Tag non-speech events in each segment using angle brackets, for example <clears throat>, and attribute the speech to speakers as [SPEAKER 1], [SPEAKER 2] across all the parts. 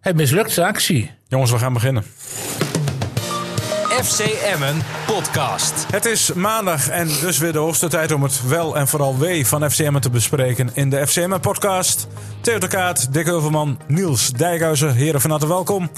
[SPEAKER 1] Het mislukte actie.
[SPEAKER 2] Jongens, we gaan beginnen.
[SPEAKER 3] FC Emmen podcast.
[SPEAKER 2] Het is maandag en dus weer de hoogste tijd om het wel en vooral wee van FC Emmen te bespreken in de FC Emmen podcast. Theo de Kaat, Dick Heuvelman, Niels Dijkhuizen, heren van harte welkom.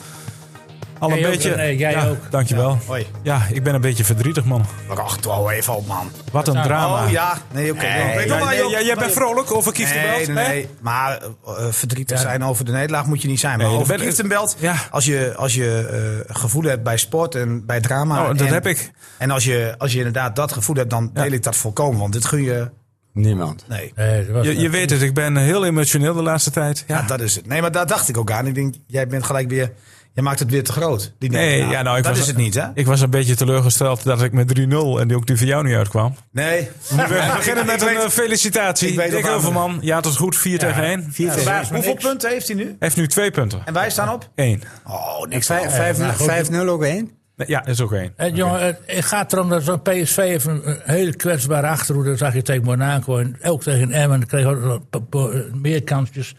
[SPEAKER 2] Al een
[SPEAKER 1] Jij ook,
[SPEAKER 2] beetje.
[SPEAKER 1] René, jij
[SPEAKER 2] ja,
[SPEAKER 1] ook.
[SPEAKER 2] Dankjewel. Ja.
[SPEAKER 4] Hoi.
[SPEAKER 2] ik ben een beetje verdrietig, man.
[SPEAKER 4] Wacht wel even op, man.
[SPEAKER 2] Wat een drama.
[SPEAKER 4] Oh ja, nee, oké.
[SPEAKER 2] Nee,
[SPEAKER 4] nee,
[SPEAKER 2] jij-
[SPEAKER 4] nee,
[SPEAKER 2] jij-
[SPEAKER 4] nee,
[SPEAKER 2] jij bent vrolijk over Kieftenbelt?
[SPEAKER 4] Nee, nee,
[SPEAKER 2] hè?
[SPEAKER 4] nee. Maar eh, eh, verdrietig zijn over de nederlaag moet je niet zijn. Maar
[SPEAKER 2] Nee,
[SPEAKER 4] over
[SPEAKER 2] dat ben-
[SPEAKER 4] Kieftenbelt,
[SPEAKER 2] Ja.
[SPEAKER 4] als je, als je eh, gevoel hebt bij sport en bij drama.
[SPEAKER 2] Nou, dat
[SPEAKER 4] en,
[SPEAKER 2] heb ik.
[SPEAKER 4] En als je, als je inderdaad dat gevoel hebt, dan deel ik dat volkomen. Want dit gun je...
[SPEAKER 5] Niemand.
[SPEAKER 4] Nee,
[SPEAKER 1] Nee, Eh, dat was
[SPEAKER 2] Je, je weet het, ik ben heel emotioneel de laatste tijd.
[SPEAKER 4] ja.
[SPEAKER 2] Ja.
[SPEAKER 4] dat is het. Nee, maar daar dacht ik ook aan. Ik denk, jij bent gelijk weer... Jij maakt het weer te groot. Die
[SPEAKER 2] Nee,
[SPEAKER 4] nederlaag.
[SPEAKER 2] ja, nou, ik
[SPEAKER 4] dat
[SPEAKER 2] was,
[SPEAKER 4] is het niet, hè?
[SPEAKER 2] Ik was een beetje teleurgesteld dat ik met 3-0 en die ook die voor jou niet uitkwam.
[SPEAKER 4] <laughs> Nee.
[SPEAKER 2] We beginnen met een eh, felicitatie.
[SPEAKER 4] ik weet
[SPEAKER 2] Dick
[SPEAKER 4] op aan-
[SPEAKER 2] Heuvelman, ja, het is goed. 4 tegen 1. Hij
[SPEAKER 1] verbaast me
[SPEAKER 4] Hoeveel
[SPEAKER 1] niks.
[SPEAKER 4] punten heeft hij nu?
[SPEAKER 2] heeft nu twee punten.
[SPEAKER 4] En wij staan op?
[SPEAKER 2] 1.
[SPEAKER 4] Oh, niks.
[SPEAKER 5] Vijf- vijf- vijf- 5-0 ook één?
[SPEAKER 2] Ja, is ook één.
[SPEAKER 1] Het, Eh, jongen, het, het gaat erom dat zo'n PSV heeft een, een hele kwetsbare achterhoede. Dat zag je tegen Monaco en ook tegen Emmen. Kreeg ook nog po- po- meer kansjes.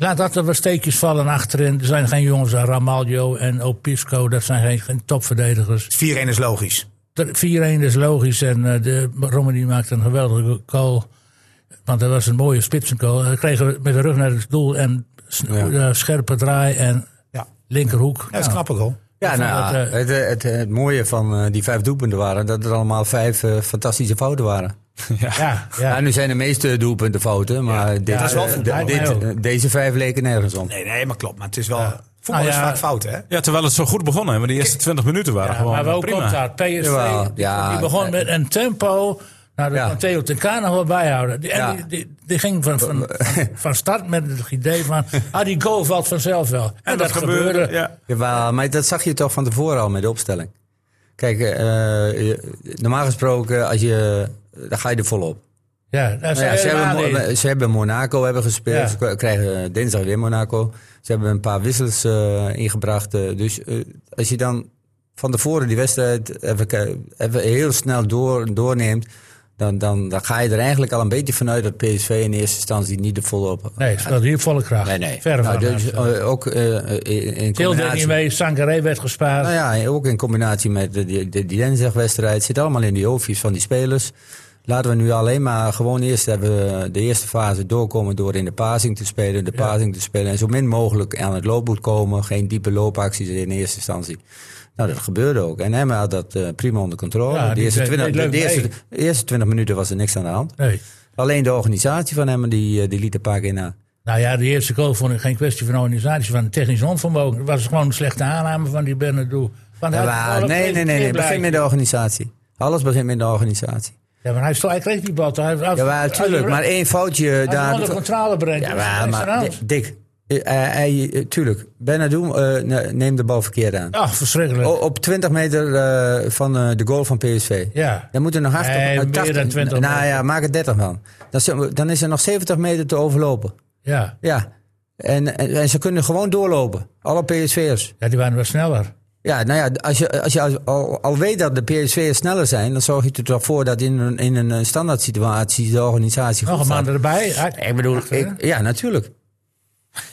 [SPEAKER 1] Laat dat er wat steekjes vallen achterin. Er zijn geen jongens als Ramaljo en Opisco. Dat zijn geen, geen topverdedigers.
[SPEAKER 4] 4-1 is logisch.
[SPEAKER 1] De 4-1 is logisch. En eh, de Romani maakt een geweldige goal. Want dat was een mooie spitsengoal. Dan kregen we met de rug naar het doel. En s- eh, scherpe draai en
[SPEAKER 4] Ja.
[SPEAKER 1] linkerhoek.
[SPEAKER 4] Ja, dat is
[SPEAKER 1] Nou,
[SPEAKER 4] knap ook al.
[SPEAKER 5] Ja,
[SPEAKER 1] Ik vond
[SPEAKER 5] nou,
[SPEAKER 1] dat, eh,
[SPEAKER 5] het, eh, het, het mooie van eh, die vijf doelpunten waren dat er allemaal vijf eh, fantastische fouten waren.
[SPEAKER 1] ja, ja.
[SPEAKER 5] Ja. nu zijn de meeste doelpunten fouten, maar dit,
[SPEAKER 4] dat is wel
[SPEAKER 5] eh,
[SPEAKER 4] goed,
[SPEAKER 5] de-
[SPEAKER 1] lijkt mij
[SPEAKER 5] dit-
[SPEAKER 1] ook.
[SPEAKER 5] eh, deze vijf leken nergens om.
[SPEAKER 4] Nee, nee, maar klopt. Maar het is wel. Voetbal
[SPEAKER 1] Nou
[SPEAKER 4] is
[SPEAKER 1] ja.
[SPEAKER 4] vaak fout, hè?
[SPEAKER 2] Ja, terwijl het zo goed begonnen hè, maar die eerste 20 minuten waren
[SPEAKER 1] Ja,
[SPEAKER 2] gewoon
[SPEAKER 1] maar wel
[SPEAKER 2] prima.
[SPEAKER 1] komt dat? PSV
[SPEAKER 5] Jawel,
[SPEAKER 1] die-
[SPEAKER 5] ja.
[SPEAKER 1] die begon met een tempo. Nou, dat
[SPEAKER 5] Ja.
[SPEAKER 1] kan Theo Tenkana wel bijhouden. Die, en
[SPEAKER 5] Ja.
[SPEAKER 1] die, die, die ging van, van,
[SPEAKER 5] <laughs>
[SPEAKER 1] van, van start met het idee van... Ah, die goal valt vanzelf wel. En, dat, gebeurde.
[SPEAKER 2] Ja.
[SPEAKER 5] Jawel, maar dat zag je toch van tevoren al met de opstelling. Kijk, eh, je- normaal gesproken, als je, dan ga je er volop.
[SPEAKER 1] Ja, dat
[SPEAKER 5] Nou ja,
[SPEAKER 1] is
[SPEAKER 5] ze, hebben,
[SPEAKER 1] helemaal
[SPEAKER 5] Mo-
[SPEAKER 1] niet.
[SPEAKER 5] ze hebben Monaco hebben gespeeld.
[SPEAKER 1] Eh, Ja.
[SPEAKER 5] Ze k- krijgen eh, dinsdag weer Monaco. Ze hebben een paar wissels eh, ingebracht. eh, dus eh, als je dan van tevoren die wedstrijd even, ki- even heel snel door, doorneemt... Dan, dan, dan ga je er eigenlijk al een beetje vanuit dat PSV in eerste instantie niet de volle op...
[SPEAKER 1] Nee, het speelde hier volle kracht.
[SPEAKER 5] Nee, nee.
[SPEAKER 1] Ver
[SPEAKER 5] Nou,
[SPEAKER 1] van.
[SPEAKER 5] dus, eh, ook eh, eh, in- in
[SPEAKER 1] Til deed niet
[SPEAKER 5] combinatie...
[SPEAKER 1] mee, Sangaré werd gespaard.
[SPEAKER 5] Nou ja, en ook in combinatie met de, de, de, die dinsdagwedstrijd. Zit allemaal in die hoofdjes van die spelers. Laten we nu alleen maar gewoon eerst even de eerste fase doorkomen door in de passing te spelen, de passing te spelen en zo min mogelijk aan het loopboot komen. Geen diepe loopacties in eerste instantie. Nou, dat gebeurde ook. En Emma had dat eh, prima onder controle.
[SPEAKER 1] Ja,
[SPEAKER 5] de,
[SPEAKER 1] die
[SPEAKER 5] eerste
[SPEAKER 1] deed-
[SPEAKER 5] 20,
[SPEAKER 1] deed
[SPEAKER 5] de,
[SPEAKER 1] leuk
[SPEAKER 5] de eerste,
[SPEAKER 1] mee.
[SPEAKER 5] de eerste 20 minuten was er niks aan de hand.
[SPEAKER 1] Nee.
[SPEAKER 5] Alleen de organisatie van Emma die, eh, die liet een paar keer na.
[SPEAKER 1] Nou ja, de eerste goal vond ik geen kwestie van organisatie, van technisch onvermogen. Het was gewoon een slechte aanname van die Bernardo. Want hij had
[SPEAKER 5] Maar
[SPEAKER 1] alle
[SPEAKER 5] nee,
[SPEAKER 1] twee keer
[SPEAKER 5] nee, nee, nee. Begin
[SPEAKER 1] blijven.
[SPEAKER 5] met de organisatie. Alles begint met de organisatie.
[SPEAKER 1] Ja, maar hij, stond- hij kreeg die bal. toch? Hij, als-
[SPEAKER 5] Ja, maar
[SPEAKER 1] als-
[SPEAKER 5] natuurlijk. Maar één foutje
[SPEAKER 1] Als je
[SPEAKER 5] daar.
[SPEAKER 1] onder controle brengt,
[SPEAKER 5] Ja,
[SPEAKER 1] is er
[SPEAKER 5] maar,
[SPEAKER 1] niks aan de
[SPEAKER 5] maar
[SPEAKER 1] hand.
[SPEAKER 5] Dick. eh, hij- eh, tuurlijk. Benadou eh, ne- neemt de bal verkeerd aan.
[SPEAKER 1] Ach, verschrikkelijk.
[SPEAKER 5] O- op 20 meter eh, van eh, de goal van PSV.
[SPEAKER 1] Ja.
[SPEAKER 5] Dan moet er nog achter.
[SPEAKER 1] Nee,
[SPEAKER 5] eh,
[SPEAKER 1] meer dan 20
[SPEAKER 5] Nou
[SPEAKER 1] meter.
[SPEAKER 5] ja, maak er 30 van. Dan, zullen we- dan is er nog 70 meter te overlopen.
[SPEAKER 1] ja.
[SPEAKER 5] Ja. En, en, en ze kunnen gewoon doorlopen. Alle PSV'ers.
[SPEAKER 1] ja, die waren wel sneller.
[SPEAKER 5] Ja, nou ja, als je, als je al- al, al weet dat de PSV'ers sneller zijn... dan zorg je er toch voor dat in een, in een eh, standaard situatie... de organisatie
[SPEAKER 1] Nog
[SPEAKER 5] goed
[SPEAKER 1] een
[SPEAKER 5] staat.
[SPEAKER 1] maand erbij. Hij-
[SPEAKER 5] Ik bedoel,
[SPEAKER 1] Achter, hè?
[SPEAKER 5] ik- ja, natuurlijk.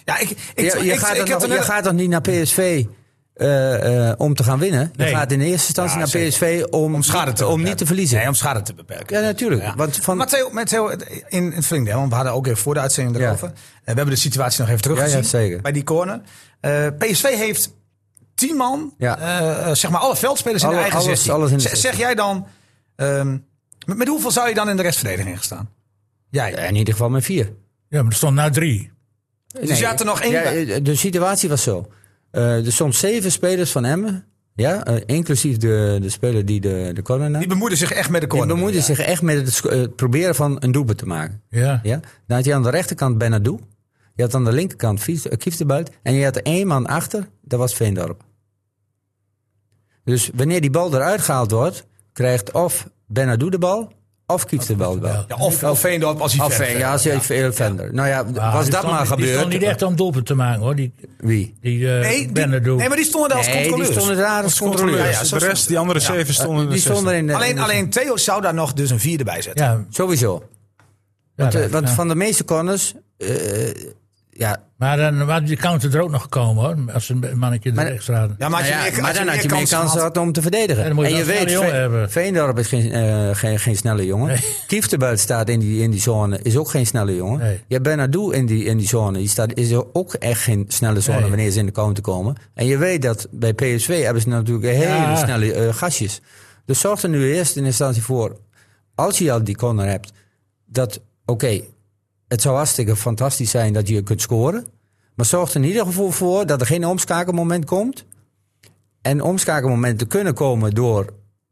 [SPEAKER 4] Ja, ik, ik,
[SPEAKER 5] je, je
[SPEAKER 4] ik-
[SPEAKER 5] gaat
[SPEAKER 4] ik heb
[SPEAKER 5] dan nog-
[SPEAKER 4] er
[SPEAKER 5] je
[SPEAKER 4] net-
[SPEAKER 5] gaat toch niet naar PSV eh, eh, om te gaan winnen?
[SPEAKER 1] Nee.
[SPEAKER 5] Je gaat in eerste instantie
[SPEAKER 4] Ja,
[SPEAKER 5] naar
[SPEAKER 4] zeker.
[SPEAKER 5] PSV om,
[SPEAKER 4] om schade te
[SPEAKER 5] om
[SPEAKER 4] beperken.
[SPEAKER 5] niet te verliezen.
[SPEAKER 4] Nee, om schade te beperken.
[SPEAKER 5] Ja, natuurlijk.
[SPEAKER 4] Ja.
[SPEAKER 5] Want van,
[SPEAKER 4] Maar Theo, met Theo, in het verlengde, hè, want we hadden ook even voor de uitzending
[SPEAKER 5] Ja.
[SPEAKER 4] erover. Eh, We hebben de situatie nog even teruggezien
[SPEAKER 5] Ja, ja, zeker.
[SPEAKER 4] bij die corner. Eh, PSV heeft tien man,
[SPEAKER 5] Ja.
[SPEAKER 4] eh, zeg maar alle veldspelers in
[SPEAKER 5] Alle-
[SPEAKER 4] de eigen
[SPEAKER 5] alles-
[SPEAKER 4] 16.
[SPEAKER 5] alles in de
[SPEAKER 4] Zeg- Zeg
[SPEAKER 5] 16.
[SPEAKER 4] jij dan, ehm, met, met hoeveel zou je dan in de restverdediging gestaan?
[SPEAKER 5] ja, in ieder geval met vier.
[SPEAKER 1] Ja, maar er stond nou drie.
[SPEAKER 4] Dus je had er nog één
[SPEAKER 5] Ja,
[SPEAKER 4] bij.
[SPEAKER 5] eh, de situatie was zo. Eh er stond zeven spelers van Emmen. Ja, eh, inclusief de, de speler die de, de corner nam.
[SPEAKER 4] Die bemoeide zich echt met de
[SPEAKER 5] Die
[SPEAKER 4] corner.
[SPEAKER 5] bemoeide zich echt met het, sco- eh, het proberen van een doelpunt te maken.
[SPEAKER 1] Ja.
[SPEAKER 5] Ja? Dan had je aan de rechterkant Benadou. Je had aan de linkerkant Fies- eh, Kieftenbelt. En je had één man achter, dat was Veendorp. Dus wanneer die bal eruit gehaald wordt, krijgt of Benadou de bal, of Kieftenbelt de bal.
[SPEAKER 4] Ja, of, of Veendorp als hij
[SPEAKER 5] Of Veen-
[SPEAKER 4] verder.
[SPEAKER 5] ja, als je veel verder. Nou ja, was
[SPEAKER 1] Ah, die
[SPEAKER 5] dat
[SPEAKER 1] stond-
[SPEAKER 5] maar
[SPEAKER 1] Die
[SPEAKER 5] gebeurd.
[SPEAKER 1] stond niet echt om doelpunt te maken, hoor. Die,
[SPEAKER 5] Wie?
[SPEAKER 1] die eh
[SPEAKER 4] Nee, die,
[SPEAKER 1] Bernardo.
[SPEAKER 4] nee, maar die stonden daar als
[SPEAKER 5] Nee, die
[SPEAKER 4] controleurs.
[SPEAKER 5] stonden daar als
[SPEAKER 2] Controleurs.
[SPEAKER 5] controleur.
[SPEAKER 4] ja, zo
[SPEAKER 2] de rest, die andere zeven stonden in de
[SPEAKER 5] Die stonden
[SPEAKER 2] zestien.
[SPEAKER 5] in de-
[SPEAKER 4] Alleen, alleen Theo zou daar nog dus een vierde bij zetten.
[SPEAKER 1] ja,
[SPEAKER 5] Sowieso.
[SPEAKER 1] ja,
[SPEAKER 5] Want, eh,
[SPEAKER 1] dat-
[SPEAKER 5] want
[SPEAKER 1] ja.
[SPEAKER 5] van de meeste corners eh, ja,
[SPEAKER 1] Maar dan had die counter er ook nog gekomen hoor. Als een mannetje
[SPEAKER 5] Maar-
[SPEAKER 1] er extra hadden.
[SPEAKER 4] Ja, maar,
[SPEAKER 5] nou
[SPEAKER 4] had je
[SPEAKER 5] ja,
[SPEAKER 4] meer,
[SPEAKER 5] maar
[SPEAKER 4] had je
[SPEAKER 5] dan had je meer kans
[SPEAKER 4] gehad?
[SPEAKER 5] gehad om te verdedigen.
[SPEAKER 1] Ja, dan moet je
[SPEAKER 5] en je
[SPEAKER 1] wel een
[SPEAKER 5] weet,
[SPEAKER 1] snelle jongen
[SPEAKER 5] Ve-
[SPEAKER 1] hebben.
[SPEAKER 5] Veendorp is geen, eh, geen, geen snelle jongen. Kieftenbelt staat in die, in die zone, is ook geen snelle jongen.
[SPEAKER 1] Nee.
[SPEAKER 5] Je hebt Bernardo in die, in die zone, die staat, is ook echt geen snelle zone
[SPEAKER 1] Nee.
[SPEAKER 5] wanneer ze in de counter komen. En je weet dat bij PSV hebben ze natuurlijk hele
[SPEAKER 1] Ja.
[SPEAKER 5] snelle eh, gastjes. Dus zorg er nu eerst in instantie voor, als je al die corner hebt, dat, oké, het zou hartstikke fantastisch zijn dat je kunt scoren. Maar zorg er in ieder geval voor dat er geen omschakelmoment komt. En omschakelmomenten kunnen komen door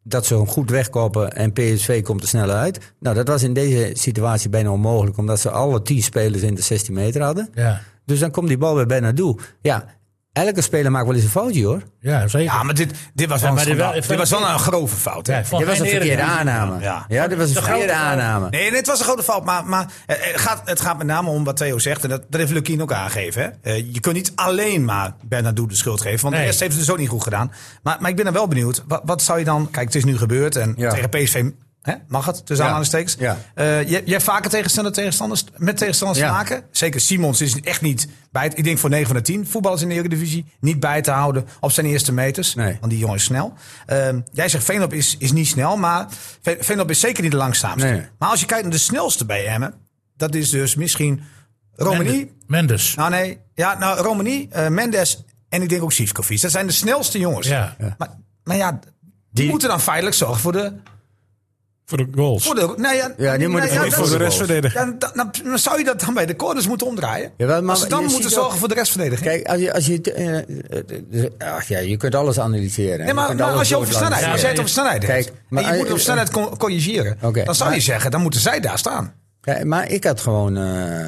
[SPEAKER 5] dat ze een goed wegkoppen en PSV komt er snel uit. Nou, dat was in deze situatie bijna onmogelijk, omdat ze alle 10 spelers in de 16 meter hadden.
[SPEAKER 1] Ja,
[SPEAKER 5] Dus dan komt die bal weer bijna toe. Ja, elke speler maakt wel eens een foutje hoor.
[SPEAKER 1] ja zeker.
[SPEAKER 4] Ja, maar dit, dit was wel
[SPEAKER 1] Ja,
[SPEAKER 4] een
[SPEAKER 1] maar dit wel-
[SPEAKER 4] schandaal.
[SPEAKER 1] ik
[SPEAKER 4] Dit
[SPEAKER 1] vind-
[SPEAKER 4] was wel een grove fout. Hè?
[SPEAKER 1] Ja, van
[SPEAKER 5] Dit was een
[SPEAKER 1] geen
[SPEAKER 5] verkeerde
[SPEAKER 1] Eredivisie.
[SPEAKER 5] aanname.
[SPEAKER 4] Ja.
[SPEAKER 5] Ja, dit was een verkeerde aanname.
[SPEAKER 4] Nee, nee, het was een grote fout. Maar, maar eh, het, gaat, het gaat met name om wat Theo zegt. En dat, dat heeft Lukien ook aangegeven. Hè? Eh, je kunt niet alleen maar Bernardo de schuld geven. Want
[SPEAKER 1] Nee.
[SPEAKER 4] de rest heeft het dus ook niet goed gedaan. Maar, maar ik ben dan wel benieuwd. Wat, wat zou je dan... Kijk, het is nu gebeurd. En
[SPEAKER 5] Ja.
[SPEAKER 4] tegen PSV... Hè, mag het, tussen
[SPEAKER 5] Ja.
[SPEAKER 4] aanhalingstekens.
[SPEAKER 5] Ja.
[SPEAKER 4] Eh, jij, jij hebt vaker tegenstander, tegenstanders, met tegenstanders
[SPEAKER 5] Ja.
[SPEAKER 4] te maken. Zeker Simons is echt niet bij het, Ik denk voor 9 van de 10 voetballers in de Eredivisie. Niet bij te houden op zijn eerste meters.
[SPEAKER 5] Nee.
[SPEAKER 4] Want die jongen is snel. Ehm, jij zegt Veenop is, is niet snel. Maar Ve- Veenop is zeker niet de langzaamste.
[SPEAKER 5] Nee.
[SPEAKER 4] Maar als je kijkt naar de snelste bij Emmen, dat is dus misschien Romani.
[SPEAKER 1] Mendes.
[SPEAKER 4] Nou nee, ja, nou Romani, eh, Mendes en ik denk ook Sivkovic. Dat zijn de snelste jongens.
[SPEAKER 1] Ja.
[SPEAKER 4] Maar, maar ja, die, moeten dan feitelijk zorgen voor de...
[SPEAKER 2] Voor de goals.
[SPEAKER 4] Voor de nee, ja,
[SPEAKER 5] Ja, die moeten
[SPEAKER 4] nee, ja,
[SPEAKER 5] voor-
[SPEAKER 4] dat
[SPEAKER 2] voor
[SPEAKER 4] is-
[SPEAKER 2] de restverdediger.
[SPEAKER 4] Ja, dan, dan- dan zou je dat dan bij de corners moeten omdraaien.
[SPEAKER 5] Jawel, maar
[SPEAKER 4] als ze dan
[SPEAKER 5] je
[SPEAKER 4] moeten
[SPEAKER 5] ziet ook-
[SPEAKER 4] zorgen voor de restverdediging.
[SPEAKER 5] Kijk, als je. Als je eh, eh, eh, ach ja, je kunt alles analyseren.
[SPEAKER 4] Nee,
[SPEAKER 5] Je
[SPEAKER 4] maar,
[SPEAKER 5] kunt
[SPEAKER 4] maar
[SPEAKER 5] alles
[SPEAKER 4] als je over
[SPEAKER 5] doorlaten.
[SPEAKER 4] snelheid,
[SPEAKER 1] Ja,
[SPEAKER 4] als jij het over snelheid
[SPEAKER 5] Kijk,
[SPEAKER 4] hebt. en
[SPEAKER 5] maar-
[SPEAKER 4] je moet op snelheid co- corrigeren.
[SPEAKER 5] Oké,
[SPEAKER 4] dan zou je
[SPEAKER 5] maar-
[SPEAKER 4] zeggen, dan moeten zij daar staan.
[SPEAKER 5] Ja, maar ik had gewoon eh,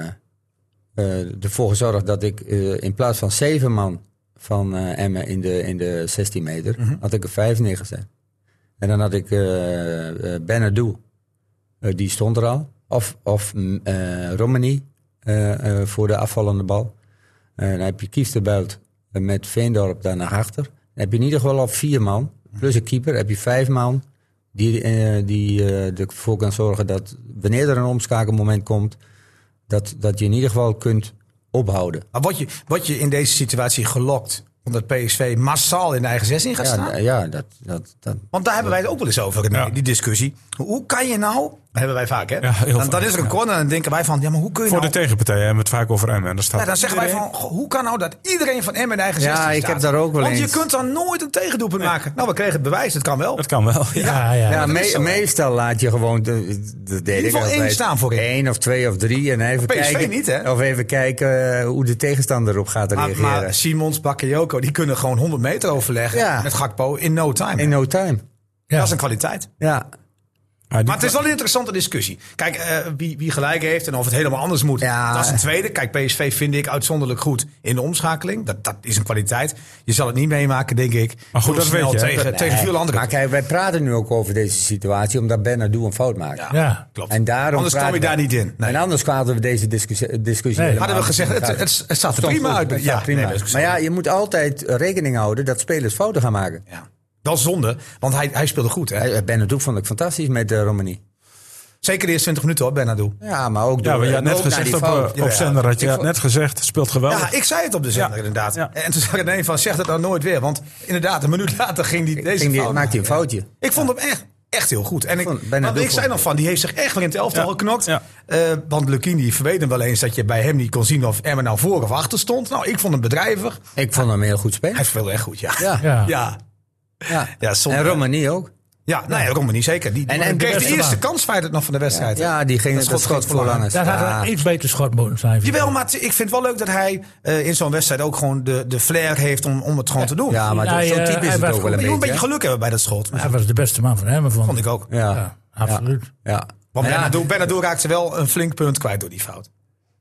[SPEAKER 5] eh, ervoor gezorgd dat ik eh, in plaats van zeven man van eh, Emmen in de, in de 16 meter, had ik er vijf neergezet. En dan had ik eh eh Benadou, eh, die stond er al. Of, of mm, eh, Romani eh, eh, voor de afvallende bal. Eh, dan heb je Kieftenbuit met Veendorp daar naar achter. Dan heb je in ieder geval al vier man, plus een keeper, heb je vijf man die, eh, die eh, ervoor kan zorgen dat wanneer er een omschakelmoment komt, dat, dat je in ieder geval kunt ophouden.
[SPEAKER 4] Maar word je, word je in deze situatie gelokt omdat PSV massaal in de eigen 16 gaat staan?
[SPEAKER 5] Ja, ja dat, dat, dat,
[SPEAKER 4] Want daar hebben wij het ook wel eens over, René,
[SPEAKER 2] Ja.
[SPEAKER 4] die discussie. Hoe kan je nou, dat hebben wij vaak hè,
[SPEAKER 2] Ja, heel
[SPEAKER 4] dan, dan
[SPEAKER 2] vaak,
[SPEAKER 4] is er een
[SPEAKER 2] ja.
[SPEAKER 4] corner en dan denken wij van, ja maar hoe kun je
[SPEAKER 2] Voor de
[SPEAKER 4] nou...
[SPEAKER 2] tegenpartij hebben we het vaak over Emmen. En daar staat
[SPEAKER 4] Ja, dan zeggen wij van, goh, hoe kan nou dat iedereen van Emmen in de eigen
[SPEAKER 5] Ja,
[SPEAKER 4] 16 staat?
[SPEAKER 5] ik heb daar ook wel
[SPEAKER 4] Want
[SPEAKER 5] eens-
[SPEAKER 4] je kunt dan nooit een tegendoelpunt maken. Nou, we kregen het bewijs, dat kan wel.
[SPEAKER 2] Dat kan wel. Ja.
[SPEAKER 1] Ja, ja.
[SPEAKER 5] Ja,
[SPEAKER 1] ja.
[SPEAKER 5] me-
[SPEAKER 4] is zo.
[SPEAKER 5] meestal laat je gewoon. De, de, de,
[SPEAKER 4] ieder geval één staan voorin.
[SPEAKER 5] Eén of twee of drie. En even
[SPEAKER 4] PSV
[SPEAKER 5] kijken,
[SPEAKER 4] niet, hè?
[SPEAKER 5] Of even kijken eh, hoe de tegenstander erop gaat
[SPEAKER 4] Maar,
[SPEAKER 5] reageren.
[SPEAKER 4] maar Simons, Bakayoko, die kunnen gewoon 100 meter overleggen
[SPEAKER 5] Ja.
[SPEAKER 4] met Gakpo in no time.
[SPEAKER 5] In no time.
[SPEAKER 4] Dat is een kwaliteit.
[SPEAKER 5] Ja,
[SPEAKER 2] Ah, die-
[SPEAKER 4] Maar het is wel een interessante discussie. Kijk, eh, wie, wie gelijk heeft en of het helemaal anders moet.
[SPEAKER 5] Ja.
[SPEAKER 4] Dat is een tweede. Kijk, PSV vind ik uitzonderlijk goed in de omschakeling. Dat, dat is een kwaliteit. Je zal het niet meemaken, denk ik.
[SPEAKER 2] Maar goed,
[SPEAKER 4] Heel
[SPEAKER 2] dat weet je, hè?
[SPEAKER 4] Tegen,
[SPEAKER 2] Dat-
[SPEAKER 4] tegen veel andere
[SPEAKER 5] Maar kijk, wij praten nu ook over deze situatie. Omdat Bernardo een fout maakt.
[SPEAKER 4] Klopt.
[SPEAKER 5] En daarom
[SPEAKER 4] Anders kwam
[SPEAKER 5] praten
[SPEAKER 4] je daar
[SPEAKER 5] wij-
[SPEAKER 4] niet in. Nee.
[SPEAKER 5] En anders kwamen we deze discussie. discussie
[SPEAKER 1] Nee.
[SPEAKER 5] helemaal
[SPEAKER 4] Hadden we
[SPEAKER 5] niet
[SPEAKER 4] gezegd,
[SPEAKER 5] in de
[SPEAKER 4] het,
[SPEAKER 5] gaten.
[SPEAKER 4] het, het staat er
[SPEAKER 5] Stond
[SPEAKER 4] prima
[SPEAKER 5] goed,
[SPEAKER 4] uit.
[SPEAKER 5] het staat prima.
[SPEAKER 4] nee, dat is-
[SPEAKER 5] maar ja, je moet altijd rekening houden dat spelers fouten gaan maken.
[SPEAKER 4] ja. Dat is zonde, want hij, hij speelde goed. Hè?
[SPEAKER 5] Eh, Bernardo vond ik fantastisch met eh, Romani.
[SPEAKER 4] Zeker de eerste 20 minuten hoor, Bernardo.
[SPEAKER 5] Ja, maar ook door...
[SPEAKER 2] Ja, maar je had net
[SPEAKER 5] ook naar
[SPEAKER 2] gezegd
[SPEAKER 5] die
[SPEAKER 2] op,
[SPEAKER 5] fout.
[SPEAKER 2] eh, op zender, had je
[SPEAKER 5] Ik
[SPEAKER 2] had
[SPEAKER 5] vond-
[SPEAKER 2] net gezegd, speelt geweldig.
[SPEAKER 4] Ja, ik zei het op de zender
[SPEAKER 2] Ja.
[SPEAKER 4] inderdaad.
[SPEAKER 2] Ja.
[SPEAKER 4] En toen zei René van, zeg dat nou nooit weer. Want inderdaad, een minuut later ging die deze
[SPEAKER 5] Ging die-
[SPEAKER 4] fout
[SPEAKER 5] maakte hij een
[SPEAKER 4] maken.
[SPEAKER 5] foutje.
[SPEAKER 4] Ik vond hem echt, echt heel goed. En ik,
[SPEAKER 5] vond- bijna
[SPEAKER 4] want
[SPEAKER 5] doel
[SPEAKER 4] ik zei
[SPEAKER 5] vond
[SPEAKER 4] nog van, die heeft zich echt weer in het elftal
[SPEAKER 2] Ja.
[SPEAKER 4] geknokt.
[SPEAKER 2] Ja.
[SPEAKER 4] Eh, want Lukien die verweet hem wel eens dat je bij hem niet kon zien of Emma nou voor of achter stond. Nou, ik vond hem bedrijvig.
[SPEAKER 5] Ik vond hem heel goed
[SPEAKER 4] Hij
[SPEAKER 5] spelen.
[SPEAKER 4] speelde echt goed, ja.
[SPEAKER 5] Ja.
[SPEAKER 1] Ja.
[SPEAKER 4] ja.
[SPEAKER 5] Ja.
[SPEAKER 4] Ja, zonde.
[SPEAKER 5] en Romani ook.
[SPEAKER 4] Ja, nou ja, Romani zeker. Die,
[SPEAKER 5] En-
[SPEAKER 4] en,
[SPEAKER 5] en de
[SPEAKER 4] kreeg de
[SPEAKER 1] beste
[SPEAKER 4] eerste
[SPEAKER 1] baan.
[SPEAKER 4] kans feitelijk nog van de wedstrijd.
[SPEAKER 5] Ja, die ging
[SPEAKER 4] Dat
[SPEAKER 5] dat
[SPEAKER 4] schot
[SPEAKER 5] schot,
[SPEAKER 4] ging
[SPEAKER 5] voor
[SPEAKER 4] voor
[SPEAKER 5] Langes.
[SPEAKER 1] Dat had
[SPEAKER 5] Ja.
[SPEAKER 1] een iets beter schot moeten zijn. vind ik.
[SPEAKER 4] Jawel, maar het- ik vind wel leuk dat hij eh, in zo'n wedstrijd ook gewoon de, de flair heeft om, om het gewoon te doen.
[SPEAKER 5] Ja, maar
[SPEAKER 1] Hij,
[SPEAKER 5] zo
[SPEAKER 1] eh,
[SPEAKER 5] typisch
[SPEAKER 1] hij
[SPEAKER 5] is het
[SPEAKER 1] was
[SPEAKER 5] ook wel
[SPEAKER 1] goed.
[SPEAKER 5] een
[SPEAKER 4] Je moet een
[SPEAKER 5] beetje.
[SPEAKER 4] beetje
[SPEAKER 5] hè?
[SPEAKER 4] geluk hebben bij dat schot.
[SPEAKER 1] Hij was de beste man van hem. Vond,
[SPEAKER 4] Vond ik ook.
[SPEAKER 5] Ja.
[SPEAKER 1] Ja, absoluut.
[SPEAKER 5] Ja.
[SPEAKER 4] Want
[SPEAKER 5] ja.
[SPEAKER 4] Bernardo, Bernardo raakte wel een flink punt kwijt door die fout.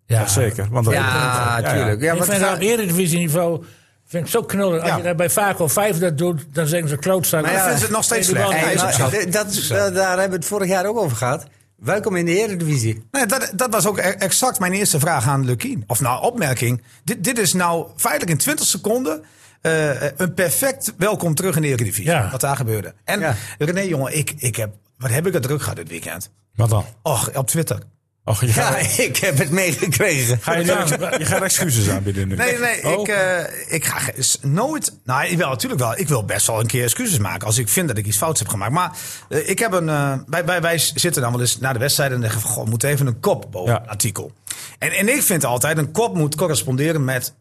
[SPEAKER 1] Ja,
[SPEAKER 2] Zeker. Want dat-
[SPEAKER 5] Ja, tuurlijk. Ja,
[SPEAKER 1] ik
[SPEAKER 5] want
[SPEAKER 1] vind
[SPEAKER 5] ga-
[SPEAKER 1] dat op eredivisieniveau vind ik zo knullig. Als
[SPEAKER 4] Ja.
[SPEAKER 1] je daar bij Vaco 5 dat doet, dan zeggen ze klootzak.
[SPEAKER 4] Maar ja, vinden ze het nog steeds
[SPEAKER 1] Nee, die
[SPEAKER 4] slecht.
[SPEAKER 1] bal-
[SPEAKER 5] Hey,
[SPEAKER 4] is
[SPEAKER 5] maar
[SPEAKER 4] ook zo.
[SPEAKER 5] d- dat, is- da- daar hebben we het vorig jaar ook over gehad. Welkom in de Eredivisie.
[SPEAKER 4] Nee, dat, dat was ook e- exact mijn eerste vraag aan Lukien. Of nou, opmerking. Dit, dit is nou feitelijk in 20 seconden eh, een perfect welkom terug in de Eredivisie.
[SPEAKER 1] Ja.
[SPEAKER 4] Wat daar gebeurde. En
[SPEAKER 5] Ja.
[SPEAKER 4] René, jongen, ik, ik heb, wat heb ik het druk gehad dit weekend?
[SPEAKER 2] Wat dan?
[SPEAKER 4] Och, op Twitter.
[SPEAKER 2] Och, je
[SPEAKER 5] Ja,
[SPEAKER 2] gaat,
[SPEAKER 4] <laughs>
[SPEAKER 5] ik heb het meegekregen.
[SPEAKER 2] ga je, nu, je gaat excuses aanbieden nu.
[SPEAKER 4] Nee, nee,
[SPEAKER 2] Oh,
[SPEAKER 4] ik, eh, ik ga ge- s- nooit. Nou, wel, natuurlijk wel. Ik wil best wel een keer excuses maken als ik vind dat ik iets fouts heb gemaakt. Maar eh, ik heb een. eh, wij, wij, wij zitten dan wel eens naar de wedstrijd en denken: van, Goh, moet even een kop boven
[SPEAKER 2] Ja.
[SPEAKER 4] een artikel. En, en ik vind altijd: een kop moet corresponderen met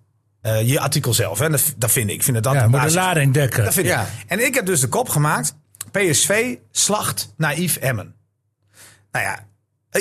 [SPEAKER 4] eh, je artikel zelf. Hè. Dat, dat vind ik. Ik vind het dan
[SPEAKER 1] Ja,
[SPEAKER 4] de
[SPEAKER 1] moet de
[SPEAKER 4] basis.
[SPEAKER 1] lading dekken.
[SPEAKER 4] Dat vind ik. En ik heb dus de kop gemaakt: PSV slacht naïef Emmen. Nou ja,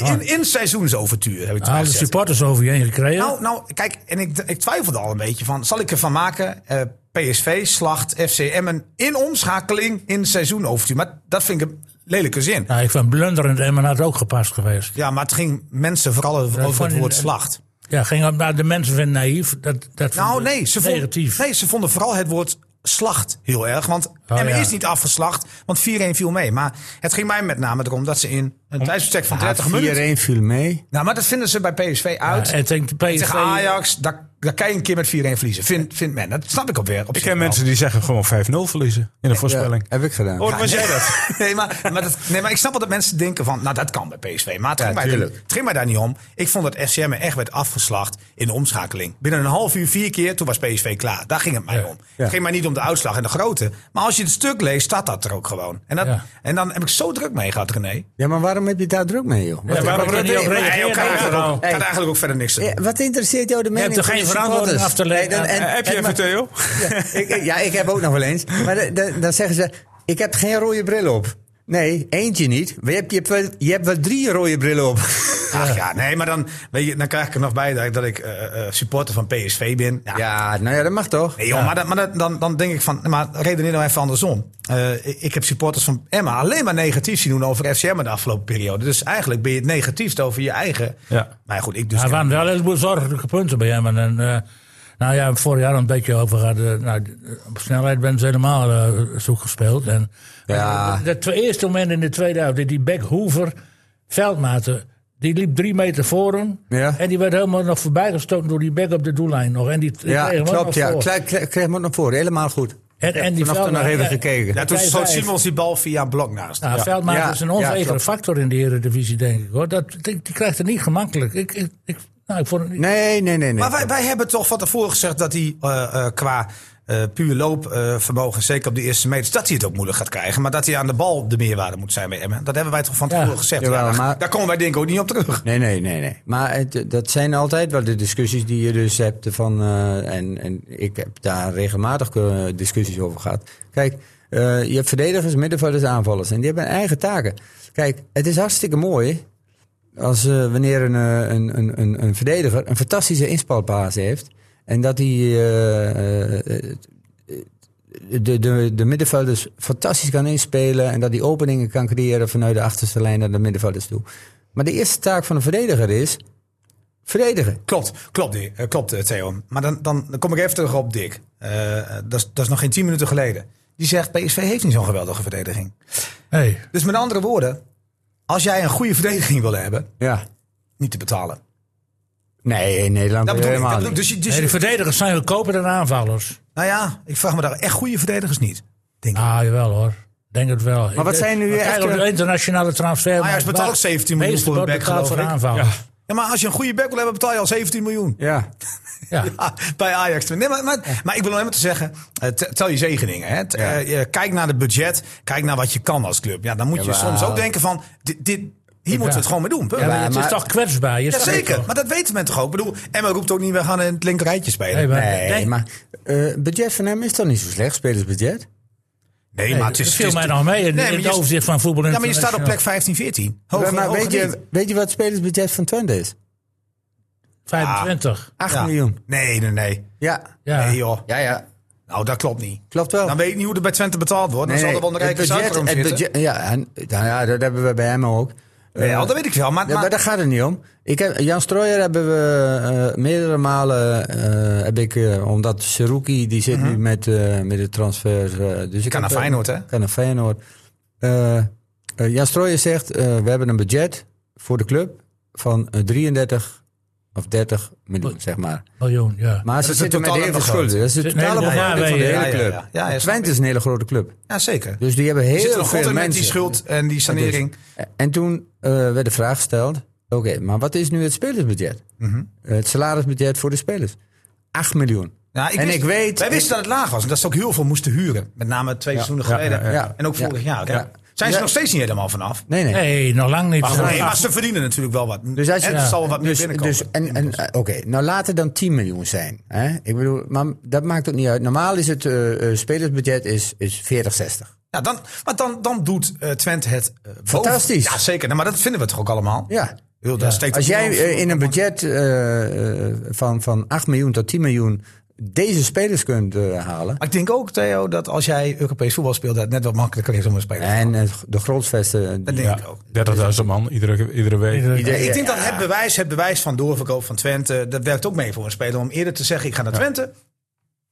[SPEAKER 4] in, in seizoensovertuur heb ik
[SPEAKER 1] Daar
[SPEAKER 4] het
[SPEAKER 1] hadden de supporters over je heen gekregen.
[SPEAKER 4] nou, nou, kijk, en ik, ik twijfelde al een beetje van, zal ik ervan maken? Eh, PSV slacht FC Emmen in omschakeling in seizoen overtuur. Maar dat vind ik een lelijke zin.
[SPEAKER 1] Nou, ik vind blunderend Emmen had ook gepast geweest.
[SPEAKER 4] Ja, maar het ging mensen vooral over,
[SPEAKER 1] Ja,
[SPEAKER 4] over het
[SPEAKER 1] van-
[SPEAKER 4] woord slacht.
[SPEAKER 1] Ja, ging, op- nou, de mensen vinden naïef. Dat, dat
[SPEAKER 4] Nou,
[SPEAKER 1] vinden
[SPEAKER 4] nee ze, vonden,
[SPEAKER 1] negatief. Oh,
[SPEAKER 4] nee, ze vonden vooral het woord slacht heel erg. Want Emmen
[SPEAKER 1] ja.
[SPEAKER 4] is niet afgeslacht, want 4-1 viel mee. Maar het ging mij met name erom dat ze in een tijdsbestek van 30 minuten...
[SPEAKER 5] 4-1 viel mee.
[SPEAKER 4] Nou, maar dat vinden ze bij PSV
[SPEAKER 1] Ja,
[SPEAKER 4] uit.
[SPEAKER 1] en tegen de PSV,
[SPEAKER 4] Tegen Ajax, daar, daar kan je een keer met 4-1 verliezen. Vindt vindt men. Dat snap ik op weer. Op
[SPEAKER 2] Ik
[SPEAKER 4] zich
[SPEAKER 2] ken
[SPEAKER 4] wel.
[SPEAKER 2] mensen die zeggen gewoon 5-0 verliezen in een voorspelling.
[SPEAKER 5] heb ik gedaan.
[SPEAKER 2] Oh, dan was jij dat?
[SPEAKER 4] <laughs> nee, maar, maar dat, nee, maar ik snap wel dat mensen denken van, nou dat kan bij PSV. Maar het ging, mij,
[SPEAKER 5] tuurlijk.
[SPEAKER 4] het ging mij daar niet om. Ik vond dat FCM echt werd afgeslacht in de omschakeling. Binnen een half uur, vier keer, toen was PSV klaar. Daar ging het mij om.
[SPEAKER 5] ja.
[SPEAKER 4] Het ging mij niet om de uitslag en de grootte. Maar als je het stuk leest, staat dat er ook gewoon. En, dat,
[SPEAKER 1] Ja.
[SPEAKER 4] en dan heb ik zo druk mee gehad, René.
[SPEAKER 5] Ja, maar waarom heb je daar druk mee, joh? Wat,
[SPEAKER 1] Ja, waarom
[SPEAKER 2] Wat-
[SPEAKER 1] kan je
[SPEAKER 2] wat-
[SPEAKER 1] ook
[SPEAKER 2] wat-
[SPEAKER 4] Nee, ik kan,
[SPEAKER 1] reageren?
[SPEAKER 4] eigenlijk ook,
[SPEAKER 5] Hey.
[SPEAKER 4] kan eigenlijk ook verder niks aan doen.
[SPEAKER 5] Ja, wat interesseert jou de mening
[SPEAKER 1] toch
[SPEAKER 5] van
[SPEAKER 1] geen
[SPEAKER 5] de
[SPEAKER 1] verantwoording
[SPEAKER 5] supporters?
[SPEAKER 1] af te leggen?
[SPEAKER 5] Nee, dan- en-
[SPEAKER 2] Eh, Heb je even,
[SPEAKER 5] en- maar-
[SPEAKER 2] Theo?
[SPEAKER 5] <laughs> Ja, ik- ik- Ja, ik heb ook nog wel eens. Maar da- da- dan zeggen ze, ik heb geen rode bril op. Nee, eentje niet. Maar je hebt, je hebt, wel, je hebt wel drie rode brillen op. <laughs>
[SPEAKER 4] Ach ja, nee, maar dan, weet je, dan krijg ik er nog bij dat ik, dat ik eh, eh, supporter van PSV ben. Ja,
[SPEAKER 5] Ja, nou ja, dat mag toch?
[SPEAKER 4] Nee, joh, maar, dat- maar dat- dan, dan denk ik van, maar redeneer nou even andersom. Eh, ik, ik heb supporters van Emma alleen maar negatief zien doen over FCM de afgelopen periode. Dus eigenlijk ben je het negatiefst over je eigen.
[SPEAKER 2] Ja.
[SPEAKER 4] Maar ja, goed, ik dus.
[SPEAKER 1] Ja, er waren wel heel zorgelijke punten bij Emmen. En, eh, nou ja, vorig jaar een beetje over gehad. eh, nou, op snelheid ben ze helemaal eh, zoek gespeeld. En,
[SPEAKER 5] Ja.
[SPEAKER 1] Het eerste moment in de tweede helft, die- die Beckhoever, veldmaten, die liep drie meter voor hem.
[SPEAKER 5] Ja.
[SPEAKER 1] En die werd helemaal nog voorbij gestoten door die Beck op de doellijn nog. En die, die
[SPEAKER 5] Ja,
[SPEAKER 1] kreeg hem ook nog
[SPEAKER 5] klopt. Ja.
[SPEAKER 1] voor.
[SPEAKER 5] Krijg, krijg, krijg me ook nog voor. Helemaal goed.
[SPEAKER 1] En, en die
[SPEAKER 5] Vanochtend nog
[SPEAKER 1] Veldmaat-
[SPEAKER 5] even
[SPEAKER 1] ja,
[SPEAKER 5] gekeken.
[SPEAKER 4] Ja, toen
[SPEAKER 1] Wij
[SPEAKER 4] schoot
[SPEAKER 1] vijf.
[SPEAKER 4] Simons die bal via een blok naast.
[SPEAKER 1] Nou, Veldmaat
[SPEAKER 5] Ja,
[SPEAKER 1] is een
[SPEAKER 5] ja,
[SPEAKER 1] onzekere
[SPEAKER 5] klopt.
[SPEAKER 1] factor in de Eredivisie, denk ik. Hoor. Dat, die, die krijgt het niet gemakkelijk. Ik, ik, ik, nou, ik vond het niet...
[SPEAKER 5] Nee, nee, nee. nee.
[SPEAKER 4] Maar wij, wij hebben toch van tevoren gezegd dat hij eh, eh, qua eh, puur loopvermogen, zeker op de eerste meters, dat hij het ook moeilijk gaat krijgen. Maar dat hij aan de bal de meerwaarde moet zijn bij Emmen. Dat hebben wij toch van tevoren gezegd.
[SPEAKER 5] jawel,
[SPEAKER 4] Ja, daar,
[SPEAKER 5] maar-
[SPEAKER 4] daar komen wij denk ik ook niet op terug.
[SPEAKER 5] Nee, nee, nee, nee. Maar het, dat zijn altijd wel de discussies die je dus hebt. Van, eh, en, en ik heb daar regelmatig eh, discussies over gehad. Kijk, eh, je hebt verdedigers, middenvelders, aanvallers. En die hebben eigen taken. Kijk, het is hartstikke mooi als eh, wanneer een, eh, een, een, een, een verdediger een fantastische inspalpaas heeft. En dat hij eh, eh, de, de, de middenvelders fantastisch kan inspelen. En dat die openingen kan creëren vanuit de achterste lijn naar de middenvelders toe. Maar de eerste taak van een verdediger is verdedigen.
[SPEAKER 4] Klopt, klopt, Dick, eh, klopt eh, Theo. Maar dan, dan dan kom ik even terug op Dick. Eh, eh, dat, is, dat is nog geen tien minuten geleden. Die zegt, PSV heeft niet zo'n geweldige verdediging.
[SPEAKER 1] Hey.
[SPEAKER 4] Dus met andere woorden, als jij een goede verdediging wil hebben,
[SPEAKER 5] Ja.
[SPEAKER 4] niet te betalen.
[SPEAKER 5] Nee, in Nederland
[SPEAKER 4] Dat bedoel ik. Dat bedoel
[SPEAKER 5] helemaal
[SPEAKER 4] ik.
[SPEAKER 5] niet.
[SPEAKER 4] Dus, je- dus
[SPEAKER 1] Nee, de
[SPEAKER 4] je-
[SPEAKER 1] verdedigers zijn goedkoper dan aanvallers.
[SPEAKER 4] nou ja, ik vraag me daar echt goede verdedigers niet. Denk ik.
[SPEAKER 1] Ah, jawel hoor. Denk het wel.
[SPEAKER 5] Maar wat zijn nu echt,
[SPEAKER 1] Eigenlijk
[SPEAKER 5] eh,
[SPEAKER 1] de internationale transfer.
[SPEAKER 4] Ajax betaalt ook 17 miljoen voor een back,
[SPEAKER 1] betaald voor
[SPEAKER 4] geloof ik.
[SPEAKER 1] aanvallers.
[SPEAKER 4] Ja, maar als je een goede back wil hebben, betaal je al 17 miljoen.
[SPEAKER 5] Ja.
[SPEAKER 1] Ja.
[SPEAKER 4] Ja, <laughs> bij Ajax. Nee, maar, maar, maar ik wil alleen maar te zeggen, eh, te- tel je zegeningen. Hè. T- eh, je- kijk naar het budget, kijk naar wat je kan als club. Ja, dan moet je
[SPEAKER 5] Jawel.
[SPEAKER 4] soms ook denken van, dit, dit, hier moeten we het gewoon mee doen. punt.
[SPEAKER 1] Ja, maar
[SPEAKER 5] Ja,
[SPEAKER 1] het is
[SPEAKER 5] maar-
[SPEAKER 1] toch kwetsbaar. Je
[SPEAKER 4] Ja,
[SPEAKER 1] staat
[SPEAKER 4] zeker.
[SPEAKER 1] toch-
[SPEAKER 4] Maar dat weet men toch ook. Ik bedoel, Emma roept ook niet, we gaan in het linkerrijtje spelen.
[SPEAKER 1] Nee,
[SPEAKER 4] Nee,
[SPEAKER 1] maar,
[SPEAKER 5] Nee,
[SPEAKER 1] denk-
[SPEAKER 5] maar het budget van hem is toch niet zo slecht, spelersbudget?
[SPEAKER 1] nee,
[SPEAKER 4] maar het is...
[SPEAKER 1] dat viel
[SPEAKER 4] het is-
[SPEAKER 1] mij nog mee in,
[SPEAKER 4] Nee,
[SPEAKER 1] in
[SPEAKER 4] maar
[SPEAKER 1] het
[SPEAKER 4] je-
[SPEAKER 1] overzicht van voetbal.
[SPEAKER 4] Ja, maar je staat op plek
[SPEAKER 1] International.
[SPEAKER 4] 15, 14. Hoger,
[SPEAKER 5] maar
[SPEAKER 4] hoger
[SPEAKER 5] weet,
[SPEAKER 4] niet.
[SPEAKER 5] je, weet je wat het spelersbudget van Twente is?
[SPEAKER 4] Ah.
[SPEAKER 1] 25.
[SPEAKER 5] 8
[SPEAKER 4] Ja.
[SPEAKER 5] miljoen.
[SPEAKER 4] Nee, nee, nee.
[SPEAKER 5] Ja.
[SPEAKER 1] Ja.
[SPEAKER 4] Nee, joh.
[SPEAKER 5] Ja, ja.
[SPEAKER 4] Nou, dat klopt niet.
[SPEAKER 5] Klopt wel.
[SPEAKER 4] Dan weet ik niet hoe er bij Twente betaald wordt. Dan
[SPEAKER 5] Nee,
[SPEAKER 4] zal er wel een
[SPEAKER 5] nee, het
[SPEAKER 4] rijke
[SPEAKER 5] budget,
[SPEAKER 4] zaak
[SPEAKER 5] het budget- Ja, en, nou ja, dat hebben we bij hem ook. Eh,
[SPEAKER 4] Ja, dat weet ik wel. Maar,
[SPEAKER 5] Ja, maar
[SPEAKER 4] maar,
[SPEAKER 5] daar gaat het niet om. Ik heb, Jan Strooijer hebben we eh, meerdere malen, eh, heb ik, eh, omdat Seruki die zit nu met, eh, met de transfer. eh, dus ik
[SPEAKER 4] Mhm. Kan
[SPEAKER 5] heb,
[SPEAKER 4] naar
[SPEAKER 5] eh,
[SPEAKER 4] Feyenoord, hè?
[SPEAKER 5] Kan naar Feyenoord. Eh, eh, Jan Strooijer zegt, eh, we hebben een budget voor de club van eh, 33 of 30 miljoen, zeg maar.
[SPEAKER 1] Miljoen, ja.
[SPEAKER 5] Maar ze
[SPEAKER 4] is een
[SPEAKER 5] zitten met
[SPEAKER 4] totale
[SPEAKER 5] heel veel
[SPEAKER 4] begroting.
[SPEAKER 5] schulden. Dat is de
[SPEAKER 1] Zit een
[SPEAKER 5] totale
[SPEAKER 1] heleboel
[SPEAKER 5] begroting van de
[SPEAKER 1] bij,
[SPEAKER 5] hele
[SPEAKER 4] ja, ja,
[SPEAKER 5] club.
[SPEAKER 4] ja. Ja, ja, snap
[SPEAKER 5] Twente is een hele grote club.
[SPEAKER 4] ja, zeker.
[SPEAKER 5] Dus die hebben
[SPEAKER 4] Je zit er
[SPEAKER 5] heel
[SPEAKER 4] nog goed
[SPEAKER 5] veel
[SPEAKER 4] in met die
[SPEAKER 5] mensen.
[SPEAKER 4] schuld en die sanering.
[SPEAKER 5] En toen eh, werd de eh, vraag gesteld Oké, maar wat is nu het spelersbudget?
[SPEAKER 4] Mhm.
[SPEAKER 5] Eh, Het salarisbudget voor de spelers? 8 miljoen.
[SPEAKER 4] Ja, Nou, ik
[SPEAKER 5] en
[SPEAKER 4] wist-
[SPEAKER 5] ik weet...
[SPEAKER 4] Wij wisten dat het laag was. En dat ze ook heel veel moesten huren. Met name twee seizoenen
[SPEAKER 2] ja,
[SPEAKER 4] geleden.
[SPEAKER 2] ja,
[SPEAKER 5] ja.
[SPEAKER 4] En ook
[SPEAKER 5] Ja.
[SPEAKER 4] vorig jaar.
[SPEAKER 5] Ja.
[SPEAKER 4] Zijn ze
[SPEAKER 5] Ja.
[SPEAKER 4] nog steeds niet helemaal vanaf?
[SPEAKER 5] Nee, nee.
[SPEAKER 1] Nee, nog lang niet.
[SPEAKER 4] Nee, maar ze verdienen natuurlijk wel wat.
[SPEAKER 5] Dus als je,
[SPEAKER 4] en het zal wat meer
[SPEAKER 5] dus,
[SPEAKER 4] binnenkomen.
[SPEAKER 5] Dus, en, en, eh, Oké, nou laat het dan 10 miljoen zijn. Hè? Ik bedoel, maar dat maakt ook niet uit. Normaal is het eh, eh, spelersbudget is, is 40, 60.
[SPEAKER 4] ja, dan, want dan, dan doet eh Twente het eh, boven.
[SPEAKER 5] Fantastisch.
[SPEAKER 4] Ja, zeker. Nou, maar dat vinden we toch ook allemaal?
[SPEAKER 5] Ja.
[SPEAKER 4] Heel, daar steekt
[SPEAKER 5] Als
[SPEAKER 4] het
[SPEAKER 5] jij
[SPEAKER 4] niet
[SPEAKER 5] eh, in een
[SPEAKER 4] op.
[SPEAKER 5] budget eh, eh, van, van 8 miljoen tot 10 miljoen deze spelers kunt eh, halen.
[SPEAKER 4] Maar ik denk ook, Theo, dat als jij Europees voetbal speelt... dat het net wat makkelijker is om een speler te
[SPEAKER 5] En eh, de grootvesten.
[SPEAKER 4] Dat
[SPEAKER 5] die-
[SPEAKER 2] Ja,
[SPEAKER 4] denk ik ook.
[SPEAKER 2] 30.000 man iedere, iedere week.
[SPEAKER 1] Iedere-
[SPEAKER 5] ieder-
[SPEAKER 4] Ik denk
[SPEAKER 5] ja.
[SPEAKER 4] dat het bewijs, het bewijs van doorverkoop van Twente... dat werkt ook mee voor een speler om eerder te zeggen... ik ga naar Twente,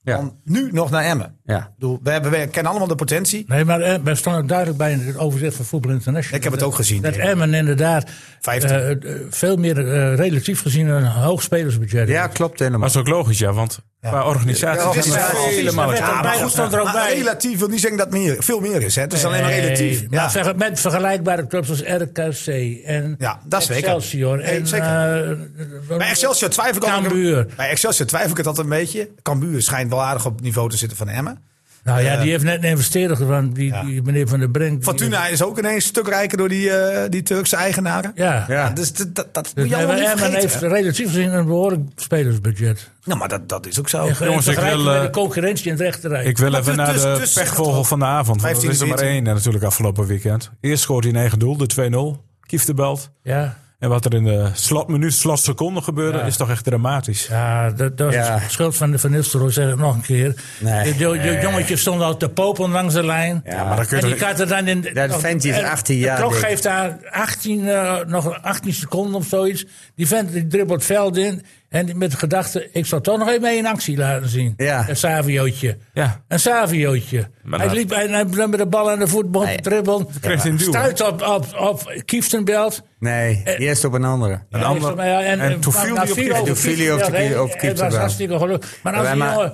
[SPEAKER 5] Ja.
[SPEAKER 4] dan nu nog naar Emmen.
[SPEAKER 5] Ja.
[SPEAKER 4] Ik bedoel, we, hebben, we kennen allemaal de potentie.
[SPEAKER 1] Nee, maar eh, we staan ook duidelijk bij in het overzicht van Voetbal International.
[SPEAKER 4] Ik heb het
[SPEAKER 1] Dat-
[SPEAKER 4] ook gezien,
[SPEAKER 1] Dat
[SPEAKER 4] ja.
[SPEAKER 1] Emmen inderdaad
[SPEAKER 4] Vijftien.
[SPEAKER 1] eh, eh, veel meer eh, relatief gezien een hoog spelersbudget
[SPEAKER 5] ja,
[SPEAKER 1] heeft.
[SPEAKER 5] klopt helemaal.
[SPEAKER 2] Maar dat is ook logisch, ja, want qua organisatie
[SPEAKER 4] Het
[SPEAKER 2] zijn
[SPEAKER 4] is
[SPEAKER 2] er
[SPEAKER 4] wel-
[SPEAKER 2] vele malen.
[SPEAKER 1] Ja, maar goed, stond er ook bij.
[SPEAKER 4] relatief wil niet zeggen dat meer, veel meer is. Hè? Het is alleen maar
[SPEAKER 1] Nee,
[SPEAKER 4] relatief.
[SPEAKER 1] Maar
[SPEAKER 4] Ja.
[SPEAKER 1] verge- met vergelijkbare clubs als RKC en
[SPEAKER 4] Ja, dat is zeker.
[SPEAKER 1] Excelsior.
[SPEAKER 4] Nee,
[SPEAKER 1] En,
[SPEAKER 4] zeker.
[SPEAKER 1] eh,
[SPEAKER 4] Bij Excelsior twijfel ik
[SPEAKER 1] Cambuur.
[SPEAKER 4] altijd. Bij Excelsior twijfel ik het altijd een beetje. Cambuur schijnt wel aardig op het niveau te zitten van Emmen.
[SPEAKER 1] Nou ja,
[SPEAKER 4] Eh,
[SPEAKER 1] die heeft net een investeerder van die,
[SPEAKER 4] ja.
[SPEAKER 1] die meneer Van der Brink. die-
[SPEAKER 4] Fortuna is ook ineens een stuk rijker door die, eh, die Turkse eigenaren.
[SPEAKER 1] Ja.
[SPEAKER 5] Ja.
[SPEAKER 4] Dus dat, dat, dat
[SPEAKER 1] Dus
[SPEAKER 4] moet je allemaal niet
[SPEAKER 1] Emmen
[SPEAKER 4] vergeten.
[SPEAKER 1] heeft relatief gezien een behoorlijk spelersbudget.
[SPEAKER 4] Nou, maar dat, dat is ook zo.
[SPEAKER 2] Jongens, ik
[SPEAKER 1] Vergeleken
[SPEAKER 2] wil,
[SPEAKER 1] met de
[SPEAKER 2] eh,
[SPEAKER 1] concurrentie in het rechterrijk.
[SPEAKER 2] Ik wil
[SPEAKER 4] Maar
[SPEAKER 2] even
[SPEAKER 4] dus-
[SPEAKER 2] naar
[SPEAKER 4] dus-
[SPEAKER 2] de
[SPEAKER 4] dus zeg het
[SPEAKER 2] pechvogel
[SPEAKER 4] wel.
[SPEAKER 2] van de avond. Want er is er maar
[SPEAKER 4] 15-14.
[SPEAKER 2] één eh, natuurlijk afgelopen weekend. Eerst scoort hij een eigen doel, de 2-0. Kieftenbelt.
[SPEAKER 1] Ja,
[SPEAKER 2] En wat er in de slotminuut, slotseconde gebeurde, is toch echt dramatisch.
[SPEAKER 1] ja dat, dat
[SPEAKER 5] Ja.
[SPEAKER 1] is de schuld van de Van Nistelrooy, zeg ik nog een keer.
[SPEAKER 5] Nee.
[SPEAKER 1] De, de- de jongetjes stonden al te popelen langs de lijn.
[SPEAKER 5] Ja, maar dan
[SPEAKER 2] kun je
[SPEAKER 1] en die
[SPEAKER 2] toch-
[SPEAKER 1] gaat er dan in...
[SPEAKER 5] Dat vent die is
[SPEAKER 1] en
[SPEAKER 5] 18 jaar,
[SPEAKER 1] De klok
[SPEAKER 5] denk ik.
[SPEAKER 1] geeft daar 18, eh, nog 18 seconden of zoiets. Die vent die dribbelt het veld in. En die- met de gedachte, ik zal toch nog even mee in actie laten zien.
[SPEAKER 5] Ja.
[SPEAKER 1] Een Saviootje.
[SPEAKER 2] Ja.
[SPEAKER 1] Een Saviootje.
[SPEAKER 2] Maar
[SPEAKER 1] hij
[SPEAKER 2] dat-
[SPEAKER 1] liep en hij nam met de bal aan de voetbal
[SPEAKER 5] Nee.
[SPEAKER 1] te dribbelen.
[SPEAKER 2] Kreeg hij een duw.
[SPEAKER 1] Stuit op, op, op Kieftenbelt.
[SPEAKER 5] Nee,
[SPEAKER 1] Eh.
[SPEAKER 5] eerst op een andere.
[SPEAKER 2] Een ander-
[SPEAKER 1] en,
[SPEAKER 2] en toen viel
[SPEAKER 1] na
[SPEAKER 2] die op
[SPEAKER 1] vier
[SPEAKER 2] Kiep-
[SPEAKER 1] over
[SPEAKER 5] toen viel hij op
[SPEAKER 1] Kiep-
[SPEAKER 5] de Kiep-
[SPEAKER 1] ja,
[SPEAKER 5] op
[SPEAKER 1] nee,
[SPEAKER 5] Kiep
[SPEAKER 1] Het was
[SPEAKER 5] erbij.
[SPEAKER 1] hartstikke gelukkig. Maar als
[SPEAKER 5] Wij
[SPEAKER 1] die
[SPEAKER 5] maar-
[SPEAKER 1] jongen...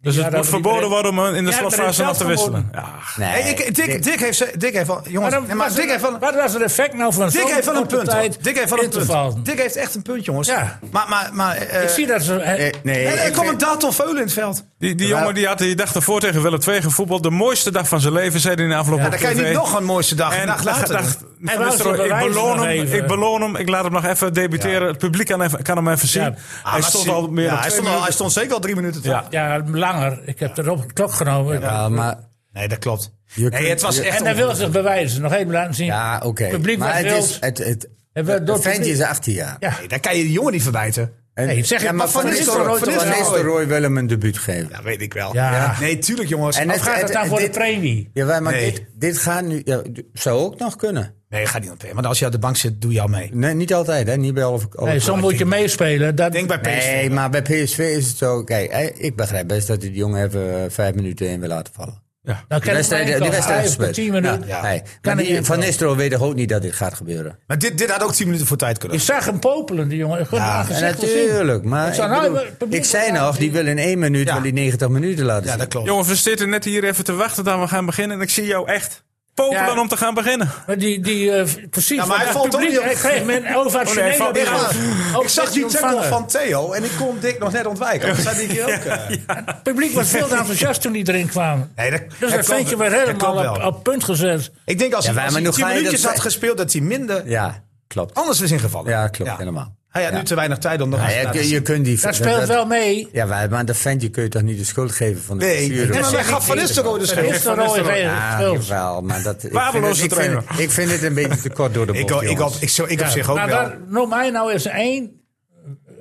[SPEAKER 2] Dus
[SPEAKER 1] Ja,
[SPEAKER 2] het
[SPEAKER 1] dat
[SPEAKER 2] wordt
[SPEAKER 1] we
[SPEAKER 2] verboden
[SPEAKER 1] die-
[SPEAKER 2] worden om in de
[SPEAKER 1] Ja, dat is
[SPEAKER 2] slotfase af te
[SPEAKER 1] zelf
[SPEAKER 2] wisselen.
[SPEAKER 1] verboden.
[SPEAKER 2] Ja,
[SPEAKER 5] Nee,
[SPEAKER 4] Hey, ik, Dick, Dick heeft, ze- Dick heeft wel... Jongens,
[SPEAKER 1] Maar dan
[SPEAKER 4] nee, maar
[SPEAKER 1] was
[SPEAKER 4] Dick
[SPEAKER 1] er-
[SPEAKER 4] heeft wel...
[SPEAKER 1] Wat was het effect nou van
[SPEAKER 4] Dick
[SPEAKER 1] zo'n
[SPEAKER 4] heeft wel een
[SPEAKER 1] korte
[SPEAKER 4] punt. hoor.
[SPEAKER 1] tijd
[SPEAKER 4] Dick heeft wel een
[SPEAKER 1] in te vallen?
[SPEAKER 4] punt. Dick heeft echt een punt, jongens.
[SPEAKER 1] Ja.
[SPEAKER 4] Maar, maar, maar... eh,
[SPEAKER 1] Ik zie dat ze...
[SPEAKER 5] Nee, nee,
[SPEAKER 4] Hey, er
[SPEAKER 5] ik
[SPEAKER 4] komt
[SPEAKER 5] vind-
[SPEAKER 4] een Datel Veulen in het veld.
[SPEAKER 2] Die, die jongen die had die dag ervoor tegen Willem II gevoetbald. De mooiste dag van zijn leven, zei hij in de afgelopen
[SPEAKER 4] Ja, dan kan je niet nog een mooiste dag.
[SPEAKER 2] En
[SPEAKER 4] een dag
[SPEAKER 2] dacht,
[SPEAKER 4] later.
[SPEAKER 2] dacht,
[SPEAKER 1] Hij
[SPEAKER 2] Van
[SPEAKER 1] wou
[SPEAKER 2] Nistelrooy,
[SPEAKER 1] ze
[SPEAKER 2] ik,
[SPEAKER 1] bewijzen
[SPEAKER 2] beloon
[SPEAKER 1] nog
[SPEAKER 2] hem,
[SPEAKER 1] even.
[SPEAKER 2] ik beloon hem, ik laat hem nog even debuteren. Het publiek kan, even, kan hem even zien.
[SPEAKER 1] Ja.
[SPEAKER 4] Ah,
[SPEAKER 2] hij
[SPEAKER 4] maar
[SPEAKER 2] stond
[SPEAKER 4] zie-
[SPEAKER 2] al meer
[SPEAKER 4] ja,
[SPEAKER 2] op
[SPEAKER 4] hij,
[SPEAKER 2] twee
[SPEAKER 4] stond al, hij
[SPEAKER 2] minuten.
[SPEAKER 4] stond zeker al drie minuten te
[SPEAKER 2] Ja.
[SPEAKER 1] Ja, langer. Ik heb erop de klok genomen.
[SPEAKER 5] Ja, maar
[SPEAKER 4] Nee, dat klopt.
[SPEAKER 5] Je
[SPEAKER 4] nee,
[SPEAKER 5] kunt-
[SPEAKER 4] het was
[SPEAKER 5] je-
[SPEAKER 4] echt
[SPEAKER 1] en hij
[SPEAKER 4] ongelooflijk.
[SPEAKER 1] wil zich bewijzen. Nog even laten zien.
[SPEAKER 5] ja, oké.
[SPEAKER 1] Het publiek
[SPEAKER 5] maar
[SPEAKER 1] was
[SPEAKER 5] het is
[SPEAKER 1] wild.
[SPEAKER 5] het, het,
[SPEAKER 1] En we- door
[SPEAKER 5] het
[SPEAKER 1] het
[SPEAKER 5] ventje
[SPEAKER 1] publiek-
[SPEAKER 5] is 18 jaar.
[SPEAKER 1] Ja.
[SPEAKER 4] Nee, daar kan je de jongen niet verwijten.
[SPEAKER 5] En,
[SPEAKER 1] Nee, zeg
[SPEAKER 5] ja,
[SPEAKER 1] ik,
[SPEAKER 5] maar
[SPEAKER 1] maar Van
[SPEAKER 5] Van Nistelrooy
[SPEAKER 1] Nistelrooy-
[SPEAKER 5] Van
[SPEAKER 1] Van
[SPEAKER 5] Nistelrooy wil hem een debuut geven.
[SPEAKER 4] Ja, weet ik wel.
[SPEAKER 1] Ja.
[SPEAKER 4] Nee, tuurlijk jongens.
[SPEAKER 5] En
[SPEAKER 1] Of
[SPEAKER 5] het-
[SPEAKER 1] gaat het dan voor de
[SPEAKER 5] dit-
[SPEAKER 1] premie?
[SPEAKER 5] Jawel, maar
[SPEAKER 4] Nee.
[SPEAKER 5] dit, dit gaat nu, ja, d- zou ook nog kunnen.
[SPEAKER 4] Nee, ga niet op. Want als je op de bank zit, doe je al mee.
[SPEAKER 5] Nee, niet altijd, hè? Niet bij alle. alle-
[SPEAKER 1] Nee, soms moet je meespelen. Dat,
[SPEAKER 4] Ik denk bij PSV.
[SPEAKER 5] nee, maar bij PSV is het zo. Kijk, hè, ik begrijp best dat hij die jongen even eh, vijf minuten in wil laten vallen.
[SPEAKER 1] dan kan
[SPEAKER 5] De wedstrijd,
[SPEAKER 1] het
[SPEAKER 5] de
[SPEAKER 1] wel
[SPEAKER 5] wedstrijd is
[SPEAKER 1] vijf tot
[SPEAKER 5] gespeeld.
[SPEAKER 1] tien minuten.
[SPEAKER 5] Ja, hey,
[SPEAKER 1] Kan
[SPEAKER 5] Maar
[SPEAKER 1] hij
[SPEAKER 5] die,
[SPEAKER 1] niet
[SPEAKER 5] van
[SPEAKER 1] wel.
[SPEAKER 5] Nistelrooy weet toch ook niet dat dit gaat gebeuren.
[SPEAKER 4] Maar dit, dit had ook tien minuten voor tijd
[SPEAKER 1] Je
[SPEAKER 4] kunnen.
[SPEAKER 1] zag hem popelen, die jongen. Goed
[SPEAKER 5] Ja,
[SPEAKER 1] aangezegd gezien.
[SPEAKER 5] natuurlijk. Maar
[SPEAKER 1] Ik zou
[SPEAKER 5] ik,
[SPEAKER 1] nou
[SPEAKER 5] bedoel,
[SPEAKER 1] even het publiek
[SPEAKER 5] ik zei
[SPEAKER 1] laten
[SPEAKER 5] nog, die
[SPEAKER 1] zien.
[SPEAKER 5] wil in één minuut
[SPEAKER 4] Ja.
[SPEAKER 5] wil die 90 minuten laten zien.
[SPEAKER 4] Ja, dat klopt.
[SPEAKER 2] Jongens, we zitten net hier even te wachten dat we gaan beginnen. En ik zie jou echt popelen
[SPEAKER 1] Ja.
[SPEAKER 2] om te gaan beginnen.
[SPEAKER 1] Maar die, die eh, precies.
[SPEAKER 4] Ja, maar hij
[SPEAKER 1] want
[SPEAKER 4] valt
[SPEAKER 1] het
[SPEAKER 4] ook
[SPEAKER 1] publiek
[SPEAKER 4] niet op.
[SPEAKER 1] kreeg men een
[SPEAKER 2] Oh, nee,
[SPEAKER 1] ovationele
[SPEAKER 2] valt niet
[SPEAKER 1] applaus. Ook
[SPEAKER 4] Ik zag
[SPEAKER 1] met die
[SPEAKER 4] die tackle
[SPEAKER 1] ontvanger.
[SPEAKER 4] van Theo en ik kon Dick nog net ontwijken. Dat zei ik hier ook. eh.
[SPEAKER 1] Het publiek was veel te enthousiast toen die erin kwamen.
[SPEAKER 4] Nee, dat,
[SPEAKER 1] Dus dat
[SPEAKER 4] klopt.
[SPEAKER 1] ventje werd
[SPEAKER 4] Dat klopt
[SPEAKER 1] helemaal
[SPEAKER 4] wel.
[SPEAKER 1] op, op punt gezet.
[SPEAKER 4] Ik denk als
[SPEAKER 5] Ja,
[SPEAKER 4] hij,
[SPEAKER 5] maar
[SPEAKER 4] als hij
[SPEAKER 5] nu
[SPEAKER 4] tien
[SPEAKER 5] ga je
[SPEAKER 4] minuutjes
[SPEAKER 5] dat-
[SPEAKER 4] had gespeeld, dat hij minder
[SPEAKER 5] Ja, klopt.
[SPEAKER 4] anders was ingevallen.
[SPEAKER 5] Ja, klopt, helemaal.
[SPEAKER 4] Hij had
[SPEAKER 5] Ja.
[SPEAKER 4] nu te weinig tijd om nog
[SPEAKER 5] Ja,
[SPEAKER 4] eens te
[SPEAKER 5] je,
[SPEAKER 4] laten
[SPEAKER 5] kun- je kunt die.
[SPEAKER 1] Dat speelt wel mee.
[SPEAKER 5] Ja, maar- maar dat ventje kun je toch niet de schuld geven van de
[SPEAKER 4] Nee,
[SPEAKER 5] blessure?
[SPEAKER 4] nee, maar wij
[SPEAKER 5] Ja,
[SPEAKER 4] gaan van Nistelrooy de
[SPEAKER 1] Dat
[SPEAKER 4] schuld.
[SPEAKER 1] is de rode
[SPEAKER 5] Ja,
[SPEAKER 1] regel.
[SPEAKER 5] jawel, maar dat, ik, vind
[SPEAKER 2] Wapeloze
[SPEAKER 5] het, ik, vind,
[SPEAKER 2] trainer.
[SPEAKER 5] ik vind het een beetje te kort door <laughs> de bocht,
[SPEAKER 4] Ik, ik, ik,
[SPEAKER 5] jongens.
[SPEAKER 4] op- ik, zo- ik op zich ook
[SPEAKER 1] Maar
[SPEAKER 4] wel.
[SPEAKER 1] waar, noem mij nou eens één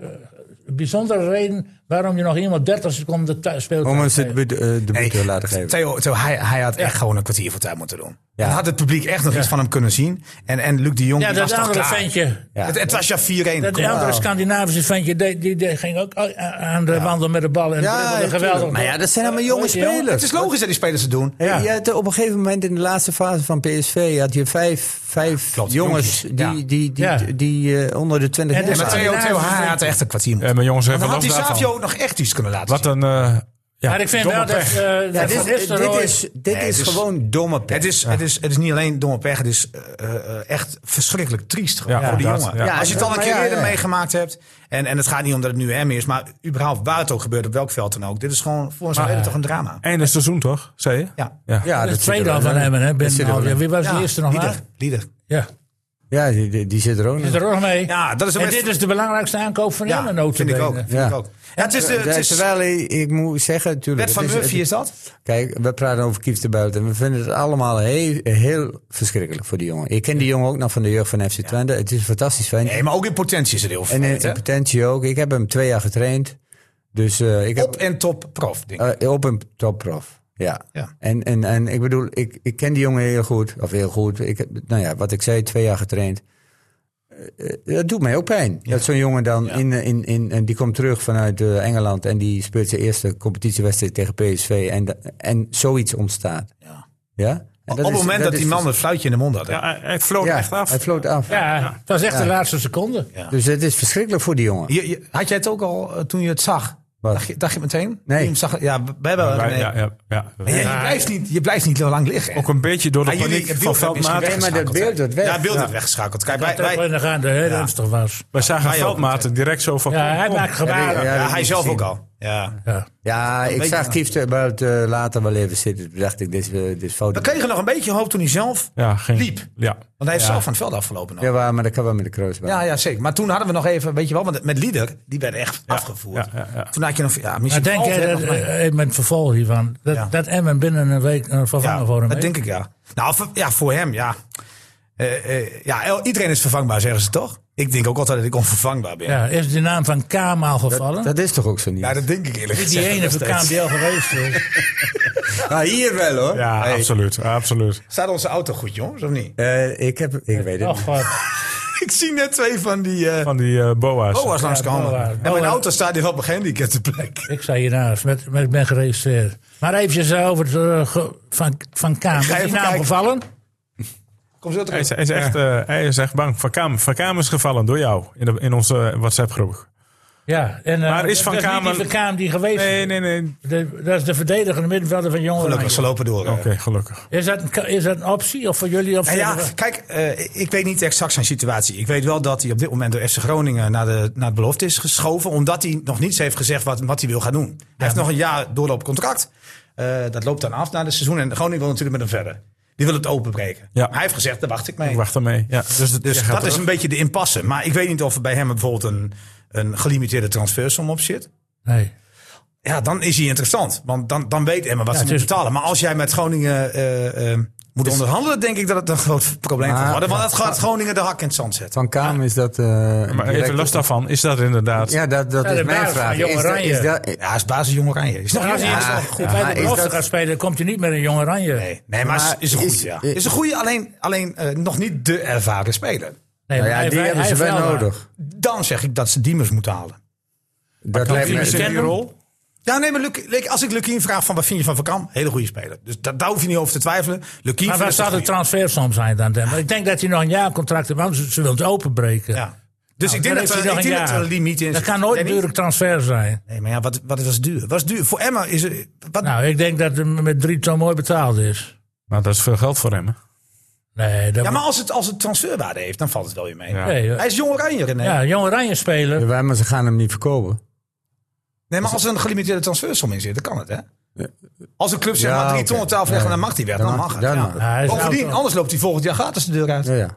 [SPEAKER 1] eh, bijzondere reden waarom je nog iemand 30 seconden thu- speelt.
[SPEAKER 5] Om ons het bedu- eh, debuut
[SPEAKER 4] Nee,
[SPEAKER 5] te laten geven.
[SPEAKER 4] Theo, Theo, hij, hij had echt gewoon een kwartier voor tijd moeten doen.
[SPEAKER 5] Ja.
[SPEAKER 4] Dan had het publiek echt nog iets van hem kunnen zien. En, en Luc de Jong
[SPEAKER 1] Ja,
[SPEAKER 4] die was
[SPEAKER 1] dat
[SPEAKER 4] toch
[SPEAKER 1] andere
[SPEAKER 4] klaar.
[SPEAKER 1] ventje.
[SPEAKER 5] Ja.
[SPEAKER 4] Het, het was ja 4-1.
[SPEAKER 1] Dat
[SPEAKER 4] Kom.
[SPEAKER 1] andere Scandinavische ventje, die, die, die ging ook a- aan de wandel met de bal. En
[SPEAKER 4] Ja,
[SPEAKER 1] dribbelde
[SPEAKER 4] tuurlijk.
[SPEAKER 1] geweldig.
[SPEAKER 5] Maar ja, dat zijn allemaal jonge
[SPEAKER 1] Weet je wel,
[SPEAKER 5] spelers.
[SPEAKER 4] Het is logisch dat die spelers het doen.
[SPEAKER 5] Ja. Je had op een gegeven moment in de laatste fase van PSV had je vijf, vijf
[SPEAKER 4] klopt,
[SPEAKER 5] jongens die,
[SPEAKER 4] jonkies. Ja.
[SPEAKER 5] die, die, die,
[SPEAKER 1] Ja.
[SPEAKER 5] eh, onder de 20
[SPEAKER 1] En dus-
[SPEAKER 5] jaar
[SPEAKER 1] de
[SPEAKER 4] Maar
[SPEAKER 5] waren.
[SPEAKER 4] Theo,
[SPEAKER 1] Scandinavische
[SPEAKER 4] Theo hij
[SPEAKER 1] ventje.
[SPEAKER 4] had echt een kwartier
[SPEAKER 2] Ja,
[SPEAKER 4] moeten
[SPEAKER 2] maar jongens,
[SPEAKER 4] Dan
[SPEAKER 2] even
[SPEAKER 4] had
[SPEAKER 2] los
[SPEAKER 4] die Savio
[SPEAKER 2] daarvan.
[SPEAKER 4] ook nog echt iets kunnen laten
[SPEAKER 2] Wat
[SPEAKER 4] zien.
[SPEAKER 2] een eh, Ja,
[SPEAKER 1] maar ik vind wel
[SPEAKER 2] domme
[SPEAKER 1] dat,
[SPEAKER 2] pech.
[SPEAKER 1] eh dat
[SPEAKER 5] Ja, dit,
[SPEAKER 1] Van
[SPEAKER 5] dit,
[SPEAKER 1] Nistelrooy-
[SPEAKER 5] is,
[SPEAKER 4] Nee,
[SPEAKER 5] dit
[SPEAKER 4] dus
[SPEAKER 5] is
[SPEAKER 4] het is-
[SPEAKER 5] gewoon domme pech.
[SPEAKER 4] Het is, het, is, het is niet alleen domme pech, het is eh, eh, echt verschrikkelijk triest gewoon
[SPEAKER 2] Ja,
[SPEAKER 4] voor die
[SPEAKER 2] inderdaad,
[SPEAKER 4] jongen.
[SPEAKER 2] ja.
[SPEAKER 5] Ja,
[SPEAKER 4] Als je het al een
[SPEAKER 5] maar
[SPEAKER 4] keer
[SPEAKER 5] ja,
[SPEAKER 4] eerder
[SPEAKER 5] ja.
[SPEAKER 4] meegemaakt hebt, en, en het gaat niet om dat het nu hem is, maar überhaupt waar het ook gebeurt, op welk veld dan ook. Dit is gewoon voor een speler toch een drama.
[SPEAKER 2] Einde seizoen toch, zei je?
[SPEAKER 4] Ja.
[SPEAKER 5] ja,
[SPEAKER 1] dat is
[SPEAKER 5] dat
[SPEAKER 1] het
[SPEAKER 5] zit er
[SPEAKER 1] tweede al
[SPEAKER 5] wel
[SPEAKER 1] van
[SPEAKER 5] in.
[SPEAKER 1] Emmen, hè?
[SPEAKER 5] zit
[SPEAKER 1] Binnen
[SPEAKER 5] er
[SPEAKER 1] een half
[SPEAKER 5] wel
[SPEAKER 1] jaar.
[SPEAKER 5] in.
[SPEAKER 1] Wie was
[SPEAKER 4] Ja,
[SPEAKER 1] de eerste nog
[SPEAKER 4] Lieder,
[SPEAKER 1] maar?
[SPEAKER 4] Lieder.
[SPEAKER 1] Ja,
[SPEAKER 5] Ja, die, die, die zit er ook nog.
[SPEAKER 1] zit er ook mee.
[SPEAKER 4] Ja, dat is een
[SPEAKER 1] en
[SPEAKER 4] wedst-
[SPEAKER 1] dit is de belangrijkste aankoop van
[SPEAKER 4] Ja,
[SPEAKER 1] Emmen, notabene.
[SPEAKER 4] vind ik ook. Vind
[SPEAKER 5] Ja.
[SPEAKER 4] ik ook. Ja, het is de, het
[SPEAKER 5] Ja,
[SPEAKER 4] is,
[SPEAKER 5] Terwijl ik, ik moet zeggen, natuurlijk.
[SPEAKER 4] wet van
[SPEAKER 5] het is-
[SPEAKER 4] Murphy
[SPEAKER 5] het-
[SPEAKER 4] is dat?
[SPEAKER 5] Kijk, we praten over Kief de Buiten. We vinden het allemaal heel, heel verschrikkelijk voor die jongen. Ik ken die jongen ook nog van de jeugd van FC Twente. Het is een fantastisch ventje.
[SPEAKER 4] Nee, maar ook in potentie is het heel
[SPEAKER 5] en in,
[SPEAKER 4] veel.
[SPEAKER 5] in potentie ook. Ik heb hem twee jaar getraind. Dus eh, ik heb
[SPEAKER 4] Op en top prof, denk ik.
[SPEAKER 5] eh, op een topprof. Ja.
[SPEAKER 4] Ja.
[SPEAKER 5] En, en, en ik bedoel, ik, ik ken die jongen heel goed. Of heel goed. Ik, heb- nou ja, wat ik zei, twee jaar getraind. Eh, eh, dat doet mij ook pijn. Dat zo'n jongen dan, in, eh, in, in, en die komt terug vanuit eh, Engeland en die speelt zijn eerste competitiewedstrijd tegen PSV. En, da- en zoiets ontstaat.
[SPEAKER 4] Ja.
[SPEAKER 5] Ja? En
[SPEAKER 4] op het
[SPEAKER 5] is-
[SPEAKER 4] moment dat,
[SPEAKER 5] is- dus-
[SPEAKER 4] die man het fluitje in de mond had. hè?
[SPEAKER 2] Ja, hij- hij floot
[SPEAKER 5] ja,
[SPEAKER 2] echt af.
[SPEAKER 5] Hij floot af.
[SPEAKER 1] Ja, het was echt de laatste seconde.
[SPEAKER 5] Dus het is verschrikkelijk voor die jongen.
[SPEAKER 4] Je- je- had jij het ook al eh, toen je het zag?
[SPEAKER 5] Wat?
[SPEAKER 4] Dacht je, dacht je meteen? Toen
[SPEAKER 5] Nee.
[SPEAKER 4] je hem zag, ja, wij hebben
[SPEAKER 2] Ja,
[SPEAKER 4] nee.
[SPEAKER 2] ja, ja, ja.
[SPEAKER 4] Ja, je, blijft niet, je blijft niet heel lang liggen. hè?
[SPEAKER 2] Ook een beetje door de
[SPEAKER 4] Ah, jullie-
[SPEAKER 2] paniek
[SPEAKER 4] het
[SPEAKER 2] van
[SPEAKER 4] beeld werd misschien
[SPEAKER 2] Veldmaat.
[SPEAKER 5] Nee, maar dat beeld dat weg.
[SPEAKER 4] Ja, het beeld werd weggeschakeld. Kijk, wij,
[SPEAKER 1] Dat ook wel
[SPEAKER 4] wij,
[SPEAKER 1] in de gaten heel ernstig was.
[SPEAKER 2] Wij zagen
[SPEAKER 4] Wij ook
[SPEAKER 2] Veldmaat direct zo van...
[SPEAKER 1] Ja,
[SPEAKER 2] kom,
[SPEAKER 1] hij
[SPEAKER 2] kom.
[SPEAKER 1] maakt gebaren.
[SPEAKER 5] Ja,
[SPEAKER 1] Ja,
[SPEAKER 5] dat
[SPEAKER 4] ja,
[SPEAKER 5] heb
[SPEAKER 4] hij
[SPEAKER 5] ik
[SPEAKER 4] zelf ook
[SPEAKER 5] gezien.
[SPEAKER 4] al. Ja.
[SPEAKER 5] Ja, ik
[SPEAKER 4] weet je
[SPEAKER 5] zag
[SPEAKER 4] nog.
[SPEAKER 5] Kief ter Buit eh, later wel even zitten. Toen dacht ik, dit is, eh, dit is fout.
[SPEAKER 4] We kregen nog een beetje hoop toen hij zelf...
[SPEAKER 2] Ja, ging,
[SPEAKER 4] Liep.
[SPEAKER 2] Ja.
[SPEAKER 4] Want hij heeft zelf van het veld afgelopen. nog.
[SPEAKER 5] Ja, waar, maar dat kan wel met de kruis.
[SPEAKER 4] Ja, ja, zeker. Maar toen hadden we nog even, weet je wel, want met Lieder, die werd echt afgevoerd.
[SPEAKER 2] ja, ja, ja.
[SPEAKER 4] Toen had je nog, ja, misschien
[SPEAKER 1] Maar denk
[SPEAKER 4] valt
[SPEAKER 1] jij dat,
[SPEAKER 4] het nog mee.
[SPEAKER 1] eh, even met vervolg hiervan, dat,
[SPEAKER 4] Ja.
[SPEAKER 1] dat Emmen binnen een week eh, een vervanger
[SPEAKER 4] Ja,
[SPEAKER 1] voor hem
[SPEAKER 4] dat
[SPEAKER 1] heeft?
[SPEAKER 4] denk ik ja. Nou, voor- ja, voor hem, ja. Eh, eh, ja, el- iedereen is vervangbaar, zeggen ze toch? Ik denk ook altijd dat ik onvervangbaar ben.
[SPEAKER 1] Ja,
[SPEAKER 4] Ja,
[SPEAKER 1] is de naam van Kamal gevallen?
[SPEAKER 5] Dat is toch ook zo niet?
[SPEAKER 4] dat denk ik eerlijk gezegd.
[SPEAKER 1] die ene
[SPEAKER 4] nog
[SPEAKER 1] van
[SPEAKER 4] steeds.
[SPEAKER 1] KMDL geweest is.
[SPEAKER 5] Ah, hier wel hoor.
[SPEAKER 2] Ja,
[SPEAKER 5] Hey.
[SPEAKER 2] absoluut. absoluut.
[SPEAKER 4] Staat onze auto goed, jongens, of niet? <laughs>
[SPEAKER 5] Eh, ik, heb, ik weet het
[SPEAKER 1] Och,
[SPEAKER 5] niet.
[SPEAKER 1] wat.
[SPEAKER 4] ik zie net twee van die eh
[SPEAKER 2] Van die eh, boa's.
[SPEAKER 4] boa's langskomen.
[SPEAKER 1] boa.
[SPEAKER 4] En mijn
[SPEAKER 1] Boa.
[SPEAKER 4] auto staat hier op een gehandicapte plek. <laughs>
[SPEAKER 1] Ik zei hiernaast, met, met, ik ben geregistreerd. Maar eventjes over het, eh, ge- van, van Kaam. Is
[SPEAKER 4] ga
[SPEAKER 1] die
[SPEAKER 4] even
[SPEAKER 1] naam
[SPEAKER 4] kijken.
[SPEAKER 1] gevallen?
[SPEAKER 4] Kom zo
[SPEAKER 2] Hij
[SPEAKER 4] terug.
[SPEAKER 2] is, hij is echt, eh, hij is echt bang. Van Kaam, van Kaam is gevallen door jou in, de, in onze WhatsApp-groep.
[SPEAKER 1] Ja. En, eh,
[SPEAKER 2] Maar is
[SPEAKER 1] dat
[SPEAKER 2] Van
[SPEAKER 1] was niet
[SPEAKER 2] Kamer-
[SPEAKER 1] die Van Kaam die geweest
[SPEAKER 2] Nee,
[SPEAKER 1] is.
[SPEAKER 2] nee, nee.
[SPEAKER 1] De- dat is de verdedigende middenvelder van Jongeren.
[SPEAKER 4] Gelukkig, ze lopen door. eh.
[SPEAKER 2] Oké, gelukkig.
[SPEAKER 1] Is dat, een, ka- is dat een optie? Of voor jullie? Of
[SPEAKER 4] Nou ja,
[SPEAKER 1] vinden we-
[SPEAKER 4] kijk, eh, ik weet niet exact zijn situatie. Ik weet wel dat hij op dit moment door FC Groningen naar, de, naar het belofte is geschoven. Omdat hij nog niets heeft gezegd wat, wat hij wil gaan doen. Hij heeft nog een jaar doorloopcontract. Eh dat loopt dan af na het seizoen. En Groningen wil natuurlijk met hem verder. Die wil het openbreken.
[SPEAKER 2] Ja.
[SPEAKER 4] Hij heeft gezegd, daar wacht ik mee.
[SPEAKER 2] Ik wacht ermee. Ja, dus het-
[SPEAKER 4] Dus
[SPEAKER 2] jij
[SPEAKER 4] dat
[SPEAKER 2] gaat
[SPEAKER 4] is
[SPEAKER 2] terug.
[SPEAKER 4] een beetje de impasse. Maar ik weet niet of er bij hem bijvoorbeeld een, een gelimiteerde transfersom op zit.
[SPEAKER 1] Nee.
[SPEAKER 4] Ja, dan is hij interessant. Want dan, dan weet Emma wat ze
[SPEAKER 1] het
[SPEAKER 4] moet
[SPEAKER 1] is-
[SPEAKER 4] betalen. Maar als jij met Groningen eh, eh, moet onderhandelen, denk ik dat het een groot probleem
[SPEAKER 5] Maar-
[SPEAKER 4] gaat worden. Want het gaat Groningen de hak in het zand zetten.
[SPEAKER 5] Van
[SPEAKER 1] Ah.
[SPEAKER 5] Kaam is dat. eh,
[SPEAKER 2] Maar even
[SPEAKER 5] direct-
[SPEAKER 2] last daarvan, is dat inderdaad...
[SPEAKER 5] Ja, dat, dat
[SPEAKER 1] Ja, de
[SPEAKER 5] is
[SPEAKER 1] baas
[SPEAKER 5] mijn
[SPEAKER 1] van
[SPEAKER 5] vraag.
[SPEAKER 1] Jong
[SPEAKER 5] Is dat,
[SPEAKER 1] Oranje.
[SPEAKER 5] is dat,
[SPEAKER 4] Ja, is basis Jong Oranje. Is nog
[SPEAKER 1] Maar als hij
[SPEAKER 4] ja,
[SPEAKER 1] eerst nog goed bij
[SPEAKER 5] maar
[SPEAKER 1] de
[SPEAKER 5] is
[SPEAKER 1] belofte
[SPEAKER 5] dat-
[SPEAKER 1] gaat spelen, dan komt hij niet met een jong oranje.
[SPEAKER 4] Nee, nee, maar,
[SPEAKER 5] Maar
[SPEAKER 4] is, is een goede.
[SPEAKER 5] is-
[SPEAKER 4] ja.
[SPEAKER 5] eh,
[SPEAKER 4] Is een goede, alleen, alleen eh, nog niet de ervaren speler.
[SPEAKER 1] Nee,
[SPEAKER 5] nou
[SPEAKER 1] maar
[SPEAKER 5] ja,
[SPEAKER 1] hij-
[SPEAKER 5] die
[SPEAKER 1] hij-
[SPEAKER 5] hebben
[SPEAKER 1] hij
[SPEAKER 5] ze wel
[SPEAKER 1] heeft
[SPEAKER 5] nodig.
[SPEAKER 4] Dan zeg ik dat ze Diemers moeten halen.
[SPEAKER 5] Dat lijkt
[SPEAKER 1] Diemers
[SPEAKER 5] me.
[SPEAKER 1] kennen?
[SPEAKER 2] die rol?
[SPEAKER 4] Ja, nee, maar Luc- Luc- als ik Lukien vraag van wat vind je van Van Kam? Hele goede speler. Dus daar, daar hoef je niet over te twijfelen. Lukien
[SPEAKER 1] Maar waar zou de transfersom zijn dan? Dem? Ik denk dat hij nog een jaarcontract heeft, anders ze wil het openbreken.
[SPEAKER 4] Ja. Dus
[SPEAKER 1] Nou,
[SPEAKER 4] ik denk
[SPEAKER 1] dan
[SPEAKER 4] dat
[SPEAKER 1] heeft
[SPEAKER 4] er-
[SPEAKER 1] hij
[SPEAKER 4] ik
[SPEAKER 1] nog
[SPEAKER 4] denk
[SPEAKER 1] een
[SPEAKER 4] dat er een
[SPEAKER 1] jaar.
[SPEAKER 4] limiet in
[SPEAKER 1] Dat
[SPEAKER 4] zit.
[SPEAKER 1] kan nooit
[SPEAKER 4] Nee,
[SPEAKER 1] een
[SPEAKER 4] niet?
[SPEAKER 1] dure transfer zijn.
[SPEAKER 4] Nee, maar ja, wat, wat was duur? Was duur. Voor Emma is er- wat,
[SPEAKER 1] Nou, ik denk dat het met drie ton mooi betaald is.
[SPEAKER 2] Nou, dat is veel geld voor hem. hè?
[SPEAKER 1] Nee, dat
[SPEAKER 4] Ja, maar als het, als het transferwaarde heeft, dan valt het wel weer mee.
[SPEAKER 2] Ja.
[SPEAKER 1] nee,
[SPEAKER 4] Hij is jong oranje, René.
[SPEAKER 1] ja, jong oranje
[SPEAKER 5] Ja,
[SPEAKER 1] speler.
[SPEAKER 5] wij- maar ze gaan hem niet verkopen.
[SPEAKER 4] Nee, maar als er een gelimiteerde transfersom in zit, dan kan het, hè? Als een club zeg maar
[SPEAKER 5] Ja,
[SPEAKER 4] drie
[SPEAKER 5] oké.
[SPEAKER 4] ton op tafel leggen,
[SPEAKER 5] Ja.
[SPEAKER 4] dan mag die weg.
[SPEAKER 5] Dan
[SPEAKER 4] Dan
[SPEAKER 5] mag
[SPEAKER 4] mag het,
[SPEAKER 5] die- dan
[SPEAKER 4] ja.
[SPEAKER 5] mag het.
[SPEAKER 1] Ja, hij is
[SPEAKER 4] Bovendien,
[SPEAKER 1] oud,
[SPEAKER 4] anders loopt hij volgend jaar gratis de deur uit.
[SPEAKER 5] Ja, ja.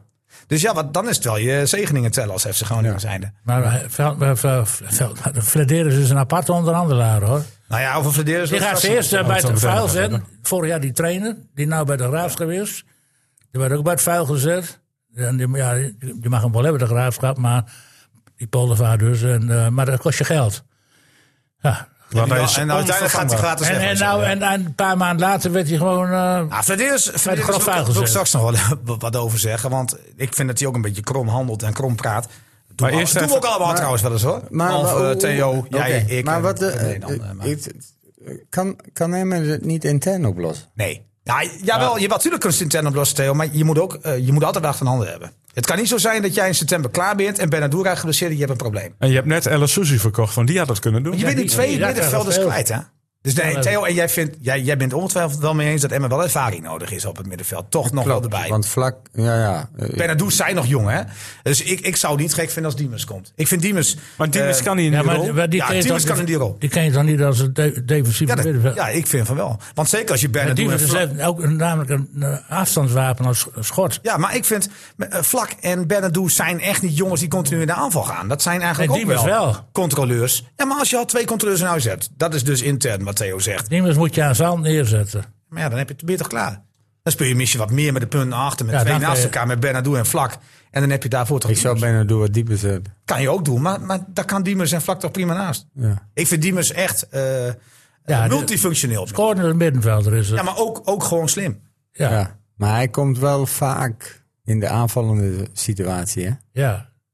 [SPEAKER 4] Dus ja, wat, dan is het wel je zegeningen tellen als FC Groningen
[SPEAKER 5] Ja.
[SPEAKER 4] zijnde.
[SPEAKER 1] Maar eh, Veld- eh, Veld- Veld- maar de Flederis is dus een aparte onderhandelaar hoor.
[SPEAKER 4] Nou ja, over Flederen
[SPEAKER 1] Die gaat ze eerst
[SPEAKER 4] Oh,
[SPEAKER 1] eh,
[SPEAKER 2] dat
[SPEAKER 1] bij
[SPEAKER 2] zou
[SPEAKER 1] het
[SPEAKER 2] meteen
[SPEAKER 1] vuil
[SPEAKER 2] nog even
[SPEAKER 1] zetten. Vorig jaar die trainer, die nou bij de Graafs geweest. Die werd ook bij het vuil gezet. En die, ja, die mag hem wel hebben, de Graafschap, maar die Poldervaart dus. En, eh, maar dat kost je geld. Ja.
[SPEAKER 2] Want hij is
[SPEAKER 4] En uiteindelijk gaat hij
[SPEAKER 2] onvervangbaar.
[SPEAKER 4] gratis
[SPEAKER 1] En,
[SPEAKER 4] weg.
[SPEAKER 1] en, nou, en, en een paar maanden later werd hij gewoon... eh,
[SPEAKER 4] Nou, Fladeers, Fladeers
[SPEAKER 1] grof vuil
[SPEAKER 4] wil, wil ik
[SPEAKER 1] gezet.
[SPEAKER 4] straks nog wel <laughs> wat over zeggen. Want ik vind dat hij ook een beetje krom handelt en krom praat. Doen
[SPEAKER 2] Maar
[SPEAKER 4] we,
[SPEAKER 2] eerst
[SPEAKER 4] al- doen we
[SPEAKER 2] even-
[SPEAKER 4] ook allemaal trouwens wel eens hoor.
[SPEAKER 5] Maar,
[SPEAKER 4] Of eh,
[SPEAKER 5] maar-
[SPEAKER 4] Theo,
[SPEAKER 5] oké.
[SPEAKER 4] jij, ik.
[SPEAKER 5] Maar
[SPEAKER 4] en-
[SPEAKER 5] wat. de-
[SPEAKER 4] en een ander,
[SPEAKER 5] eh,
[SPEAKER 4] maar-
[SPEAKER 5] ik- Kan, kan hem het niet intern oplossen?
[SPEAKER 4] Nee. Ja, jawel, je, natuurlijk kun je het intern oplossen, Theo. Maar je moet, ook, eh, je moet altijd achter handen hebben. Het kan niet zo zijn dat jij in september klaar bent en Benadura geblesseerd en je hebt een probleem.
[SPEAKER 2] En je hebt net El Susi verkocht, want die had dat kunnen doen.
[SPEAKER 4] Je bent nu twee
[SPEAKER 1] die- die-
[SPEAKER 4] middenvelders
[SPEAKER 1] dat-
[SPEAKER 4] kwijt, hè? Dus nee, Theo, en jij, vindt, jij, jij bent ongetwijfeld wel mee eens dat Emma wel ervaring nodig is op het middenveld. Toch nog wel erbij.
[SPEAKER 5] Want vlak, ja, ja. eh,
[SPEAKER 4] Bernardoes zijn nog jong, hè? Dus ik, ik zou het niet gek vinden als Diemers komt. Ik vind Diemers...
[SPEAKER 2] Maar Diemers
[SPEAKER 4] eh,
[SPEAKER 2] kan hier niet
[SPEAKER 1] maar,
[SPEAKER 2] rol.
[SPEAKER 1] maar die
[SPEAKER 4] Ja,
[SPEAKER 1] ken je
[SPEAKER 4] Timmers
[SPEAKER 1] toch-
[SPEAKER 4] kan in die rol.
[SPEAKER 1] Die ken je dan niet als een de- defensieve
[SPEAKER 4] Ja, dat-
[SPEAKER 1] middenveld.
[SPEAKER 4] ja, ik vind van wel. Want zeker als je
[SPEAKER 1] En
[SPEAKER 4] Bernardoes...
[SPEAKER 1] die
[SPEAKER 4] en
[SPEAKER 1] is
[SPEAKER 4] Vlak-
[SPEAKER 1] ook een- namelijk een eh, afstandswapen als schot.
[SPEAKER 4] Ja, maar ik vind eh, Vlak en Bernardoes zijn echt niet jongens die continu in de aanval gaan. Dat zijn eigenlijk
[SPEAKER 1] Nee,
[SPEAKER 4] ook wel,
[SPEAKER 1] Diemers wel.
[SPEAKER 4] controleurs. Ja, maar als je al twee controleurs in huis hebt, dat is dus intern wat Theo zegt.
[SPEAKER 1] Niemand moet je aan zand neerzetten.
[SPEAKER 4] Maar ja, dan heb je het beter klaar. Dan speel je misschien wat meer met de punten achter, met
[SPEAKER 1] Ja,
[SPEAKER 4] twee
[SPEAKER 1] dan
[SPEAKER 4] naast
[SPEAKER 1] kan je-
[SPEAKER 4] elkaar, met Bernardo en Vlak. En dan heb je daarvoor toch...
[SPEAKER 5] ik zou bijna door wat dieper zetten.
[SPEAKER 4] Kan je ook doen, maar, maar daar kan Diemers en Vlak toch prima naast.
[SPEAKER 5] Ja.
[SPEAKER 4] Ik vind Diemers echt eh,
[SPEAKER 1] Ja,
[SPEAKER 4] multifunctioneel.
[SPEAKER 1] Corner middenvelder is het.
[SPEAKER 4] Ja, maar ook, ook gewoon slim.
[SPEAKER 1] Ja,
[SPEAKER 5] Ja.
[SPEAKER 1] ja.
[SPEAKER 5] Maar hij komt wel vaak in de aanvallende situatie, hè?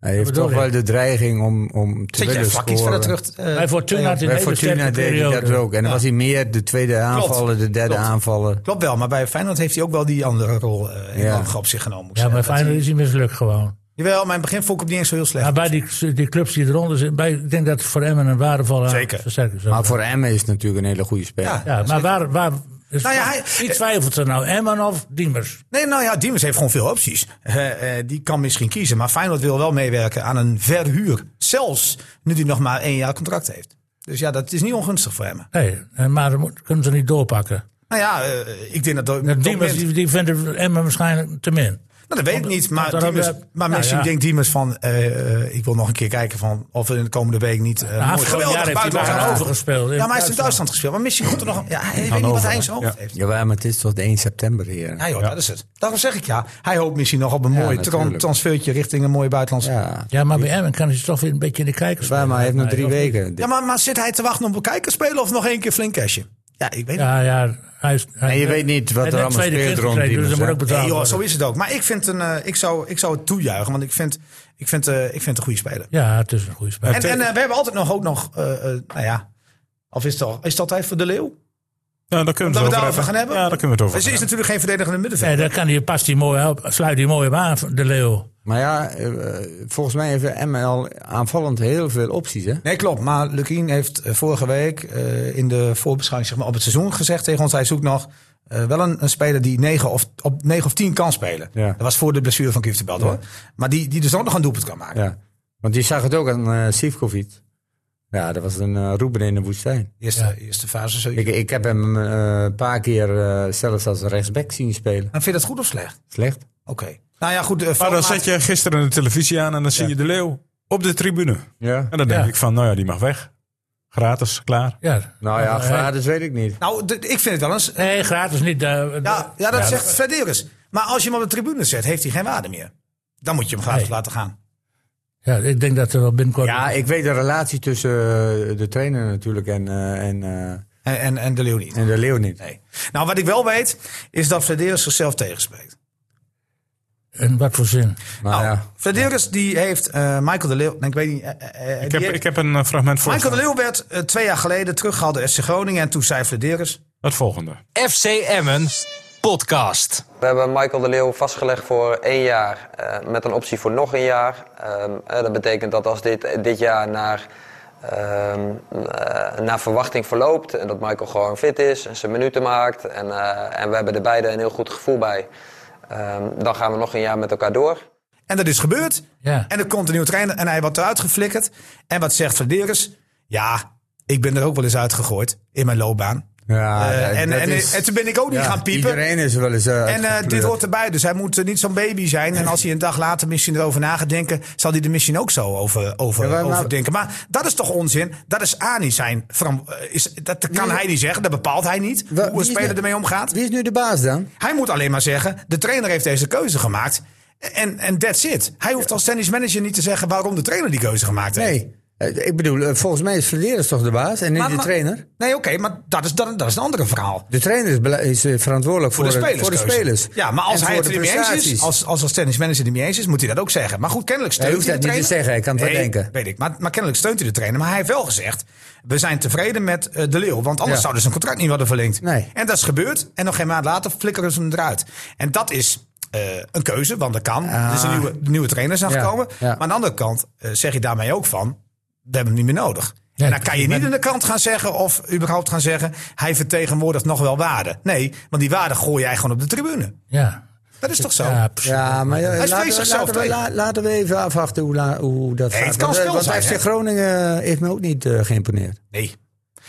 [SPEAKER 5] Hij heeft
[SPEAKER 1] bedoel
[SPEAKER 5] toch
[SPEAKER 1] ik.
[SPEAKER 5] wel de dreiging om, om te
[SPEAKER 4] Zit jij
[SPEAKER 5] willen
[SPEAKER 4] Vlak iets verder
[SPEAKER 5] scoren.
[SPEAKER 4] terug? eh,
[SPEAKER 1] Bij Fortuna had hij een
[SPEAKER 5] Bij
[SPEAKER 1] hele
[SPEAKER 5] Fortuna
[SPEAKER 1] sterke
[SPEAKER 5] deed hij dat
[SPEAKER 1] periode.
[SPEAKER 5] ook. En dan was hij meer de tweede aanvaller, de derde
[SPEAKER 4] klopt.
[SPEAKER 5] aanvaller.
[SPEAKER 4] Klopt wel, maar bij Feyenoord heeft hij ook wel die andere rol eh, enorm op zich genomen. moet ik
[SPEAKER 1] Ja,
[SPEAKER 4] zeggen.
[SPEAKER 1] maar Feyenoord
[SPEAKER 4] Dat hij-
[SPEAKER 1] is hij mislukt gewoon.
[SPEAKER 4] Jawel, mijn begin vond ik hem niet eens zo heel slecht.
[SPEAKER 1] Maar bij die, die clubs die eronder zitten, bij, ik denk dat het voor Emmen een waardevolle
[SPEAKER 4] Zeker.
[SPEAKER 1] versterking zou
[SPEAKER 5] Maar
[SPEAKER 1] zijn.
[SPEAKER 5] voor Emmen is het natuurlijk een hele goede speler.
[SPEAKER 4] Ja.
[SPEAKER 1] Ja, maar waar, waar is,
[SPEAKER 4] Nou ja, hij-
[SPEAKER 1] wie twijfelt er nou? Emmen of Diemers?
[SPEAKER 4] Nee, nou ja, Diemers heeft gewoon veel opties. Eh, eh, die kan misschien kiezen, maar Feyenoord wil wel meewerken aan een verhuur. Zelfs nu hij nog maar één jaar contract heeft. Dus ja, dat is niet ongunstig voor hem.
[SPEAKER 1] Nee, en maar dan moet- kunnen ze niet doorpakken.
[SPEAKER 4] Nou ja, eh, ik denk dat... dat
[SPEAKER 1] En
[SPEAKER 4] dat
[SPEAKER 1] Diemers
[SPEAKER 4] men-
[SPEAKER 1] die, die vinden Emmen waarschijnlijk te min.
[SPEAKER 4] Nou, dat weet ik niet. Maar,
[SPEAKER 1] want daarom,
[SPEAKER 4] Diemers,
[SPEAKER 1] eh,
[SPEAKER 4] maar
[SPEAKER 1] nou
[SPEAKER 4] misschien
[SPEAKER 1] ja.
[SPEAKER 4] denkt Diemers van... eh, eh, ik wil nog een keer kijken van of we in de komende week niet... eh
[SPEAKER 1] Nou,
[SPEAKER 4] mooi
[SPEAKER 1] afgelopen jaar
[SPEAKER 4] geweldig
[SPEAKER 1] heeft hij
[SPEAKER 4] buitenland gaan
[SPEAKER 1] daar
[SPEAKER 4] over.
[SPEAKER 1] overgespeeld.
[SPEAKER 4] Ja, maar hij is in Duitsland gespeeld. Maar misschien komt er nog... Ja, hij weet niet wat
[SPEAKER 5] Hannover,
[SPEAKER 4] hij in
[SPEAKER 5] hè?
[SPEAKER 4] zijn hoofd heeft.
[SPEAKER 5] Jawel, maar het is tot 1 september hier.
[SPEAKER 4] Ja joh, dat is het. Daarom zeg ik ja. Hij hoopt misschien nog op een
[SPEAKER 5] Ja,
[SPEAKER 4] mooi
[SPEAKER 5] natuurlijk.
[SPEAKER 4] tran- transfertje richting een mooie buitenlandse... Ja,
[SPEAKER 5] Ja.
[SPEAKER 1] Ja, maar bij Emmen kan hij toch weer een beetje in de kijkers.
[SPEAKER 5] Zwaar, maar hij heeft nog drie
[SPEAKER 1] Nee, of-
[SPEAKER 5] weken.
[SPEAKER 4] maar, maar zit hij te wachten op een kijkerspelen of nog één keer flink cashje? Ja, ik weet het
[SPEAKER 1] Ja, ja. Hij is, hij,
[SPEAKER 5] En je weet niet wat
[SPEAKER 1] hij
[SPEAKER 5] er
[SPEAKER 1] heeft
[SPEAKER 5] allemaal
[SPEAKER 1] tweede
[SPEAKER 5] speelt
[SPEAKER 1] kind
[SPEAKER 5] rond
[SPEAKER 1] gekregen,
[SPEAKER 5] Diemers,
[SPEAKER 1] Dus dat moet
[SPEAKER 5] hè?
[SPEAKER 1] ook
[SPEAKER 4] niet.
[SPEAKER 1] betaald
[SPEAKER 4] Nee,
[SPEAKER 1] worden.
[SPEAKER 4] joh, zo is het ook. Maar ik, vind een, eh, ik, zou, ik zou het toejuichen, want ik vind, ik vind, eh, ik vind het een goede speler.
[SPEAKER 1] Ja, het is een goede speler.
[SPEAKER 4] En, en eh, we hebben altijd nog ook nog, eh, eh, nou ja, of is het al, is dat hij voor de Leeuw?
[SPEAKER 2] Ja, daar kunnen we
[SPEAKER 4] Dat we
[SPEAKER 2] het over
[SPEAKER 4] daarover gaan hebben?
[SPEAKER 2] Ja, daar kunnen we het over
[SPEAKER 4] Ze is
[SPEAKER 2] gaan hebben.
[SPEAKER 4] natuurlijk geen verdedigende middenveld.
[SPEAKER 1] Nee, dan kan hij, past hij mooi op, sluit hij mooi op aan, de Leeuw.
[SPEAKER 5] Maar ja, eh, eh, volgens mij heeft ML aanvallend heel veel opties. Hè?
[SPEAKER 4] Nee, klopt. Maar Lukien heeft eh, vorige week eh, in de voorbeschouwing zeg maar, op het seizoen gezegd tegen ons... hij zoekt nog eh, wel een, een speler die 9 of, op 9 of 10 kan spelen.
[SPEAKER 5] Ja.
[SPEAKER 4] Dat was voor de blessure van Kieftenbelt, hoor. Maar die, die dus ook nog een doelpunt kan maken.
[SPEAKER 5] Ja. Want je zag het ook aan eh Sivkovic. Ja, dat was een eh, roeber in de woestijn.
[SPEAKER 4] Eerste, eerste fase. Zo.
[SPEAKER 5] Ik, ik heb hem eh, een paar keer eh, zelfs als rechtsback zien spelen.
[SPEAKER 4] Maar vind je dat goed of slecht?
[SPEAKER 5] Slecht.
[SPEAKER 4] Oké. Nou ja, goed. eh,
[SPEAKER 2] Maar dan
[SPEAKER 4] Veldmaat-
[SPEAKER 2] zet je gisteren de televisie aan en dan zie je de leeuw op de tribune.
[SPEAKER 5] Ja.
[SPEAKER 2] En dan denk
[SPEAKER 1] Ja.
[SPEAKER 2] ik van, nou ja, die mag weg. Gratis, klaar.
[SPEAKER 1] Ja.
[SPEAKER 5] Nou ja,
[SPEAKER 1] hij-
[SPEAKER 5] gratis weet ik niet.
[SPEAKER 4] Nou, d- ik vind het wel eens...
[SPEAKER 1] Nee, gratis niet. eh,
[SPEAKER 4] Ja, ja dat zegt Fred Eris. Maar als je hem op de tribune zet, heeft hij geen waarde meer. Dan moet je hem graag
[SPEAKER 1] Nee.
[SPEAKER 4] laten gaan.
[SPEAKER 1] ja, ik denk dat er wel binnenkort...
[SPEAKER 5] Ja, ik weet de relatie tussen eh, de trainer natuurlijk en, eh, en, eh,
[SPEAKER 4] En, en, en de Leeuw niet.
[SPEAKER 5] en de leeuw niet.
[SPEAKER 4] Nee. Nou, wat ik wel weet, is dat Fred Eris zichzelf tegenspreekt.
[SPEAKER 1] In wat voor zin?
[SPEAKER 5] Maar
[SPEAKER 4] Nou,
[SPEAKER 5] ja,
[SPEAKER 4] Flederis, die heeft eh, Michael de Leeuw. nee, Ik weet niet. eh, eh, eh,
[SPEAKER 2] Ik
[SPEAKER 4] die
[SPEAKER 2] heb,
[SPEAKER 4] heeft-
[SPEAKER 2] ik heb een eh, fragment voor
[SPEAKER 4] Michael
[SPEAKER 2] je
[SPEAKER 4] de Leeuw werd eh, twee jaar geleden teruggehaald door FC Groningen. En toen zei Flederis.
[SPEAKER 2] Het volgende.
[SPEAKER 3] FC Emmen podcast.
[SPEAKER 6] We hebben Michael de Leeuw vastgelegd voor één jaar eh, met een optie voor nog een jaar. Ehm, eh, dat betekent dat als dit, dit jaar naar, ehm, eh, naar verwachting verloopt en dat Michael gewoon fit is en zijn minuten maakt en, eh, en we hebben er beide een heel goed gevoel bij, ehm, dan gaan we nog een jaar met elkaar door.
[SPEAKER 4] En dat is gebeurd.
[SPEAKER 1] Ja.
[SPEAKER 4] En er komt een nieuwe trainer en hij wordt eruit geflikkerd. En wat zegt Flederis? Ja, ik ben er ook wel eens uitgegooid in mijn loopbaan.
[SPEAKER 5] Ah, ja
[SPEAKER 4] Eh,
[SPEAKER 5] dat-
[SPEAKER 4] en,
[SPEAKER 5] dat
[SPEAKER 4] en,
[SPEAKER 5] is-
[SPEAKER 4] en toen ben ik ook niet
[SPEAKER 5] ja,
[SPEAKER 4] gaan piepen.
[SPEAKER 5] Iedereen is er wel eens eh,
[SPEAKER 4] En eh, dit
[SPEAKER 5] uitgekleurd.
[SPEAKER 4] hoort erbij, dus hij moet eh, niet zo'n baby zijn. En als hij een dag later misschien erover na gaat denken, zal hij er misschien ook zo over, over,
[SPEAKER 5] Ja, maar-
[SPEAKER 4] over denken. Maar dat is toch onzin? Dat is A niet zijn. veram- eh, Is, dat kan hij niet zeggen, dat bepaalt hij niet.
[SPEAKER 5] Wa-
[SPEAKER 4] hoe
[SPEAKER 5] wie
[SPEAKER 4] een
[SPEAKER 5] is
[SPEAKER 4] speler
[SPEAKER 5] dat?
[SPEAKER 4] ermee omgaat.
[SPEAKER 5] Wie is nu de baas dan?
[SPEAKER 4] Hij moet alleen maar zeggen, de trainer heeft deze keuze gemaakt. En, en that's it. Hij hoeft als tennis manager niet te zeggen waarom de trainer die keuze gemaakt heeft.
[SPEAKER 5] Nee. Eh, Ik bedoel, eh, volgens mij is Verderens toch de baas en niet
[SPEAKER 4] Maar-
[SPEAKER 5] de
[SPEAKER 4] maar-
[SPEAKER 5] trainer?
[SPEAKER 4] Nee, oké, maar dat is, dat, dat is een andere verhaal.
[SPEAKER 5] De trainer is, bela- is eh, verantwoordelijk voor,
[SPEAKER 4] Voor, de,
[SPEAKER 5] het-
[SPEAKER 4] spelers.
[SPEAKER 5] voor de spelers.
[SPEAKER 4] Ja, maar als hij
[SPEAKER 5] En voor
[SPEAKER 4] het
[SPEAKER 5] de
[SPEAKER 4] er niet mee eens is,
[SPEAKER 5] prestaties.
[SPEAKER 4] als, als als tennismanager het er niet eens is, moet hij dat ook zeggen. Maar goed, kennelijk
[SPEAKER 5] Hij
[SPEAKER 4] steunt
[SPEAKER 5] hoeft
[SPEAKER 4] hij,
[SPEAKER 5] dat
[SPEAKER 4] de
[SPEAKER 5] niet te
[SPEAKER 4] trainer.
[SPEAKER 5] zeggen, hij kan het wel
[SPEAKER 4] Nee,
[SPEAKER 5] denken.
[SPEAKER 4] Weet ik. Maar, maar kennelijk steunt hij de trainer. Maar hij heeft wel gezegd: we zijn tevreden met eh, De Leeuw. Want anders
[SPEAKER 5] Ja.
[SPEAKER 4] zouden ze een contract niet worden verlengd.
[SPEAKER 5] Nee.
[SPEAKER 4] En dat is gebeurd. En nog geen maand later flikkeren ze hem eruit. En dat is. eh, een keuze, want dat kan. Er is een nieuwe, nieuwe trainer is
[SPEAKER 5] Ah. Ja,
[SPEAKER 4] aangekomen.
[SPEAKER 5] ja.
[SPEAKER 4] Maar aan de andere kant eh, zeg je daarmee ook van... we hebben hem niet meer nodig.
[SPEAKER 1] Nee,
[SPEAKER 4] en dan kan je
[SPEAKER 1] ik
[SPEAKER 4] niet
[SPEAKER 1] ben-
[SPEAKER 4] aan de kant gaan zeggen of überhaupt gaan zeggen... hij vertegenwoordigt nog wel waarde. Nee, want die waarde gooi jij gewoon op de tribune.
[SPEAKER 1] Ja.
[SPEAKER 4] Dat is toch zo?
[SPEAKER 1] Ja, precies.
[SPEAKER 5] Ja, maar ja,
[SPEAKER 4] Hij
[SPEAKER 5] laten,
[SPEAKER 4] vreest
[SPEAKER 5] we,
[SPEAKER 4] zichzelf
[SPEAKER 5] laten, we,
[SPEAKER 4] tegen.
[SPEAKER 5] la- laten we even afwachten hoe, la- hoe dat
[SPEAKER 4] Nee,
[SPEAKER 5] gaat.
[SPEAKER 4] het kan
[SPEAKER 5] Want, eh,
[SPEAKER 4] spel
[SPEAKER 5] want
[SPEAKER 4] zijn,
[SPEAKER 5] FC
[SPEAKER 4] hè?
[SPEAKER 5] Groningen heeft me ook niet eh, geïmponeerd.
[SPEAKER 4] Nee.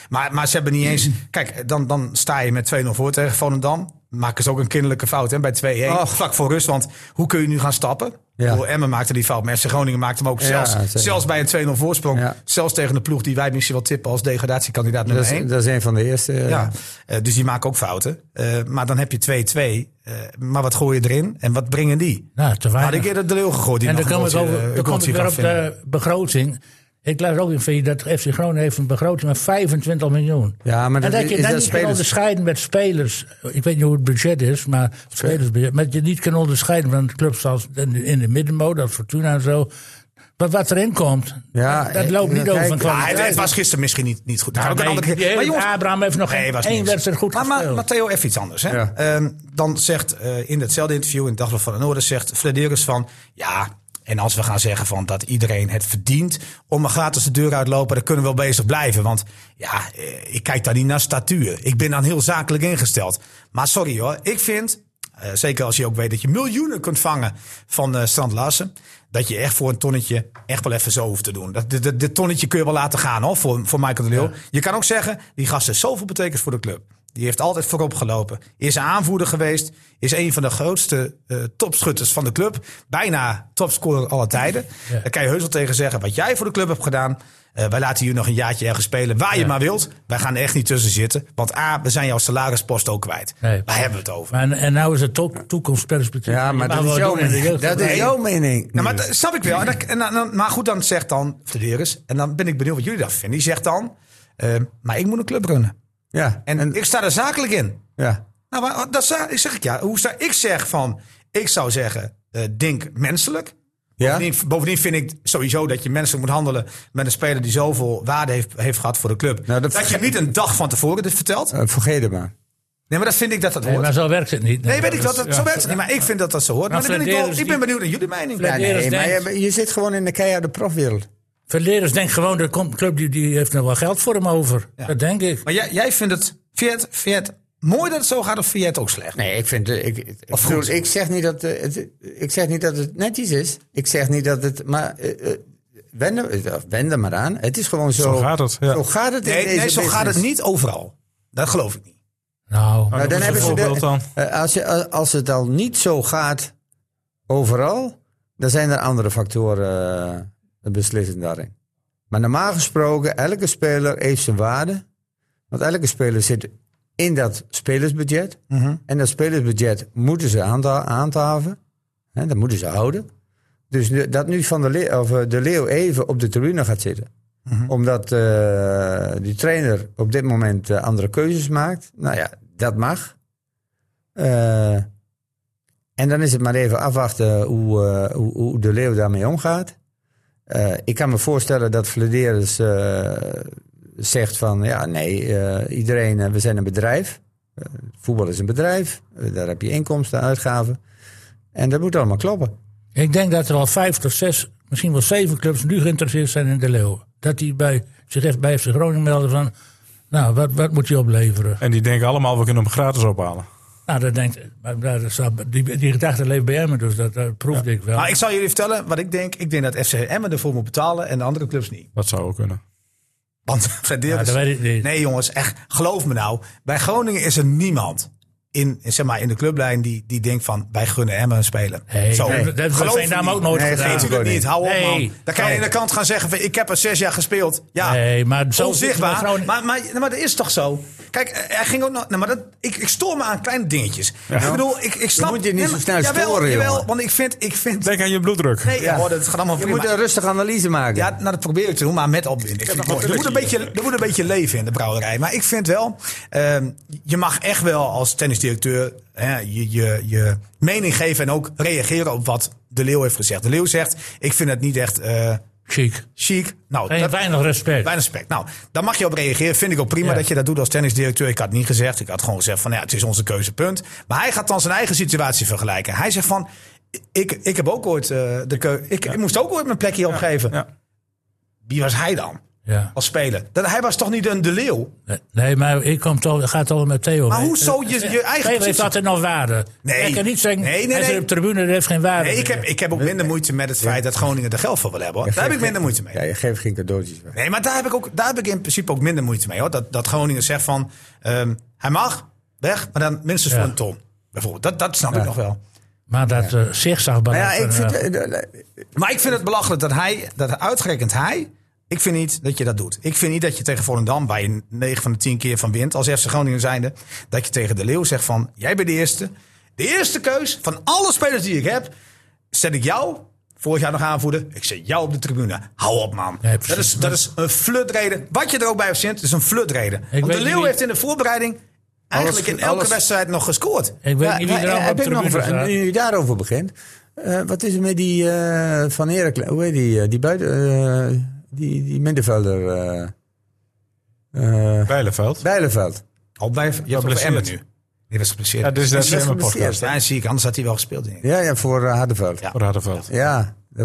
[SPEAKER 4] Maar, maar ze hebben niet
[SPEAKER 5] <clears throat>
[SPEAKER 4] eens... Kijk, dan, dan sta je met 2-0 voor tegen Volendam. Maken ze ook een kinderlijke fout hè, bij 2-1.
[SPEAKER 5] Och.
[SPEAKER 4] Vlak voor rust, want hoe kun je nu gaan stappen?
[SPEAKER 5] Ja.
[SPEAKER 4] Ja. Emmen maakte die fout, maar FC Groningen maakte hem ook zelfs,
[SPEAKER 5] zeker.
[SPEAKER 4] zelfs bij een 2-0 voorsprong.
[SPEAKER 5] Ja.
[SPEAKER 4] Zelfs tegen de ploeg die wij misschien wel tippen als degradatiekandidaat
[SPEAKER 5] Dat
[SPEAKER 4] nummer
[SPEAKER 5] is,
[SPEAKER 4] 1.
[SPEAKER 5] dat is een van de eerste. eh,
[SPEAKER 4] Ja, eh, dus die maken ook fouten. Eh, maar dan heb je 2-2. eh, maar wat gooi je erin en wat brengen die?
[SPEAKER 1] Nou, te
[SPEAKER 4] Had
[SPEAKER 1] weinig.
[SPEAKER 4] ik eerder de leeuw gegooid. Die
[SPEAKER 1] en dan
[SPEAKER 4] nog een
[SPEAKER 1] kom ik,
[SPEAKER 4] goaltje,
[SPEAKER 1] over,
[SPEAKER 4] eh,
[SPEAKER 1] dan kom
[SPEAKER 4] goaltje
[SPEAKER 1] ik weer
[SPEAKER 4] gaf
[SPEAKER 1] op
[SPEAKER 4] vinden.
[SPEAKER 1] de begroting. Ik las ook in van je dat FC Groningen heeft een begroting van 25 miljoen.
[SPEAKER 5] Ja, maar
[SPEAKER 1] en
[SPEAKER 5] dat
[SPEAKER 1] dat je
[SPEAKER 5] is
[SPEAKER 1] dan
[SPEAKER 5] dat
[SPEAKER 1] niet kan
[SPEAKER 5] spelers.
[SPEAKER 1] onderscheiden met spelers. Ik weet niet hoe het budget is, maar spelersbudget. Maar dat je niet kan onderscheiden van clubs als in de- in de middenmoot, als Fortuna en zo. Maar wat erin komt,
[SPEAKER 5] Ja,
[SPEAKER 1] dat, dat loopt
[SPEAKER 5] eh,
[SPEAKER 1] niet
[SPEAKER 5] kijk,
[SPEAKER 1] over van
[SPEAKER 4] Ja,
[SPEAKER 1] kwaliteit.
[SPEAKER 4] ah, het, het was gisteren misschien niet, niet goed. Dat kan
[SPEAKER 1] Nou,
[SPEAKER 4] ook een
[SPEAKER 1] nee,
[SPEAKER 4] andere keer.
[SPEAKER 1] die-
[SPEAKER 4] Maar jongens,
[SPEAKER 1] Abraham heeft nog
[SPEAKER 4] Nee,
[SPEAKER 1] geen
[SPEAKER 4] was
[SPEAKER 1] één
[SPEAKER 4] niks.
[SPEAKER 1] wedstrijd goed
[SPEAKER 4] maar, maar
[SPEAKER 1] gespeeld.
[SPEAKER 4] Matteo, even iets anders. Hè?
[SPEAKER 5] Ja.
[SPEAKER 4] Ehm, dan zegt eh, in datzelfde interview in het Dagblad van de Noorden... zegt Flederis van... ja, en als we gaan zeggen van dat iedereen het verdient... om maar gratis de deur uitlopen, dan kunnen we wel bezig blijven. Want ja, eh, ik kijk daar niet naar statuur. Ik ben dan heel zakelijk ingesteld. Maar sorry hoor, ik vind... eh, zeker als je ook weet dat je miljoenen kunt vangen van eh Strand Larsen. Dat je echt voor een tonnetje echt wel even zo hoeft te doen. Dat, dit- dit dit tonnetje kun je wel laten gaan hoor, voor, voor Michael de Leeuw. Je kan ook zeggen, die gast is zoveel betekend voor de club. Die heeft altijd voorop gelopen. Is aanvoerder geweest. Is een van de grootste eh, topschutters van de club. Bijna topscorer alle tijden. Daar kan je heus wel tegen zeggen. Wat jij voor de club hebt gedaan. eh, wij laten je nog een jaartje ergens spelen. Waar je maar wilt. Wij gaan er echt niet tussen zitten. Want A, we zijn jouw salarispost ook kwijt.
[SPEAKER 1] Nee.
[SPEAKER 4] Waar hebben we het over?
[SPEAKER 1] Maar en, en nou is het to- toekomstperspectief.
[SPEAKER 5] Ja,
[SPEAKER 1] Je
[SPEAKER 5] maar
[SPEAKER 1] mag
[SPEAKER 5] dat is
[SPEAKER 1] wel
[SPEAKER 5] jouw
[SPEAKER 1] doen in de
[SPEAKER 5] mening.
[SPEAKER 1] jeugd.
[SPEAKER 5] Dat is
[SPEAKER 4] Nee.
[SPEAKER 5] jouw mening.
[SPEAKER 4] Nou, maar dat snap ik wel. En dan, en dan- dan- maar goed, dan zegt dan Flederis. En dan ben ik benieuwd wat jullie daarvan vinden. Die zegt dan, eh, maar ik moet een club runnen.
[SPEAKER 5] Ja,
[SPEAKER 4] En, ik sta er zakelijk in.
[SPEAKER 5] ja.
[SPEAKER 4] Nou, maar dat zou, ik zeg ik ja. Hoe zou ik zeg van, ik zou zeggen, eh denk menselijk.
[SPEAKER 5] Ja?
[SPEAKER 4] Bovendien, bovendien vind ik sowieso dat je menselijk moet handelen met een speler die zoveel waarde heeft, heeft gehad voor de club.
[SPEAKER 5] Nou,
[SPEAKER 4] dat
[SPEAKER 5] dat
[SPEAKER 4] je hem niet een dag van tevoren dit vertelt.
[SPEAKER 5] Eh, vergeet het maar.
[SPEAKER 4] Nee, maar dat vind ik dat dat
[SPEAKER 1] Nee,
[SPEAKER 4] hoort.
[SPEAKER 1] maar zo werkt het niet.
[SPEAKER 4] nee, weet ik dat, dat zo werkt het niet. Maar ik vind dat dat zo hoort. Maar,
[SPEAKER 1] Maar
[SPEAKER 4] dan ben ik, wel,
[SPEAKER 1] Flederis
[SPEAKER 4] ik ben
[SPEAKER 1] niet-
[SPEAKER 4] benieuwd naar jullie mening.
[SPEAKER 1] Flederis-
[SPEAKER 4] Ja, nee.
[SPEAKER 5] Nee, maar
[SPEAKER 1] denkt-
[SPEAKER 5] je, je zit gewoon in de keiharde profwereld.
[SPEAKER 1] Verderens denkt gewoon, er komt een club die, die heeft nog wel geld voor hem over. Dat denk ik.
[SPEAKER 4] Maar jij, jij vindt het, vind je het, vind je het mooi dat het zo gaat of vind je het ook slecht?
[SPEAKER 5] Nee, ik vind. eh, Ik, ik,
[SPEAKER 4] Of
[SPEAKER 5] ik bedoel,
[SPEAKER 4] goed.
[SPEAKER 5] ik zeg niet dat eh, het. Ik zeg niet dat het netjes is. Ik zeg niet dat het. Maar eh, eh, wend er- eh, wend er maar aan. Het is gewoon zo.
[SPEAKER 2] Zo gaat het, ja.
[SPEAKER 5] Zo gaat het. in
[SPEAKER 4] Nee,
[SPEAKER 5] deze
[SPEAKER 4] nee, zo gaat het
[SPEAKER 5] business.
[SPEAKER 4] niet overal. Dat geloof ik niet.
[SPEAKER 1] Nou,
[SPEAKER 5] Nou, dan
[SPEAKER 2] Noem
[SPEAKER 5] hebben
[SPEAKER 2] eens
[SPEAKER 5] ze
[SPEAKER 2] een
[SPEAKER 5] de-
[SPEAKER 2] voorbeeld dan.
[SPEAKER 5] eh, als, je, eh, als het al niet zo gaat overal, dan zijn er andere factoren eh, beslissend daarin. Maar normaal gesproken, elke speler heeft zijn waarde. Want elke speler zit in dat spelersbudget.
[SPEAKER 2] Mhm.
[SPEAKER 5] En dat spelersbudget moeten ze aanta- handhaven. Hè, dat moeten ze houden. Dus nu- dat nu van de, Leeuw- of, eh, de Leeuw even op de tribune gaat zitten. Omdat eh, die trainer op dit moment eh, andere keuzes maakt. Nou ja, dat mag. Eh, en dan is het maar even afwachten hoe, eh, hoe, hoe de leeuw daarmee omgaat. Eh, ik kan me voorstellen dat Vladeris zegt van ja, nee, eh, iedereen, eh, we zijn een bedrijf. Eh, voetbal is een bedrijf, Eh, daar heb je inkomsten, uitgaven. En dat moet allemaal kloppen.
[SPEAKER 1] ik denk dat er al vijf tot zes, misschien wel zeven clubs nu geïnteresseerd zijn in de Leeuw. Dat die bij, zich echt bij FC Groningen melden van, nou, wat, wat moet hij opleveren?
[SPEAKER 2] En die denken allemaal, we kunnen hem gratis ophalen.
[SPEAKER 1] Nou, dat denkt, maar daar is dat- die, die gedachte leeft bij hem, dus dat, dat proefde ik wel.
[SPEAKER 4] Maar ik zal jullie vertellen wat ik denk. Ik denk dat FC Emmen ervoor moet betalen en de andere clubs niet.
[SPEAKER 2] Dat zou ook kunnen.
[SPEAKER 4] Want <laughs> Frederis-
[SPEAKER 1] Ja, dat weet ik niet.
[SPEAKER 4] Nee jongens, echt, geloof me nou. Bij Groningen is er niemand in, zeg maar, in de clublijn die, die denkt van... wij gunnen Emmen een speler.
[SPEAKER 1] Nee,
[SPEAKER 4] Zo.
[SPEAKER 1] dat- dat hebben
[SPEAKER 4] Geloof
[SPEAKER 1] we Veendam
[SPEAKER 4] me
[SPEAKER 1] ook nooit
[SPEAKER 4] Nee,
[SPEAKER 1] gedaan.
[SPEAKER 4] natuurlijk niet. Hou op
[SPEAKER 1] Nee.
[SPEAKER 4] man. Dan kan je
[SPEAKER 1] Nee.
[SPEAKER 4] in de kant gaan zeggen van... ik heb er zes jaar gespeeld. Ja,
[SPEAKER 1] Nee, maar zo-
[SPEAKER 4] onzichtbaar.
[SPEAKER 1] maar Groningen-
[SPEAKER 4] Maar, maar, nou, maar dat is toch zo? Kijk, eh, hij ging ook nog... Nou, maar dat, ik, ik stoor me aan kleine dingetjes. Ik bedoel, ik, ik snap...
[SPEAKER 5] moet je niet
[SPEAKER 4] Nee,
[SPEAKER 5] zo
[SPEAKER 4] maar-
[SPEAKER 5] snel storen,
[SPEAKER 4] jawel,
[SPEAKER 5] jongen.
[SPEAKER 4] want ik vind... Ik vind
[SPEAKER 2] Denk aan je bloeddruk.
[SPEAKER 4] nee, ja. hoor, dat gaat allemaal
[SPEAKER 5] Je
[SPEAKER 4] prima.
[SPEAKER 5] moet een rustige analyse maken.
[SPEAKER 4] Ja, nou, dat probeer ik te doen, maar met opwinding. Ik vind het mooi. Er, moet een beetje, er moet een beetje leven in de brouwerij. Maar ik vind wel, ehm, je mag echt wel als tennisdirecteur hè, je, je, je mening geven en ook reageren op wat De Leeuw heeft gezegd. De Leeuw zegt, ik vind het niet echt eh
[SPEAKER 1] Chic.
[SPEAKER 4] chic. Nou,
[SPEAKER 1] Geen-
[SPEAKER 4] dat-
[SPEAKER 1] weinig respect.
[SPEAKER 4] Weinig respect. Nou, daar mag je op reageren. Vind ik ook prima
[SPEAKER 1] Ja.
[SPEAKER 4] dat je dat doet als tennisdirecteur. Ik had niet gezegd. Ik had gewoon gezegd van, nou ja, het is onze keuzepunt. Maar hij gaat dan zijn eigen situatie vergelijken. Hij zegt van, ik, ik heb ook ooit eh, de keu- ik, ik moest ook ooit mijn plekje opgeven.
[SPEAKER 2] Ja.
[SPEAKER 4] Wie was hij dan?
[SPEAKER 1] Ja.
[SPEAKER 4] als speler. Dat, hij was toch niet een de leeuw?
[SPEAKER 1] Nee, maar ik kom toch, gaat toch met Theo.
[SPEAKER 4] Maar
[SPEAKER 1] mee.
[SPEAKER 4] hoezo je- je
[SPEAKER 1] Eh,
[SPEAKER 4] eigen
[SPEAKER 1] Theo heeft
[SPEAKER 4] positie-
[SPEAKER 1] altijd nog waarde.
[SPEAKER 4] Nee.
[SPEAKER 1] Ik kan niet zeggen,
[SPEAKER 4] Nee, nee,
[SPEAKER 1] hij is
[SPEAKER 4] nee.
[SPEAKER 1] op de tribune, dat heeft geen waarde.
[SPEAKER 4] Nee, ik, heb,
[SPEAKER 1] meer.
[SPEAKER 4] ik heb ook minder moeite met het feit dat Groningen er geld voor wil hebben. Hoor. Daar heb ik minder moeite mee.
[SPEAKER 5] Ja, je geeft geen cadeautjes weg.
[SPEAKER 4] Nee, maar daar heb ik, ook, daar heb ik in principe ook minder moeite mee. Hoor. Dat, dat Groningen zegt van, ehm, hij mag, weg, maar dan minstens
[SPEAKER 1] Ja.
[SPEAKER 4] voor een ton. Bijvoorbeeld, dat, dat snap ik nog wel.
[SPEAKER 1] Maar dat eh zigzagbalans.
[SPEAKER 4] Nou ja, ik
[SPEAKER 1] van,
[SPEAKER 4] vind-
[SPEAKER 1] eh,
[SPEAKER 4] Maar ik vind het belachelijk dat hij, dat uitgerekend hij, ik vind niet dat je dat doet. Ik vind niet dat je tegen Volendam, waar je 9 van de 10 keer van wint, als FC Groningen zijnde, dat je tegen de Leeuw zegt van, jij bent de eerste. De eerste keus van alle spelers die ik heb, zet ik jou, vorig jaar nog aanvoerder, ik zet jou op de tribune. Hou op man.
[SPEAKER 1] Nee, precies.
[SPEAKER 4] dat, is, dat is een flutreden. Wat je er ook bij hebt zint, is een flutreden. Want
[SPEAKER 1] weet
[SPEAKER 4] de Leeuw
[SPEAKER 1] niet-
[SPEAKER 4] heeft in de voorbereiding eigenlijk in elke
[SPEAKER 5] alles-
[SPEAKER 4] wedstrijd nog gescoord.
[SPEAKER 1] ik weet
[SPEAKER 5] Ja,
[SPEAKER 1] niet wie er
[SPEAKER 5] maar,
[SPEAKER 1] allemaal op
[SPEAKER 5] heb
[SPEAKER 1] de
[SPEAKER 5] ik nog
[SPEAKER 1] tribune
[SPEAKER 5] een vraag?
[SPEAKER 1] staat.
[SPEAKER 5] Nu je daarover begint. eh, wat is er met die eh, Van Erik... Hoe heet die? eh, die buiten... eh, die, die middenvelder... eh, eh,
[SPEAKER 2] Bijleveld.
[SPEAKER 5] Bijleveld.
[SPEAKER 4] Al bij, je hebt
[SPEAKER 2] geblesseerd.
[SPEAKER 4] Emmen nu. Die was geblesseerd.
[SPEAKER 1] dus
[SPEAKER 2] Ja, dit is de
[SPEAKER 5] Die was
[SPEAKER 2] FCM
[SPEAKER 5] geblesseerd,
[SPEAKER 2] podcast.
[SPEAKER 5] hè?
[SPEAKER 4] Ja, zie ik. Anders had hij wel gespeeld. Denk ik.
[SPEAKER 5] Ja, ja, voor eh, Hardenveld.
[SPEAKER 4] Ja.
[SPEAKER 5] Ja.
[SPEAKER 2] Voor Hardenveld.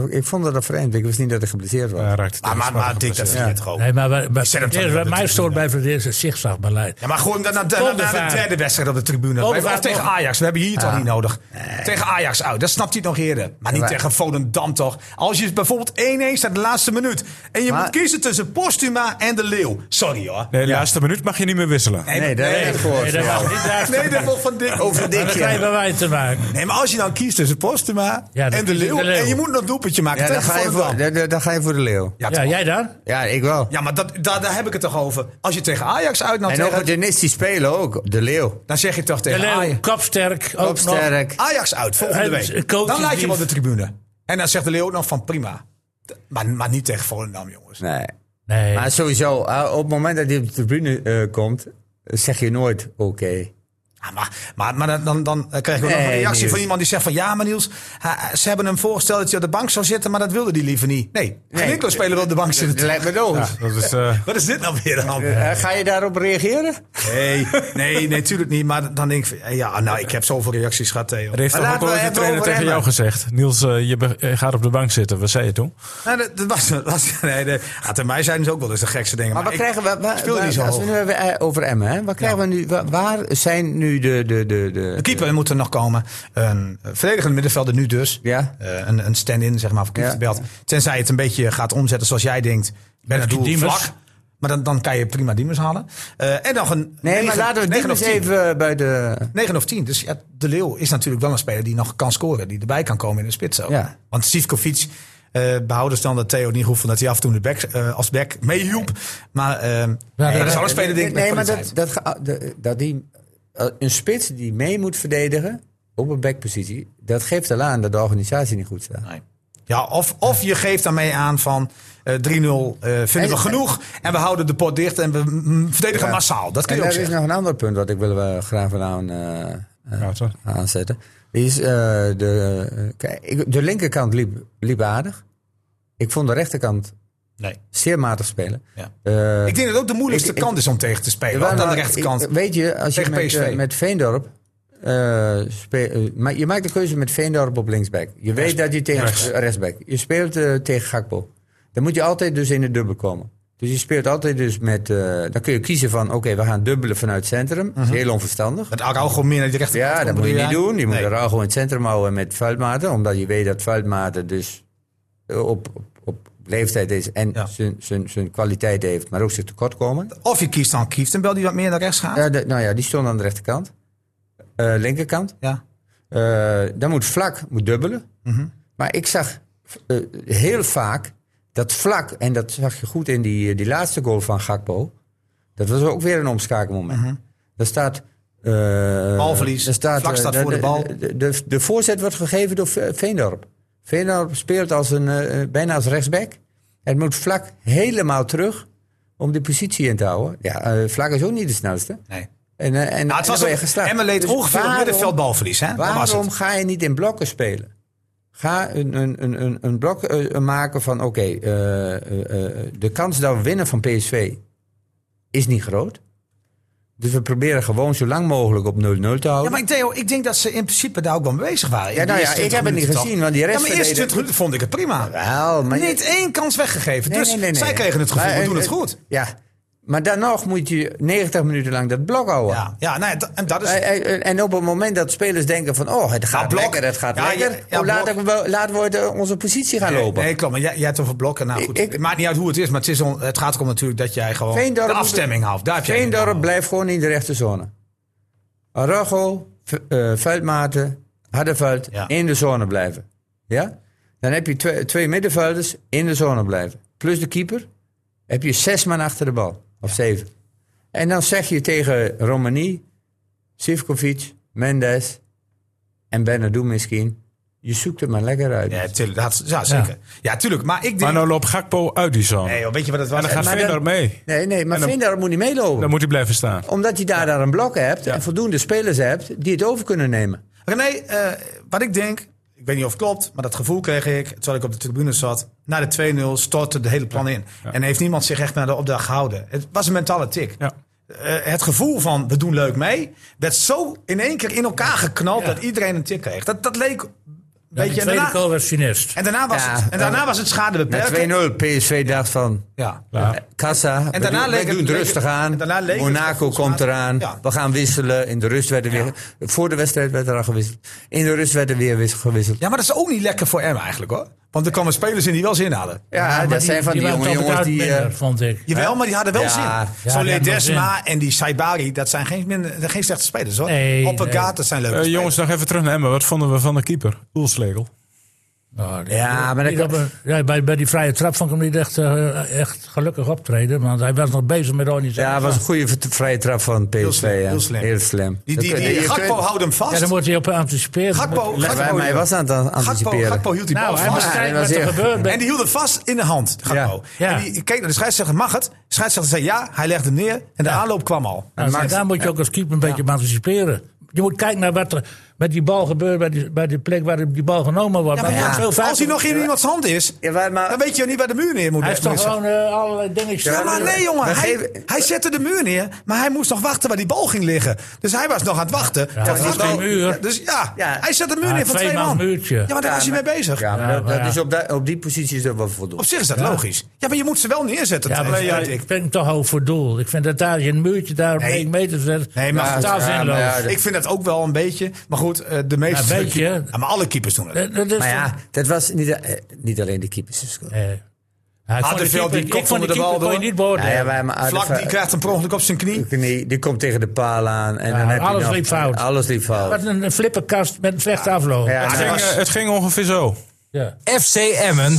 [SPEAKER 5] ik vond dat vreemd. Ik wist niet dat hij geblesseerd was.
[SPEAKER 2] Daar raakte
[SPEAKER 4] Maar, maar, maar Dick, dat vind
[SPEAKER 5] Ja.
[SPEAKER 4] je toch ook.
[SPEAKER 1] Nee, maar wat, wat,
[SPEAKER 4] zet hem
[SPEAKER 1] het
[SPEAKER 4] toch
[SPEAKER 1] eerste wat
[SPEAKER 4] op de
[SPEAKER 1] mij
[SPEAKER 4] tribune.
[SPEAKER 1] stoort bij Verdeer is het zigzagbeleid.
[SPEAKER 4] Ja, maar gooi hem dan naar de, naar- naar
[SPEAKER 1] Koldervaart.
[SPEAKER 4] de derde wedstrijd op de tribune.
[SPEAKER 1] Koldervaart
[SPEAKER 4] Of tegen
[SPEAKER 1] nog.
[SPEAKER 4] Ajax. We hebben hier toch niet nodig. Tegen Ajax uit. Dat snapt hij het nog eerder. Maar niet
[SPEAKER 5] maar-
[SPEAKER 4] tegen Volendam toch. Als je bijvoorbeeld 1-1 staat de laatste minuut. En je
[SPEAKER 5] Maar-
[SPEAKER 4] moet kiezen tussen Postuma en de Leeuw. Sorry hoor.
[SPEAKER 2] Nee, de laatste minuut mag je niet meer wisselen.
[SPEAKER 5] Nee, daar heb ik gehoord.
[SPEAKER 1] Nee, dat mag niet daar.
[SPEAKER 4] Nee, dat was van Dick. Over
[SPEAKER 1] Maar dat krijgen wij te maken.
[SPEAKER 4] Nee, maar als je dan kiest tussen Postuma
[SPEAKER 1] Ja, dan
[SPEAKER 4] en de
[SPEAKER 1] kies je
[SPEAKER 4] leeuw,
[SPEAKER 1] De Leeuw.
[SPEAKER 4] En je moet nog een doelpuntje maken
[SPEAKER 5] Ja, dan
[SPEAKER 4] tegen
[SPEAKER 5] ga, je voor,
[SPEAKER 4] Volendam.
[SPEAKER 5] dan, dan- dan ga je voor de leeuw.
[SPEAKER 4] Ja,
[SPEAKER 1] Ja,
[SPEAKER 4] toch?
[SPEAKER 1] jij dan?
[SPEAKER 5] Ja, ik wel.
[SPEAKER 4] Ja, maar dat, daar, daar heb ik het toch over. Als je tegen Ajax uit nou
[SPEAKER 5] en ook
[SPEAKER 4] tegen,
[SPEAKER 5] modernistisch spelen ook. De leeuw.
[SPEAKER 4] dan zeg je toch
[SPEAKER 1] De
[SPEAKER 4] tegen
[SPEAKER 1] Leeuw,
[SPEAKER 4] Ajax.
[SPEAKER 1] kopsterk. ook nog.
[SPEAKER 5] Nou,
[SPEAKER 1] Ah.
[SPEAKER 5] Kopsterk.
[SPEAKER 4] Ajax uit volgende
[SPEAKER 1] Hij
[SPEAKER 4] week.
[SPEAKER 1] is een coach
[SPEAKER 4] Dan laat je hem op
[SPEAKER 1] lief.
[SPEAKER 4] de tribune. En dan zegt de Leeuw nog van prima. D- Maar, maar niet tegen Volendam, jongens.
[SPEAKER 5] Nee.
[SPEAKER 1] Nee.
[SPEAKER 5] Maar sowieso, eh, op het moment dat hij op de tribune eh, komt, zeg je nooit oké.
[SPEAKER 4] Ja, Ah, maar maar, maar dan, dan, dan eh, krijg ik ook nog
[SPEAKER 5] Nee,
[SPEAKER 4] een reactie
[SPEAKER 5] Niels.
[SPEAKER 4] van iemand die zegt van... Ja, maar Niels, ha- ze hebben hem voorgesteld dat hij op de bank zou zitten... maar dat wilde hij liever niet. Nee, geen
[SPEAKER 5] Nee.
[SPEAKER 4] enkele speler wil op de bank
[SPEAKER 5] Dat
[SPEAKER 4] zitten.
[SPEAKER 5] lijkt me dood.
[SPEAKER 2] Dat is, eh,
[SPEAKER 4] Wat is dit nou weer dan?
[SPEAKER 5] Eh, ga je daarop reageren?
[SPEAKER 4] Nee, nee, nee, tuurlijk niet. Maar dan denk ik van... Ja, nou, ik heb zoveel reacties gehad, Theo.
[SPEAKER 2] er heeft
[SPEAKER 5] Maar
[SPEAKER 2] toch ook
[SPEAKER 5] laten we
[SPEAKER 2] ooit een
[SPEAKER 5] even
[SPEAKER 2] trainer
[SPEAKER 5] over
[SPEAKER 2] tegen jou
[SPEAKER 5] Emmen.
[SPEAKER 2] gezegd. Niels, eh, je be- eh, gaat op de bank zitten. Wat zei je toen?
[SPEAKER 4] Nou, dat, dat was, dat was, nee, nee. Ja, tegen mij zijn ze ook wel eens de gekste dingen.
[SPEAKER 5] Maar wat
[SPEAKER 4] ik
[SPEAKER 5] krijgen we, wa-
[SPEAKER 4] speel
[SPEAKER 5] wa-
[SPEAKER 4] niet zo
[SPEAKER 5] als we
[SPEAKER 4] hoog.
[SPEAKER 5] nu hebben eh, over Emmen, hè? Wat krijgen we nu, wa- waar zijn nu de... de, de, de,
[SPEAKER 4] De keeper moet er nog komen. Een verdedigende middenvelder nu dus.
[SPEAKER 5] Ja.
[SPEAKER 4] Eh, een een stand-in, zeg maar, voor Kieftenbelt. Tenzij het een beetje gaat omzetten zoals jij denkt. Ben het doel
[SPEAKER 1] Diemers.
[SPEAKER 4] vlak. Maar dan, dan kan je prima Diemers halen. Eh, en nog een
[SPEAKER 5] nee,
[SPEAKER 4] negen-
[SPEAKER 5] maar laten we dit
[SPEAKER 4] negen
[SPEAKER 5] eens
[SPEAKER 4] of tien.
[SPEAKER 5] even eh, bij de...
[SPEAKER 4] 9 of 10. Dus ja, De Leeuw is natuurlijk wel een speler die nog kan scoren. Die erbij kan komen in de spits ook.
[SPEAKER 5] Ja.
[SPEAKER 4] Want Sivkovic eh behouden ze dan dat Theo niet goed vond dat hij af en toe de back, eh, als back meehielp. Maar eh, nee, dat is wel een speler denk ik met
[SPEAKER 5] Nee, maar dat,
[SPEAKER 4] kwaliteit.
[SPEAKER 5] dat, ge- de- dat die, eh, een spits die mee moet verdedigen op een backpositie, dat geeft al aan dat de organisatie niet goed staat.
[SPEAKER 4] Ja, of, of je geeft daarmee aan van eh 3-0 eh, vinden we
[SPEAKER 5] En-
[SPEAKER 4] genoeg en we houden de pot dicht en we mm, verdedigen
[SPEAKER 5] Ja.
[SPEAKER 4] massaal. Dat kun
[SPEAKER 5] En
[SPEAKER 4] je ook
[SPEAKER 5] daar is
[SPEAKER 4] zeggen.
[SPEAKER 5] nog een ander punt wat ik wil eh, graag wel aan, eh, eh,
[SPEAKER 2] Ja, toch?
[SPEAKER 5] aanzetten. Is, eh, de, eh, kijk, ik- de linkerkant liep, liep aardig. Ik vond de rechterkant
[SPEAKER 4] Nee.
[SPEAKER 5] zeer matig spelen.
[SPEAKER 4] Ja.
[SPEAKER 5] Eh,
[SPEAKER 4] Ik denk dat het ook de moeilijkste
[SPEAKER 5] nou- Ik- ik-
[SPEAKER 4] kant is om tegen te spelen.
[SPEAKER 5] Jawel,
[SPEAKER 4] want aan de
[SPEAKER 5] maar
[SPEAKER 4] rechterkant.
[SPEAKER 5] ik- Weet je, als je
[SPEAKER 4] Tegen
[SPEAKER 5] met,
[SPEAKER 4] PSV.
[SPEAKER 5] eh, met Veendorp... eh, spe- eh, maar je maakt de keuze met Veendorp op linksback. Je weet dat je tegen
[SPEAKER 2] Rechts.
[SPEAKER 5] eh, rechtsback. Je speelt eh, tegen Gakpo. Dan moet je altijd dus in de dubbel komen. Dus je speelt altijd dus met... eh, dan kun je kiezen van, oké, we gaan dubbelen vanuit centrum. Dat
[SPEAKER 4] Mhm.
[SPEAKER 5] is heel onverstandig.
[SPEAKER 4] dat Araujo meer naar die rechterkant.
[SPEAKER 5] Ja,
[SPEAKER 4] komt,
[SPEAKER 5] dat moet je
[SPEAKER 4] bedoel
[SPEAKER 5] niet doen. Je moet
[SPEAKER 4] Nee.
[SPEAKER 5] er al gewoon in het centrum houden met Vuilmaten. Omdat je weet dat Vuilmaten dus eh, op, op, op leeftijd is... en
[SPEAKER 4] Ja.
[SPEAKER 5] zijn- zijn zijn kwaliteit heeft, maar ook zich tekort komen.
[SPEAKER 4] Of je kiest dan Kieftenbel die wat meer naar rechts gaat. Ja.
[SPEAKER 5] Ja, de- nou ja, die stond aan de rechterkant. Eh, linkerkant. Eh, dan moet vlak moet dubbelen.
[SPEAKER 4] Mhm.
[SPEAKER 5] Maar ik zag eh, heel vaak dat vlak, en dat zag je goed in die, eh, die laatste goal van Gakpo. Dat was ook weer een omschakelmoment. Daar staat. eh,
[SPEAKER 4] Mhm. Balverlies.
[SPEAKER 5] daar
[SPEAKER 4] Vlak
[SPEAKER 5] eh,
[SPEAKER 4] staat voor de bal.
[SPEAKER 5] De, de, de voorzet wordt gegeven door Ve- Veendorp. Veendorp speelt als een, eh, eh, bijna als rechtsback. Het moet vlak helemaal terug om de positie in te houden. Ja, eh, vlak is ook niet de snelste.
[SPEAKER 4] Nee.
[SPEAKER 5] En, eh, en,
[SPEAKER 4] Nou, het was
[SPEAKER 5] en dan ben je
[SPEAKER 4] ook,
[SPEAKER 5] geslaagd.
[SPEAKER 4] Emmen leed
[SPEAKER 5] Dus
[SPEAKER 4] ongeveer
[SPEAKER 5] waarom-
[SPEAKER 4] het middenveld balverlies. Hè? Dat was
[SPEAKER 5] Waarom
[SPEAKER 4] het.
[SPEAKER 5] ga je niet in blokken spelen? Ga een, een, een, een, een blok eh, maken van: oké, eh, eh, eh, de kans dat we winnen van PSV is niet groot. Dus we proberen gewoon zo lang mogelijk op 0-0 te
[SPEAKER 4] Ja,
[SPEAKER 5] houden.
[SPEAKER 4] maar Theo, ik denk dat ze in principe daar ook wel mee bezig waren. In
[SPEAKER 5] Ja, nou
[SPEAKER 4] die
[SPEAKER 5] ja,
[SPEAKER 4] eerste
[SPEAKER 5] ik heb het
[SPEAKER 4] 20
[SPEAKER 5] niet
[SPEAKER 4] minuten
[SPEAKER 5] gezien,
[SPEAKER 4] toch?
[SPEAKER 5] want die rest
[SPEAKER 4] Ja, maar eerst
[SPEAKER 5] verdedigen-
[SPEAKER 4] 20 minuten vond ik het prima.
[SPEAKER 5] Wel, maar je-
[SPEAKER 4] Niet één kans weggegeven.
[SPEAKER 5] Nee,
[SPEAKER 4] dus
[SPEAKER 5] nee, nee, nee,
[SPEAKER 4] zij
[SPEAKER 5] nee.
[SPEAKER 4] kregen het gevoel,
[SPEAKER 5] Maar,
[SPEAKER 4] we
[SPEAKER 5] eh,
[SPEAKER 4] doen het
[SPEAKER 5] eh,
[SPEAKER 4] goed.
[SPEAKER 5] Ja, maar dan nog moet je 90 minuten lang dat blok houden.
[SPEAKER 4] Ja, ja nou, ja, dat- en dat is...
[SPEAKER 5] Eh, eh, eh, En op het moment dat spelers denken van, oh, het gaat
[SPEAKER 4] blok.
[SPEAKER 5] lekker, het gaat
[SPEAKER 4] Ja, ja,
[SPEAKER 5] lekker.
[SPEAKER 4] ja,
[SPEAKER 5] oh, laten,
[SPEAKER 4] blok.
[SPEAKER 5] we, wel- laten we de- onze positie gaan
[SPEAKER 4] Nee,
[SPEAKER 5] lopen.
[SPEAKER 4] Nee, klopt. Maar jij, jij hebt over blokken. Nou goed,
[SPEAKER 5] Ik- ik-
[SPEAKER 4] het maakt niet uit hoe het is, maar het, is on- het gaat erom natuurlijk dat jij gewoon
[SPEAKER 5] Veendorp
[SPEAKER 4] Oh, de
[SPEAKER 5] moet-
[SPEAKER 4] afstemming houdt. Daar heb jij
[SPEAKER 5] Veendorp blijft gewoon in de rechte zone. Araujo, V- eh, Veldmaten, Hardenveld
[SPEAKER 4] Ja.
[SPEAKER 5] in de zone blijven. Ja? Dan heb je twee, twee middenvelders in de zone blijven. Plus de keeper. Heb je zes man achter de bal. Of zeven. En dan zeg je tegen Romani, Sivkovic, Mendes en Bernardo misschien. Je zoekt het maar lekker uit.
[SPEAKER 4] Ja, tuurlijk, dat, ja, zeker. Ja. tuurlijk. Maar ik denk...
[SPEAKER 2] Maar nou loopt Gakpo uit die zone.
[SPEAKER 4] nee, joh, weet je wat het was?
[SPEAKER 2] en dan gaat
[SPEAKER 5] maar dan-
[SPEAKER 2] Veendorp mee.
[SPEAKER 5] Nee, nee, maar
[SPEAKER 2] dan-
[SPEAKER 5] Veendorp moet niet meelopen.
[SPEAKER 2] Dan moet hij blijven staan.
[SPEAKER 5] Omdat je daar, daar een blok hebt en voldoende spelers hebt die het over kunnen nemen.
[SPEAKER 4] René, eh, wat ik denk, ik weet niet of het klopt, maar dat gevoel kreeg ik terwijl ik op de tribune zat. Na de 2-0 stortte de hele plan in. En heeft niemand zich echt naar de opdracht gehouden. Het was een mentale tik.
[SPEAKER 2] Ja.
[SPEAKER 4] Eh, het gevoel van we doen leuk mee, werd zo in één keer in elkaar geknald
[SPEAKER 1] Ja.
[SPEAKER 4] dat iedereen een tik kreeg. Dat, dat leek een
[SPEAKER 1] Ja, die
[SPEAKER 4] beetje. En
[SPEAKER 1] tweede
[SPEAKER 4] daarna,
[SPEAKER 1] goal werd finest.
[SPEAKER 4] en daarna was,
[SPEAKER 5] Ja,
[SPEAKER 4] het, en daarna was het schade
[SPEAKER 5] Na 2-0
[SPEAKER 4] beperkt.
[SPEAKER 5] PSV dacht van eh,
[SPEAKER 4] Ja.
[SPEAKER 2] Ja.
[SPEAKER 5] kassa. En
[SPEAKER 4] daarna
[SPEAKER 5] daarna
[SPEAKER 4] leek
[SPEAKER 5] we
[SPEAKER 4] het-
[SPEAKER 5] doen het
[SPEAKER 4] leek
[SPEAKER 5] rustig
[SPEAKER 4] het- en
[SPEAKER 5] aan.
[SPEAKER 4] daarna leek het
[SPEAKER 5] Monaco
[SPEAKER 4] volgens
[SPEAKER 5] komt
[SPEAKER 4] mij-
[SPEAKER 5] eraan.
[SPEAKER 4] Ja.
[SPEAKER 5] We gaan wisselen. In de rust werden weer voor de wedstrijd werd er al gewisseld. In de rust werd er weer wis- gewisseld.
[SPEAKER 4] ja, maar dat is ook niet lekker voor hem eigenlijk hoor. Want er kwamen spelers in die wel zin hadden.
[SPEAKER 5] Ja, dat zijn van die,
[SPEAKER 1] waren
[SPEAKER 5] jonge
[SPEAKER 1] toch
[SPEAKER 5] jongens die.
[SPEAKER 1] beduidend minder,
[SPEAKER 5] eh,
[SPEAKER 1] vond ik.
[SPEAKER 4] Jawel, maar die hadden wel
[SPEAKER 5] Ja. Ja,
[SPEAKER 4] zin.
[SPEAKER 5] die
[SPEAKER 4] Zo
[SPEAKER 1] hadden wel
[SPEAKER 4] Ledesma en die Saibari, dat zijn geen, minder, geen slechte spelers hoor.
[SPEAKER 1] Nee,
[SPEAKER 4] Oppergaat,
[SPEAKER 1] nee.
[SPEAKER 4] dat zijn leuke
[SPEAKER 2] Eh,
[SPEAKER 4] spelers.
[SPEAKER 2] jongens, nog even terug naar Emmen. Wat vonden we van de keeper? Oelslegel.
[SPEAKER 1] Nou,
[SPEAKER 5] Ja, maar
[SPEAKER 1] die-
[SPEAKER 5] dat-
[SPEAKER 1] die op een- ja, bij, bij die vrije trap vond ik hem niet echt, eh, echt gelukkig optreden. Want hij was nog bezig met organiseren.
[SPEAKER 5] ja, was een goede vert- vrije trap van PSV.
[SPEAKER 4] slim,
[SPEAKER 5] ja.
[SPEAKER 4] heel slim.
[SPEAKER 5] slim.
[SPEAKER 4] Die, die,
[SPEAKER 5] Dat-
[SPEAKER 4] die,
[SPEAKER 5] je kunt-
[SPEAKER 4] Gakpo houdt hem
[SPEAKER 1] Ja,
[SPEAKER 4] vast.
[SPEAKER 1] dan moet hij op anticiperen.
[SPEAKER 4] Gakpo,
[SPEAKER 5] Leg-
[SPEAKER 4] Gakpo,
[SPEAKER 5] Wij- mij was aan het
[SPEAKER 4] Gakpo,
[SPEAKER 5] anticiperen.
[SPEAKER 4] Gakpo hield die bal
[SPEAKER 1] Nou, hij
[SPEAKER 4] vast.
[SPEAKER 1] moest
[SPEAKER 5] Ja,
[SPEAKER 1] kijken
[SPEAKER 5] dat
[SPEAKER 1] wat
[SPEAKER 5] was
[SPEAKER 1] er
[SPEAKER 5] echt-
[SPEAKER 1] gebeurde.
[SPEAKER 4] En die hield het vast in de hand, Gakpo.
[SPEAKER 5] Ja.
[SPEAKER 1] Ja.
[SPEAKER 4] En die keek naar de scheidsrechter, mag het? De scheidsrechter zei ja, hij legde hem neer en de aanloop kwam al.
[SPEAKER 1] Nou,
[SPEAKER 5] Max-
[SPEAKER 1] daar moet je ook als keeper een beetje op anticiperen. Je moet kijken naar wat er met die bal gebeurt, bij die, bij die plek waar die bal genomen wordt.
[SPEAKER 4] Ja, maar
[SPEAKER 1] Dat wordt
[SPEAKER 4] ja,
[SPEAKER 1] veel
[SPEAKER 4] als hij
[SPEAKER 1] vaker.
[SPEAKER 4] nog in iemands hand is,
[SPEAKER 5] Ja, maar- maar-
[SPEAKER 4] dan weet je niet waar de muur neer moet.
[SPEAKER 1] Hij heeft toch
[SPEAKER 4] moet-
[SPEAKER 1] gewoon eh, allerlei dingetjes.
[SPEAKER 4] Ja, maar nee, jongen.
[SPEAKER 5] We
[SPEAKER 4] Hij,
[SPEAKER 5] geven-
[SPEAKER 4] hij zette de muur neer, maar hij moest nog wachten waar die bal ging liggen. Dus hij was nog aan het wachten. tot
[SPEAKER 1] dat
[SPEAKER 4] die
[SPEAKER 1] was
[SPEAKER 4] bal-
[SPEAKER 1] geen muur.
[SPEAKER 4] Ja, Dus ja,
[SPEAKER 5] Ja.
[SPEAKER 4] hij zette de muur
[SPEAKER 1] Ja,
[SPEAKER 4] neer van twee
[SPEAKER 1] tweemans
[SPEAKER 4] man.
[SPEAKER 1] muurtje.
[SPEAKER 4] Ja, maar daar
[SPEAKER 5] Ja,
[SPEAKER 4] was hij mee
[SPEAKER 5] maar-
[SPEAKER 4] bezig.
[SPEAKER 5] Ja, maar dat,
[SPEAKER 1] maar
[SPEAKER 5] dat
[SPEAKER 1] ja.
[SPEAKER 5] is op, da- op die positie is dat wel voldoende.
[SPEAKER 4] Op zich is dat logisch. Ja, maar je moet ze wel neerzetten.
[SPEAKER 1] Ja, maar
[SPEAKER 4] tegen-
[SPEAKER 1] ja,
[SPEAKER 4] weet ik.
[SPEAKER 1] ik ben toch hoog voor doel. Ik vind dat daar je een muurtje daar op
[SPEAKER 4] Nee.
[SPEAKER 1] één meter zet.
[SPEAKER 4] Nee, maar-
[SPEAKER 1] dat is totaal
[SPEAKER 5] Ja, maar
[SPEAKER 1] zinloos.
[SPEAKER 5] ja,
[SPEAKER 4] Ik vind dat ook wel een beetje. Maar goed, eh, de meeste.
[SPEAKER 1] Ja, een beetje.
[SPEAKER 4] Ja, maar alle keepers doen het.
[SPEAKER 1] Dat- dat is
[SPEAKER 5] Maar ja,
[SPEAKER 1] toch-
[SPEAKER 5] dat was niet, eh, niet alleen de keepers.
[SPEAKER 1] Nee. Ja, ik vond de
[SPEAKER 4] Hardenveld, die
[SPEAKER 1] keeper-
[SPEAKER 4] kop
[SPEAKER 1] ik vond
[SPEAKER 4] onder de
[SPEAKER 1] keeper
[SPEAKER 4] bal
[SPEAKER 1] kon je
[SPEAKER 4] door.
[SPEAKER 1] niet
[SPEAKER 5] Ja, ja,
[SPEAKER 1] beoordelen.
[SPEAKER 5] maar- maar
[SPEAKER 4] Vlak, die krijgt een per ongeluk op zijn knie.
[SPEAKER 5] Die, die komt tegen de paal aan. En
[SPEAKER 1] Ja,
[SPEAKER 5] dan heb je
[SPEAKER 1] alles
[SPEAKER 5] nog-
[SPEAKER 1] liep fout.
[SPEAKER 5] Alles liep fout.
[SPEAKER 1] Wat een, een flipperkast met een slechte afloop.
[SPEAKER 5] Ja,
[SPEAKER 2] Het
[SPEAKER 5] nou,
[SPEAKER 2] ging,
[SPEAKER 4] was-
[SPEAKER 2] eh, het ging ongeveer zo.
[SPEAKER 1] Ja.
[SPEAKER 3] FC Emmen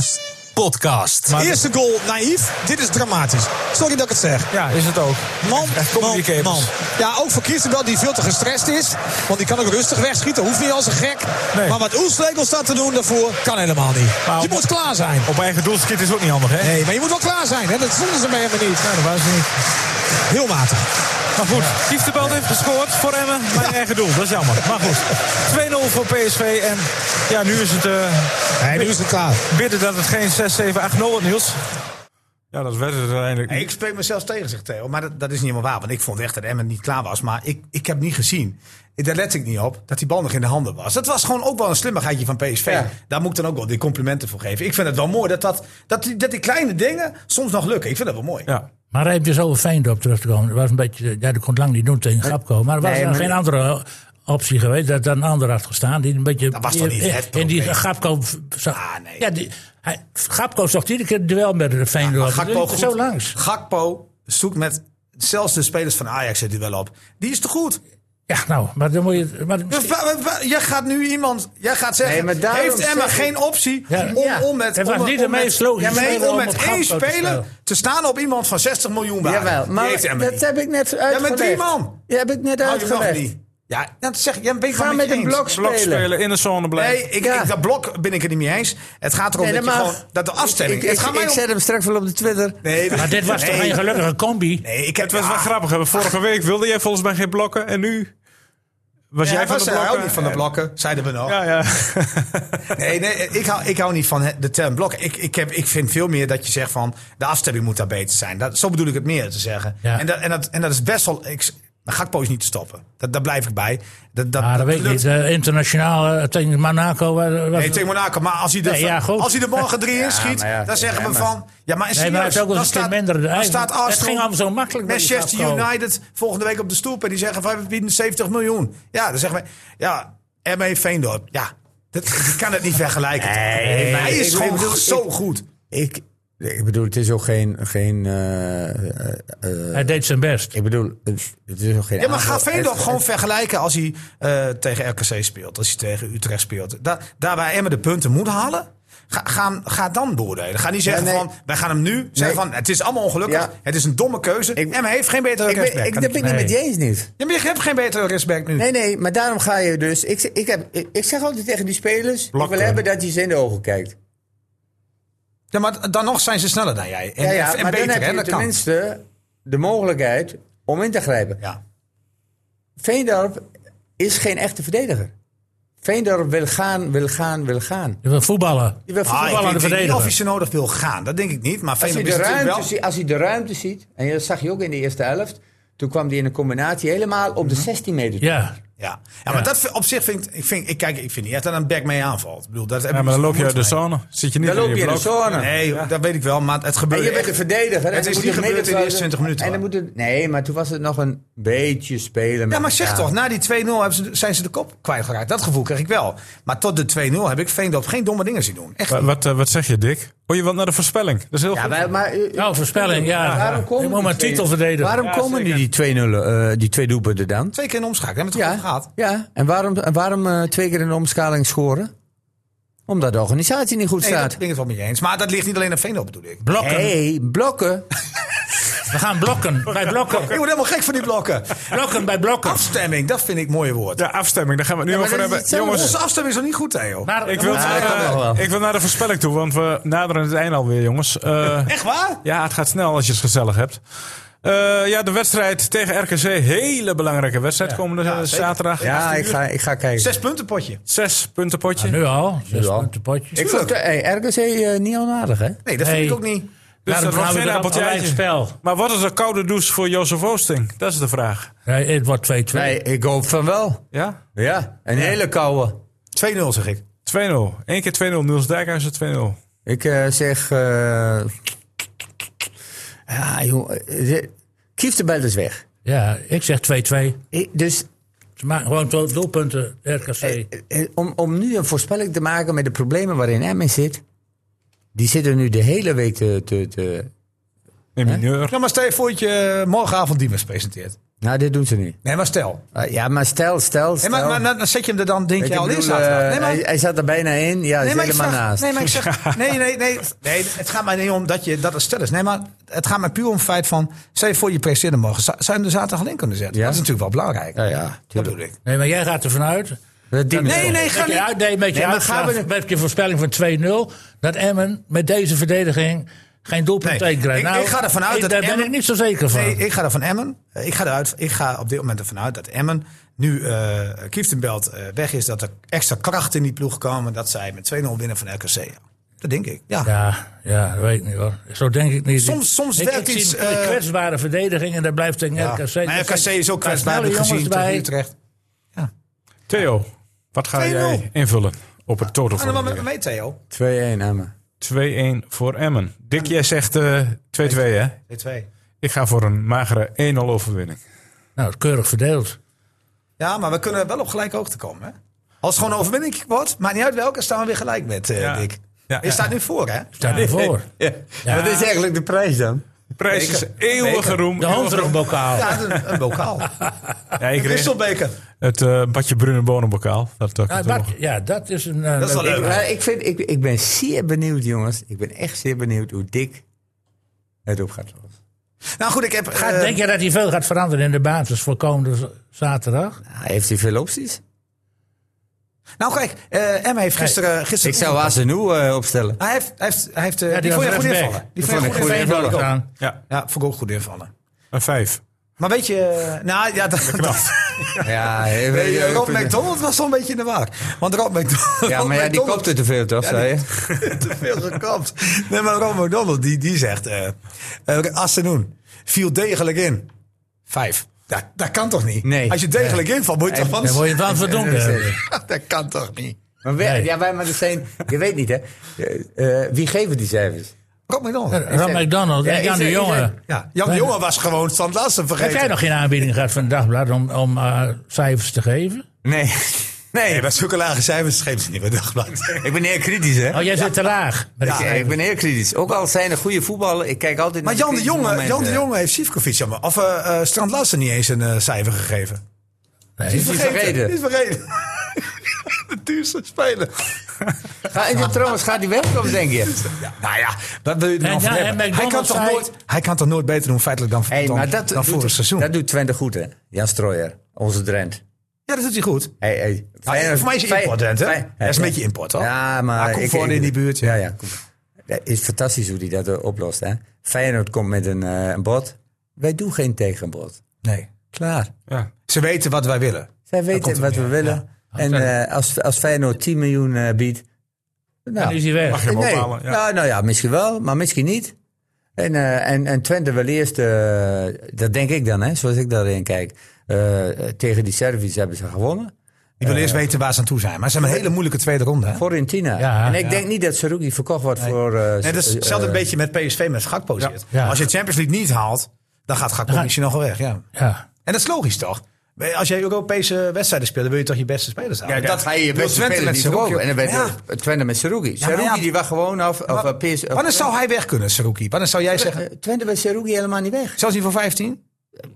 [SPEAKER 3] podcast.
[SPEAKER 7] Eerste goal, naïef. Dit is dramatisch. Sorry dat ik het zeg.
[SPEAKER 2] Ja, is het ook.
[SPEAKER 7] Man,
[SPEAKER 2] komen
[SPEAKER 7] man,
[SPEAKER 2] die kepers.
[SPEAKER 7] man. Ja, ook voor Christenbel die veel te gestrest is. Want die kan ook rustig wegschieten. Hoeft niet als een gek.
[SPEAKER 2] Nee.
[SPEAKER 7] Maar wat Oelslegel staat te doen daarvoor, kan helemaal niet.
[SPEAKER 2] Maar
[SPEAKER 7] je
[SPEAKER 2] op-
[SPEAKER 7] moet klaar zijn.
[SPEAKER 2] Op eigen doelschiet is ook niet handig, hè?
[SPEAKER 7] Nee, maar je moet wel klaar zijn. Hè? Dat vonden ze bij hem niet.
[SPEAKER 2] Ja, dat was het niet.
[SPEAKER 7] Heel matig.
[SPEAKER 2] Maar goed, Kieftenbelt heeft gescoord voor Emmen. Mijn eigen doel, dat is jammer. Maar goed, 2-0 voor PSV. En ja, nu is het eh,
[SPEAKER 7] Nee, nu is het klaar.
[SPEAKER 2] bidden dat het geen 6, 7, 8, 0 wordt, Niels. Ja, dat werd het uiteindelijk
[SPEAKER 4] Nee, <laughs> ik spreek mezelf tegen, zegt Theo. Maar dat, dat is niet helemaal waar. Want ik vond echt dat Emmen niet klaar was. Maar ik, ik heb niet gezien. Ik- Daar let ik niet op dat die bal nog in de handen was. Dat was gewoon ook wel een slimmigheidje van PSV.
[SPEAKER 5] Ja.
[SPEAKER 4] Daar moet ik dan ook wel die complimenten voor geven. Ik vind het wel mooi dat, dat, dat, die, dat die kleine dingen soms nog lukken. Ik vind dat wel mooi.
[SPEAKER 2] Ja.
[SPEAKER 1] Maar hij heeft dus over Veendorp terug te komen. Dat was een beetje, eh, ja, dat kon het lang niet doen tegen Grapko. Maar er was
[SPEAKER 5] Nee,
[SPEAKER 1] dan
[SPEAKER 5] maar-
[SPEAKER 1] geen andere eh, optie geweest. Dat dan een ander had gestaan. Die een beetje,
[SPEAKER 4] Dat was toch niet het
[SPEAKER 1] En die
[SPEAKER 4] probleem?
[SPEAKER 1] Grapko...
[SPEAKER 4] Ah, nee.
[SPEAKER 1] ja, die, hij, Grapko zocht iedere keer het duel met de Veendorp.
[SPEAKER 4] Maar
[SPEAKER 1] Ja,
[SPEAKER 4] Gakpo, goed,
[SPEAKER 1] zo langs.
[SPEAKER 4] Gakpo zoekt met zelfs de spelers van Ajax het wel op. Die is te goed.
[SPEAKER 1] Ja, nou, maar dan moet je... Maar,
[SPEAKER 4] Dus wa- wa- wa- jij gaat nu iemand, jij gaat zeggen,
[SPEAKER 5] Nee, maar daarom
[SPEAKER 4] heeft Emma
[SPEAKER 5] zeg ik-
[SPEAKER 4] geen optie
[SPEAKER 1] Ja.
[SPEAKER 4] om,
[SPEAKER 5] Ja.
[SPEAKER 4] om met,
[SPEAKER 1] Het was
[SPEAKER 4] om,
[SPEAKER 1] niet
[SPEAKER 4] om
[SPEAKER 1] de meest logische
[SPEAKER 4] ja, nee,
[SPEAKER 1] speler
[SPEAKER 4] om
[SPEAKER 1] om
[SPEAKER 4] met
[SPEAKER 1] op
[SPEAKER 4] één
[SPEAKER 1] Gakpo te
[SPEAKER 4] speler
[SPEAKER 1] spelen.
[SPEAKER 4] te staan op iemand van 60 miljoen waarde.
[SPEAKER 5] Jawel,
[SPEAKER 4] Die
[SPEAKER 5] maar
[SPEAKER 4] heeft Emma
[SPEAKER 5] dat
[SPEAKER 4] niet.
[SPEAKER 5] heb ik net uitgelegd.
[SPEAKER 4] drie man.
[SPEAKER 5] Dat heb ik net
[SPEAKER 4] Hou je hem nog
[SPEAKER 5] uitgelegd.
[SPEAKER 4] Oh, niet. Ja, dat zeg ik, ja, ben ik
[SPEAKER 5] Ga
[SPEAKER 4] wel
[SPEAKER 5] met
[SPEAKER 4] je
[SPEAKER 5] een
[SPEAKER 4] eens.
[SPEAKER 5] blok
[SPEAKER 2] blok
[SPEAKER 5] spelen.
[SPEAKER 2] spelen, in de zone blijven.
[SPEAKER 4] Nee, ik,
[SPEAKER 5] Ja.
[SPEAKER 4] ik, dat blok ben ik het niet mee eens. Het gaat erom
[SPEAKER 5] Nee,
[SPEAKER 4] dat,
[SPEAKER 5] dat
[SPEAKER 4] je
[SPEAKER 5] mag.
[SPEAKER 4] gewoon, dat de afstemming...
[SPEAKER 5] Ik, ik,
[SPEAKER 4] het gaat mij
[SPEAKER 5] ik
[SPEAKER 4] om-
[SPEAKER 5] zet hem straks wel op de Twitter.
[SPEAKER 4] nee,
[SPEAKER 1] maar dit was toch
[SPEAKER 4] nee.
[SPEAKER 1] geen gelukkige combi?
[SPEAKER 4] Nee, ik heb
[SPEAKER 2] Het was wel
[SPEAKER 4] ah,
[SPEAKER 2] grappig. hè. Vorige week wilde jij volgens mij geen blokken. En nu was
[SPEAKER 4] Ja,
[SPEAKER 2] jij
[SPEAKER 4] jij
[SPEAKER 2] van
[SPEAKER 4] was
[SPEAKER 2] de
[SPEAKER 4] hij
[SPEAKER 2] blokken.
[SPEAKER 4] houdt niet van de blokken, zeiden we nog.
[SPEAKER 2] Ja, ja.
[SPEAKER 4] <laughs> Nee, nee ik, hou, ik hou niet van de term blok. Ik, ik, heb, ik vind veel meer dat je zegt van de afstemming moet daar beter zijn. Dat, zo bedoel ik het meer te zeggen.
[SPEAKER 1] Ja.
[SPEAKER 4] En, dat, en, dat, en dat is best wel. Ik, Maar Gakpo is niet te stoppen. Dat, daar blijf ik bij. Dat, dat,
[SPEAKER 1] Ah, dat weet ik
[SPEAKER 4] lukt.
[SPEAKER 1] niet. Eh, internationaal eh, tegen Monaco. eh, was-
[SPEAKER 4] Nee, tegen Monaco. Maar als hij er,
[SPEAKER 1] Nee, ja, goed.
[SPEAKER 4] als hij er
[SPEAKER 1] <laughs>
[SPEAKER 4] morgen drie in schiet,
[SPEAKER 5] maar ja,
[SPEAKER 4] dan zeggen we
[SPEAKER 5] ja,
[SPEAKER 4] van... Ja, maar, is nou-
[SPEAKER 1] nee, maar het is ook wel een stuk minder.
[SPEAKER 4] Dan
[SPEAKER 1] Hij-
[SPEAKER 4] staat Arsenal,
[SPEAKER 1] het ging allemaal zo makkelijk. met die
[SPEAKER 4] Manchester
[SPEAKER 1] Gakpo.
[SPEAKER 4] United volgende week op de stoep en die zeggen van, we bieden 70 miljoen. Ja, dan zeggen wij, ja, ME Veendorp. Ja, dat, je kan het niet vergelijken.
[SPEAKER 5] Nee, maar
[SPEAKER 4] hij
[SPEAKER 5] ik-
[SPEAKER 4] is
[SPEAKER 5] ik
[SPEAKER 4] gewoon
[SPEAKER 5] bedoel,
[SPEAKER 4] zo goed.
[SPEAKER 5] Ik, ik bedoel, het is ook geen. geen eh, eh, eh,
[SPEAKER 1] Hij deed zijn best.
[SPEAKER 5] ik bedoel, het, het is ook geen.
[SPEAKER 4] Ja, maar
[SPEAKER 5] aanval.
[SPEAKER 4] ga Veendorp
[SPEAKER 5] Het-
[SPEAKER 4] gewoon vergelijken als hij eh, tegen RKC speelt, als hij tegen Utrecht speelt. Da daar waar Emmen de punten moet halen, ga, ga, ga dan beoordelen. Ga niet zeggen
[SPEAKER 5] Ja, nee.
[SPEAKER 4] van, wij gaan hem nu zeggen
[SPEAKER 5] Nee.
[SPEAKER 4] van, het is allemaal ongelukkig,
[SPEAKER 5] Ja.
[SPEAKER 4] het is een domme keuze.
[SPEAKER 5] Ik-
[SPEAKER 4] Emmen heeft geen betere
[SPEAKER 5] Ik ben,
[SPEAKER 4] rechtsback.
[SPEAKER 5] ik, dat ben ik niet met je eens niet.
[SPEAKER 4] Ja, maar je hebt geen betere rechtsback nu.
[SPEAKER 5] Nee, nee, maar daarom ga je dus. Ik, zeg- ik, heb, ik, ik zeg altijd tegen die spelers: ik wil hebben dat je ze in de ogen kijkt.
[SPEAKER 4] Ja, maar dan nog zijn ze sneller dan jij. En,
[SPEAKER 5] Ja, ja,
[SPEAKER 4] en
[SPEAKER 5] maar
[SPEAKER 4] beter,
[SPEAKER 5] dan
[SPEAKER 4] hè,
[SPEAKER 5] heb je
[SPEAKER 4] dat kan.
[SPEAKER 5] tenminste de mogelijkheid om in te grijpen.
[SPEAKER 4] Ja.
[SPEAKER 5] Veendorp is geen echte verdediger. Veendorp wil gaan, wil gaan, wil gaan.
[SPEAKER 1] Je wil voetballen.
[SPEAKER 5] Die wil
[SPEAKER 4] Ah,
[SPEAKER 1] aan de
[SPEAKER 4] ik denk- ik denk niet
[SPEAKER 1] verdediger.
[SPEAKER 4] of hij ze nodig wil gaan, dat denk ik niet. Maar
[SPEAKER 5] Als hij,
[SPEAKER 4] Veendorp
[SPEAKER 5] de
[SPEAKER 4] is natuurlijk
[SPEAKER 5] ruimte,
[SPEAKER 4] wel...
[SPEAKER 5] zie- als hij de ruimte ziet, en dat zag je ook in de eerste helft, toen kwam hij in een combinatie helemaal op de 16 meter. toe.
[SPEAKER 1] Ja.
[SPEAKER 4] Mhm. Ja. ja, maar dat op zich vind ik... Ik vind, ik, kijk, ik vind niet echt dat een back mee aanvalt. Ik bedoel, dat heb
[SPEAKER 2] Ja,
[SPEAKER 4] ik
[SPEAKER 2] maar dan loop je
[SPEAKER 4] moeten
[SPEAKER 2] uit de
[SPEAKER 4] mee.
[SPEAKER 2] zone. Zit je niet
[SPEAKER 5] Dan loop je in de
[SPEAKER 2] blok.
[SPEAKER 5] zone.
[SPEAKER 4] Nee, dat weet ik wel, maar het gebeurt
[SPEAKER 5] En je bent
[SPEAKER 4] echt.
[SPEAKER 5] een verdediger. en
[SPEAKER 4] Het
[SPEAKER 5] dan
[SPEAKER 4] is
[SPEAKER 5] moet
[SPEAKER 4] niet
[SPEAKER 5] het
[SPEAKER 4] gebeurd in de
[SPEAKER 5] middenveld-
[SPEAKER 4] eerste 20 minuten,
[SPEAKER 5] En dan
[SPEAKER 4] hoor.
[SPEAKER 5] moet het, nee, maar toen was het nog een beetje spelen.
[SPEAKER 4] Ja, maar
[SPEAKER 5] met
[SPEAKER 4] zeg
[SPEAKER 5] elkaar.
[SPEAKER 4] toch, na die 2-0 hebben ze, zijn ze de kop kwijtgeraakt. Dat gevoel kreeg ik wel. Maar tot de 2-0 heb ik Veendorp geen domme dingen zien doen. Echt.
[SPEAKER 2] Wa- Wat, eh, wat zeg je, Dick? Oh, je wilt naar de voorspelling. Dat is heel
[SPEAKER 5] Ja,
[SPEAKER 2] goed.
[SPEAKER 5] maar, maar, eh,
[SPEAKER 1] Nou, voorspelling, ja.
[SPEAKER 5] waarom komen
[SPEAKER 1] ik moet mijn
[SPEAKER 5] die twee-
[SPEAKER 1] titel verdedigen.
[SPEAKER 5] Waarom komen nu die twee, nullen, eh, die twee doelpunten dan?
[SPEAKER 4] Twee keer in omschakeling, hebben we het
[SPEAKER 5] Ja,
[SPEAKER 4] toch over gehad?
[SPEAKER 5] ja. en waarom, en waarom eh, twee keer in de omschaling scoren? Omdat de organisatie niet goed
[SPEAKER 4] Nee, dat
[SPEAKER 5] staat.
[SPEAKER 4] ben ik het wel met je eens. Maar dat ligt niet alleen aan Veendorp, bedoel ik.
[SPEAKER 1] Blokken.
[SPEAKER 5] hey, blokken.
[SPEAKER 1] We gaan blokken. Bij
[SPEAKER 4] Ik
[SPEAKER 1] blokken.
[SPEAKER 4] word helemaal gek van die blokken. <laughs>
[SPEAKER 1] Blokken bij blokken.
[SPEAKER 4] Afstemming, dat vind ik mooie woord.
[SPEAKER 2] Ja, afstemming, daar gaan we het nu
[SPEAKER 5] maar
[SPEAKER 2] over
[SPEAKER 5] dat is
[SPEAKER 2] hebben.
[SPEAKER 5] hetzelfde.
[SPEAKER 2] Jongens,
[SPEAKER 4] Onze afstemming is nog niet goed, Theo.
[SPEAKER 1] Maar
[SPEAKER 2] ik wil,
[SPEAKER 5] dat kan
[SPEAKER 2] eh,
[SPEAKER 5] nog wel.
[SPEAKER 2] ik wil naar de voorspelling toe, want we naderen het einde alweer, jongens.
[SPEAKER 5] <laughs>
[SPEAKER 2] Eh,
[SPEAKER 4] Echt waar?
[SPEAKER 2] ja, het gaat snel als je het gezellig hebt. Eh, ja, de wedstrijd tegen RKC. Hele belangrijke wedstrijd komende zaterdag.
[SPEAKER 5] Ja, ik ga, ik ga kijken.
[SPEAKER 4] Zes punten potje.
[SPEAKER 2] Zes punten potje.
[SPEAKER 1] nu al. Zes
[SPEAKER 5] al.
[SPEAKER 1] punten potje.
[SPEAKER 5] Ik vond hey, RKC eh, niet onaardig, hè?
[SPEAKER 4] Nee, dat
[SPEAKER 1] Nee.
[SPEAKER 4] vind ik ook niet.
[SPEAKER 2] dus
[SPEAKER 1] Daarom
[SPEAKER 2] dat wordt
[SPEAKER 1] gaan nou, we
[SPEAKER 2] geen
[SPEAKER 1] er
[SPEAKER 2] appeltje
[SPEAKER 1] gelijk
[SPEAKER 2] eitje.
[SPEAKER 1] spel.
[SPEAKER 2] Maar wat is een koude douche voor Jozef Oosting? Dat is de vraag.
[SPEAKER 1] Nee, het wordt 2-2.
[SPEAKER 5] Nee, ik hoop van wel.
[SPEAKER 2] Ja?
[SPEAKER 5] Ja, een hele koude.
[SPEAKER 4] 2-0 zeg ik.
[SPEAKER 2] 2-0. Eén keer 2-0. Niels Dijkhuizen 2-0.
[SPEAKER 5] Ik eh, zeg... eh ja, joh. eh, Kieft de bel is weg.
[SPEAKER 1] Ja, ik zeg 2-2.
[SPEAKER 5] Ik- dus
[SPEAKER 1] Ze maken gewoon do- doelpunten, RKC.
[SPEAKER 5] Eh, eh, Om, om nu een voorspelling te maken met de problemen waarin Emmen zit. Die zitten nu de hele week te... te, te-
[SPEAKER 2] In mineur.
[SPEAKER 4] Nou, maar stel je voor dat je eh, morgenavond Diemers presenteert.
[SPEAKER 5] Nou, dit doen ze niet.
[SPEAKER 4] Nee, maar stel.
[SPEAKER 5] Ah, ja, maar stel, stel,
[SPEAKER 4] Nee,
[SPEAKER 5] stel.
[SPEAKER 4] maar, maar dan- dan zet je hem er dan, denk
[SPEAKER 5] Ik
[SPEAKER 4] je, al in
[SPEAKER 5] bedoel, eh,
[SPEAKER 4] zaterdag. Nee,
[SPEAKER 5] hij,
[SPEAKER 4] maar...
[SPEAKER 5] hij zat er bijna in. Ja, hij
[SPEAKER 4] Nee,
[SPEAKER 5] is
[SPEAKER 4] maar ik
[SPEAKER 5] helemaal
[SPEAKER 4] vraag-
[SPEAKER 5] naast.
[SPEAKER 4] nee, maar ik
[SPEAKER 5] <laughs>
[SPEAKER 4] zeg. Nee, nee, nee. Nee, het gaat mij niet om dat je dat het stel is. Nee, maar het gaat mij puur om het feit van. Stel je voor je presteerde morgen. Zou zou je hem de zaterdag al in kunnen zetten?
[SPEAKER 5] Ja.
[SPEAKER 4] Dat is natuurlijk wel belangrijk.
[SPEAKER 5] Ja, ja,
[SPEAKER 4] dat
[SPEAKER 5] tuurlijk.
[SPEAKER 4] bedoel ik.
[SPEAKER 1] Nee, maar jij gaat ervan uit.
[SPEAKER 5] Dat die-
[SPEAKER 4] Nee, nee, ga
[SPEAKER 1] Met je,
[SPEAKER 4] niet.
[SPEAKER 1] uit, nee, met je,
[SPEAKER 5] Nee, maar
[SPEAKER 1] uitslag,
[SPEAKER 5] gaan we-
[SPEAKER 1] met je voorspelling van 2-0. Dat Emmen met deze verdediging geen doelpunt
[SPEAKER 4] Nee,
[SPEAKER 1] tegenkrijgt.
[SPEAKER 4] ik- ik ga ervan uit
[SPEAKER 1] ik-
[SPEAKER 4] dat
[SPEAKER 1] Daar ben
[SPEAKER 4] Emmen-
[SPEAKER 1] ik niet zo zeker van.
[SPEAKER 4] Nee, ik ga er van Emmen. Eh, Ik ga, eruit, ik ga op dit moment ervan uit dat Emmen nu eh Kieftenbelt eh, weg is. Dat er extra kracht in die ploeg komen. Dat zij met 2-0 winnen van RKC. Ja, Dat denk ik. Ja.
[SPEAKER 1] Ja, ja, dat weet ik niet hoor. Zo denk ik niet.
[SPEAKER 4] Soms- soms
[SPEAKER 1] ik,
[SPEAKER 4] werkt
[SPEAKER 1] ik
[SPEAKER 4] iets,
[SPEAKER 1] zie
[SPEAKER 4] eh,
[SPEAKER 1] een kwetsbare verdediging en daar blijft tegen
[SPEAKER 4] Ja.
[SPEAKER 1] RKC.
[SPEAKER 4] Maar
[SPEAKER 1] Er
[SPEAKER 4] RKC
[SPEAKER 1] zijn
[SPEAKER 4] is ook kwetsbaar.
[SPEAKER 1] snelle
[SPEAKER 4] Heb ik
[SPEAKER 1] jongens
[SPEAKER 4] gezien tegen
[SPEAKER 1] bij.
[SPEAKER 4] Utrecht.
[SPEAKER 2] Theo, wat ga
[SPEAKER 4] 2-0.
[SPEAKER 2] jij invullen op het total
[SPEAKER 4] Ga er
[SPEAKER 2] van
[SPEAKER 4] wel
[SPEAKER 2] de
[SPEAKER 4] met me mee, Theo.
[SPEAKER 5] 2-1 Emmen.
[SPEAKER 2] 2-1 voor Emmen. Dick, jij zegt eh, 2-2 hè?
[SPEAKER 4] 2
[SPEAKER 2] Ik ga voor een magere 1-0 overwinning.
[SPEAKER 1] Nou, keurig verdeeld.
[SPEAKER 4] Ja, maar we kunnen wel op gelijke hoogte komen. Hè? Als het gewoon een overwinning wordt, maakt niet uit welke, staan we weer gelijk met eh
[SPEAKER 2] Ja.
[SPEAKER 4] Dick.
[SPEAKER 2] Ja, Oh.
[SPEAKER 4] je
[SPEAKER 2] ja.
[SPEAKER 4] staat nu voor, hè?
[SPEAKER 1] Staat
[SPEAKER 4] <laughs>
[SPEAKER 1] ervoor.
[SPEAKER 5] Wat is eigenlijk de prijs dan?
[SPEAKER 2] Prijs is eeuwige
[SPEAKER 4] Beker.
[SPEAKER 2] roem.
[SPEAKER 1] De
[SPEAKER 2] eeuwige roem.
[SPEAKER 1] Hondsrugbokaal.
[SPEAKER 4] Ja, een, een bokaal.
[SPEAKER 2] Ja, <laughs> ik
[SPEAKER 4] Een
[SPEAKER 2] kreeg
[SPEAKER 4] wisselbeker.
[SPEAKER 2] het eh badje Brune Bonenbokaal. Dat, dat,
[SPEAKER 4] Ah,
[SPEAKER 1] Ja, dat, Nou, ja, dat is een. eh,
[SPEAKER 4] Dat is wel
[SPEAKER 1] leuk-
[SPEAKER 4] leuk.
[SPEAKER 5] Maar ik, vind, ik, ik ben zeer benieuwd, jongens. Ik ben echt zeer benieuwd hoe dik het op gaat lopen.
[SPEAKER 4] Nou goed, ik heb...
[SPEAKER 1] Gaat-
[SPEAKER 4] eh,
[SPEAKER 1] denk je dat hij veel gaat veranderen in de basis voor komende z- zaterdag?
[SPEAKER 5] Nou, heeft hij veel opties?
[SPEAKER 4] nou kijk, eh Emma heeft gisteren... gisteren
[SPEAKER 5] Ik zou Azenu eh opstellen.
[SPEAKER 4] Hij heeft... Hij heeft, hij heeft eh,
[SPEAKER 1] Ja,
[SPEAKER 4] die,
[SPEAKER 1] die
[SPEAKER 4] vond je
[SPEAKER 1] was
[SPEAKER 4] goed
[SPEAKER 1] rechtsback.
[SPEAKER 4] invallen. Die
[SPEAKER 5] Die
[SPEAKER 4] vond je
[SPEAKER 5] vond ik
[SPEAKER 4] goed
[SPEAKER 5] goed
[SPEAKER 4] invallen.
[SPEAKER 5] invallen.
[SPEAKER 4] ook.
[SPEAKER 1] Gaan.
[SPEAKER 2] ja,
[SPEAKER 4] Ja, vond ik ook goed invallen.
[SPEAKER 2] een 5.
[SPEAKER 4] Maar weet je... eh, Nou ja, dat...
[SPEAKER 5] <laughs> Ja, eh,
[SPEAKER 4] Nee,
[SPEAKER 5] eh,
[SPEAKER 4] Rob
[SPEAKER 5] eh,
[SPEAKER 4] McDonald was zo'n beetje in de war. Want Rob McDonald...
[SPEAKER 5] Ja, maar ja, die kopte te veel, toch? zei je?
[SPEAKER 4] <laughs> te veel gekapt. Nee, maar Ron McDonald, die, die zegt... eh eh, Asenoen viel degelijk in. Vijf. Dat, dat kan toch niet?
[SPEAKER 5] Nee.
[SPEAKER 4] Als je degelijk invalt, moet je toch
[SPEAKER 1] Dan
[SPEAKER 4] van...
[SPEAKER 1] word je van verdoemd. hè.
[SPEAKER 4] <laughs> dat kan toch niet?
[SPEAKER 5] Maar wij,
[SPEAKER 1] Nee.
[SPEAKER 5] ja, wij, maar dat zijn, je weet niet, hè? Eh, eh, wie geven die cijfers?
[SPEAKER 4] Rob McDonald.
[SPEAKER 1] Rob McDonald en
[SPEAKER 5] Ja,
[SPEAKER 1] Jan
[SPEAKER 5] is
[SPEAKER 1] de
[SPEAKER 5] er- is er-
[SPEAKER 1] Jonge.
[SPEAKER 4] Ja, Jan de Jonge was gewoon Stan Larsen
[SPEAKER 1] Heb
[SPEAKER 4] vergeten.
[SPEAKER 1] jij nog geen aanbieding gehad van het Dagblad om, om eh, cijfers te geven?
[SPEAKER 5] Nee.
[SPEAKER 4] Nee, bij zulke lage cijfers geven ze niet meer dagblad.
[SPEAKER 5] Ik ben heel kritisch, hè?
[SPEAKER 1] Oh, jij zit te laag. met de
[SPEAKER 5] Ik, ik
[SPEAKER 1] cijfers.
[SPEAKER 5] ben heel kritisch. Ook al zijn er goede voetballen, ik kijk
[SPEAKER 4] <laughs>
[SPEAKER 5] altijd
[SPEAKER 4] Maar
[SPEAKER 5] naar
[SPEAKER 4] Jan de,
[SPEAKER 5] kritische
[SPEAKER 4] Jonge, Jan de
[SPEAKER 5] momenten.
[SPEAKER 4] Jonge heeft Sivkovic, jammer. of eh, eh, Strand Larsen niet eens een eh, cijfer gegeven.
[SPEAKER 1] Nee.
[SPEAKER 5] Is die vergeten?
[SPEAKER 4] Is vergeten. <laughs> de duurste speler.
[SPEAKER 5] Ga, en trouwens, gaat die weg of denk je?
[SPEAKER 4] Ja, nou ja, dat wil je er
[SPEAKER 1] En
[SPEAKER 4] nog van
[SPEAKER 1] ja, en
[SPEAKER 4] hebben. Hij kan,
[SPEAKER 1] McDonald's
[SPEAKER 4] toch
[SPEAKER 1] zei-
[SPEAKER 4] nooit, hij kan toch nooit beter doen feitelijk dan,
[SPEAKER 5] Hey,
[SPEAKER 4] dan,
[SPEAKER 5] maar dat,
[SPEAKER 4] dan vorig
[SPEAKER 5] doet,
[SPEAKER 4] seizoen.
[SPEAKER 5] dat doet Twente goed, hè? Jan Strooijer, onze Drent.
[SPEAKER 4] ja, dat doet hij goed.
[SPEAKER 5] Hey, hey. Feyenoord-
[SPEAKER 4] Ah, voor mij is hij
[SPEAKER 5] Fey-
[SPEAKER 4] important, hè?
[SPEAKER 5] Fey-
[SPEAKER 4] Hij is een beetje import, hoor.
[SPEAKER 5] Ja, maar...
[SPEAKER 4] Hij komt voor in die buurt, ja.
[SPEAKER 5] Ja, ja. kom. Het is fantastisch hoe hij dat eh, oplost, hè? Feyenoord komt met een, eh, een bod. Wij doen geen tegenbod.
[SPEAKER 4] Nee.
[SPEAKER 5] Klaar.
[SPEAKER 2] Ja.
[SPEAKER 4] Ze weten wat wij willen.
[SPEAKER 5] Zij weten wat we willen. En eh, als, als Feyenoord 10 miljoen eh, biedt... Nou,
[SPEAKER 1] Dan is hij weg.
[SPEAKER 2] Mag je hem
[SPEAKER 5] nee.
[SPEAKER 2] ophalen? Ja.
[SPEAKER 5] Nou, nou ja, misschien wel, maar misschien niet. En, eh, en, en Twente wil eerst, eh, dat denk ik dan, hè, zoals ik daarin kijk. eh, tegen die Serviërs hebben ze gewonnen.
[SPEAKER 4] Ik wil eerst weten waar ze aan toe zijn. Maar ze hebben een hele moeilijke tweede ronde. Hè?
[SPEAKER 5] Fiorentina.
[SPEAKER 1] Ja,
[SPEAKER 5] en ik
[SPEAKER 1] ja.
[SPEAKER 5] denk niet dat Sarugi verkocht wordt voor... eh,
[SPEAKER 4] Nee, dat is
[SPEAKER 5] eh,
[SPEAKER 4] hetzelfde beetje met PSV met Gakpo zit.
[SPEAKER 1] Ja.
[SPEAKER 4] Als je Champions League niet haalt, dan gaat Gakpo misschien nog wel weg. Ja.
[SPEAKER 1] Ja.
[SPEAKER 4] En dat is logisch toch? Als jij Europese wedstrijden speelt, dan wil je toch je beste spelers halen.
[SPEAKER 5] Ja, dat ga je je
[SPEAKER 4] Wil
[SPEAKER 5] beste
[SPEAKER 4] eh, Twente
[SPEAKER 5] speler
[SPEAKER 4] met
[SPEAKER 5] niet
[SPEAKER 4] Saruki
[SPEAKER 5] verkopen. En dan werd
[SPEAKER 4] Ja.
[SPEAKER 5] het Twente met Sarugi.
[SPEAKER 4] maar
[SPEAKER 5] Sarugi
[SPEAKER 4] ja.
[SPEAKER 5] die was gewoon af... Of, eh, PS, of-
[SPEAKER 4] Wanneer zou hij weg kunnen, Saruki? Wanneer zou jij
[SPEAKER 5] Eh,
[SPEAKER 4] zeggen,
[SPEAKER 5] Twente bij Sarugi helemaal niet weg.
[SPEAKER 4] zelfs niet voor 15? Op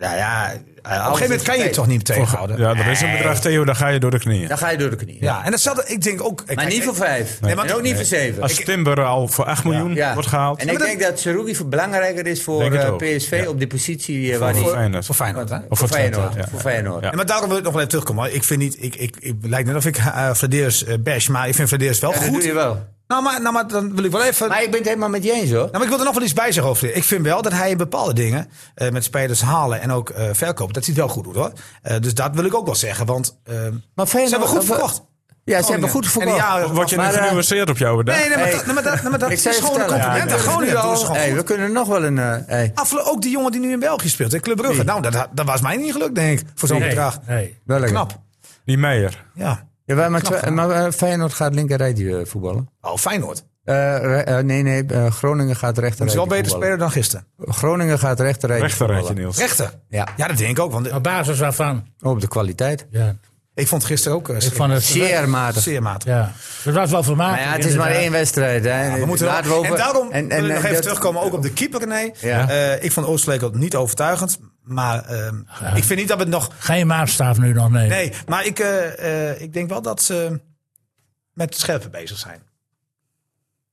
[SPEAKER 5] Nou ja... Op een
[SPEAKER 4] een gegeven moment kan je het toch niet tegenhouden?
[SPEAKER 2] Ja, er is een bedrag, Theo, daar ga je door de knieën.
[SPEAKER 5] Dan ga je door de knie.
[SPEAKER 4] Ja, en datzelfde, ik denk ook...
[SPEAKER 5] Maar niet voor vijf.
[SPEAKER 4] eh, Nee, maar-
[SPEAKER 5] en ook niet voor zeven.
[SPEAKER 2] Als Timber al voor 8 miljoen
[SPEAKER 5] Ja.
[SPEAKER 2] wordt gehaald,
[SPEAKER 5] En
[SPEAKER 2] voor
[SPEAKER 5] ik denk dat Sarugi voor- belangrijker is voor
[SPEAKER 2] Denk het
[SPEAKER 5] eh,
[SPEAKER 2] ook.
[SPEAKER 5] PSV op die positie eh, waar hij...
[SPEAKER 2] Feyenoord.
[SPEAKER 4] Voor Feyenoord, hè?
[SPEAKER 5] Voor
[SPEAKER 2] Twente,
[SPEAKER 5] Feyenoord.
[SPEAKER 2] ja.
[SPEAKER 5] Voor Feyenoord.
[SPEAKER 2] Ja.
[SPEAKER 4] Ja, eh, maar daarom wil ik nog wel even terugkomen. hoor. Ik vind niet, ik, ik, ik lijkt net of ik eh Fladeers eh, bash, maar ik vind Fladeers wel
[SPEAKER 5] Dat doe
[SPEAKER 4] goed.
[SPEAKER 5] je wel.
[SPEAKER 4] Nou maar, nou, maar dan wil ik wel even...
[SPEAKER 5] Maar ik ben het helemaal met je eens hoor.
[SPEAKER 4] Nou, maar ik wil er nog wel iets bij zeggen over. dit. Ik vind wel dat hij in bepaalde dingen eh, met spelers halen en ook eh, verkopen, dat hij het wel goed doet hoor. Eh, dus dat wil ik ook wel zeggen, want eh,
[SPEAKER 5] Maar
[SPEAKER 4] ze
[SPEAKER 5] Feyenoord,
[SPEAKER 4] hebben goed
[SPEAKER 5] of- eh,
[SPEAKER 4] verkocht. Oh,
[SPEAKER 5] Ja, ze hebben goed
[SPEAKER 4] En die
[SPEAKER 5] verkocht.
[SPEAKER 4] jaren-
[SPEAKER 2] Word je nu
[SPEAKER 5] Maar, eh,
[SPEAKER 2] genuanceerd op jouw bedrag?
[SPEAKER 4] Nee, nee, maar
[SPEAKER 5] Hey.
[SPEAKER 4] dat, nee, maar dat, nee, maar dat
[SPEAKER 5] <laughs> Ik
[SPEAKER 4] is
[SPEAKER 5] zou je
[SPEAKER 4] gewoon een
[SPEAKER 5] vertellen.
[SPEAKER 4] compliment.
[SPEAKER 5] Ja,
[SPEAKER 4] dat gewoon
[SPEAKER 5] nu
[SPEAKER 4] niet.
[SPEAKER 5] al-
[SPEAKER 4] Dat is gewoon
[SPEAKER 5] hey,
[SPEAKER 4] goed.
[SPEAKER 5] we kunnen nog wel een... eh, hey.
[SPEAKER 4] Afle- ook die jongen die nu in België speelt, hè, Club Brugge. Nou, dat, dat was mij niet gelukt, denk ik, voor zo'n
[SPEAKER 1] Nee.
[SPEAKER 4] bedrag.
[SPEAKER 1] Nee.
[SPEAKER 5] Wel lekker.
[SPEAKER 4] Knap.
[SPEAKER 2] Die Meijer.
[SPEAKER 4] Ja.
[SPEAKER 5] Ja, maar, maar, twa- maar eh, Feyenoord gaat linkerrijtje eh, voetballen.
[SPEAKER 4] Oh, Feyenoord.
[SPEAKER 5] Eh, re- eh, nee, nee, eh, Groningen gaat
[SPEAKER 4] Dat is
[SPEAKER 5] rechterrijtje
[SPEAKER 4] wel beter
[SPEAKER 5] voetballen.
[SPEAKER 4] spelen dan gisteren.
[SPEAKER 5] Groningen gaat rechterrijtje
[SPEAKER 2] Rechterrijtje,
[SPEAKER 5] voetballen.
[SPEAKER 2] Niels.
[SPEAKER 4] Rechter.
[SPEAKER 5] Ja,
[SPEAKER 4] Ja, dat denk ik ook. Want eh,
[SPEAKER 1] Op basis waarvan?
[SPEAKER 5] op de kwaliteit.
[SPEAKER 1] Ja.
[SPEAKER 4] ik vond gisteren ook eh,
[SPEAKER 1] Ik vond het,
[SPEAKER 5] Zeer matig.
[SPEAKER 4] zeer matig.
[SPEAKER 1] ja. Dat was wel vermaakt.
[SPEAKER 4] Ah.
[SPEAKER 5] Maar ja, het is maar één wedstrijd. Hè.
[SPEAKER 4] We moeten wel-
[SPEAKER 5] Laten we over-
[SPEAKER 4] en daarom
[SPEAKER 5] en-
[SPEAKER 4] wil ik
[SPEAKER 5] en,
[SPEAKER 4] nog
[SPEAKER 5] eh,
[SPEAKER 4] even
[SPEAKER 5] dat-
[SPEAKER 4] terugkomen, ook op de keeper, René.
[SPEAKER 5] Ja.
[SPEAKER 4] Eh, ik vond Oosterleek niet overtuigend. Maar ehm, ik vind niet dat we het nog...
[SPEAKER 1] Geen maatstaf nu nog, nee.
[SPEAKER 4] Nee, maar ik, eh, eh, ik denk wel dat ze met scherpen bezig zijn.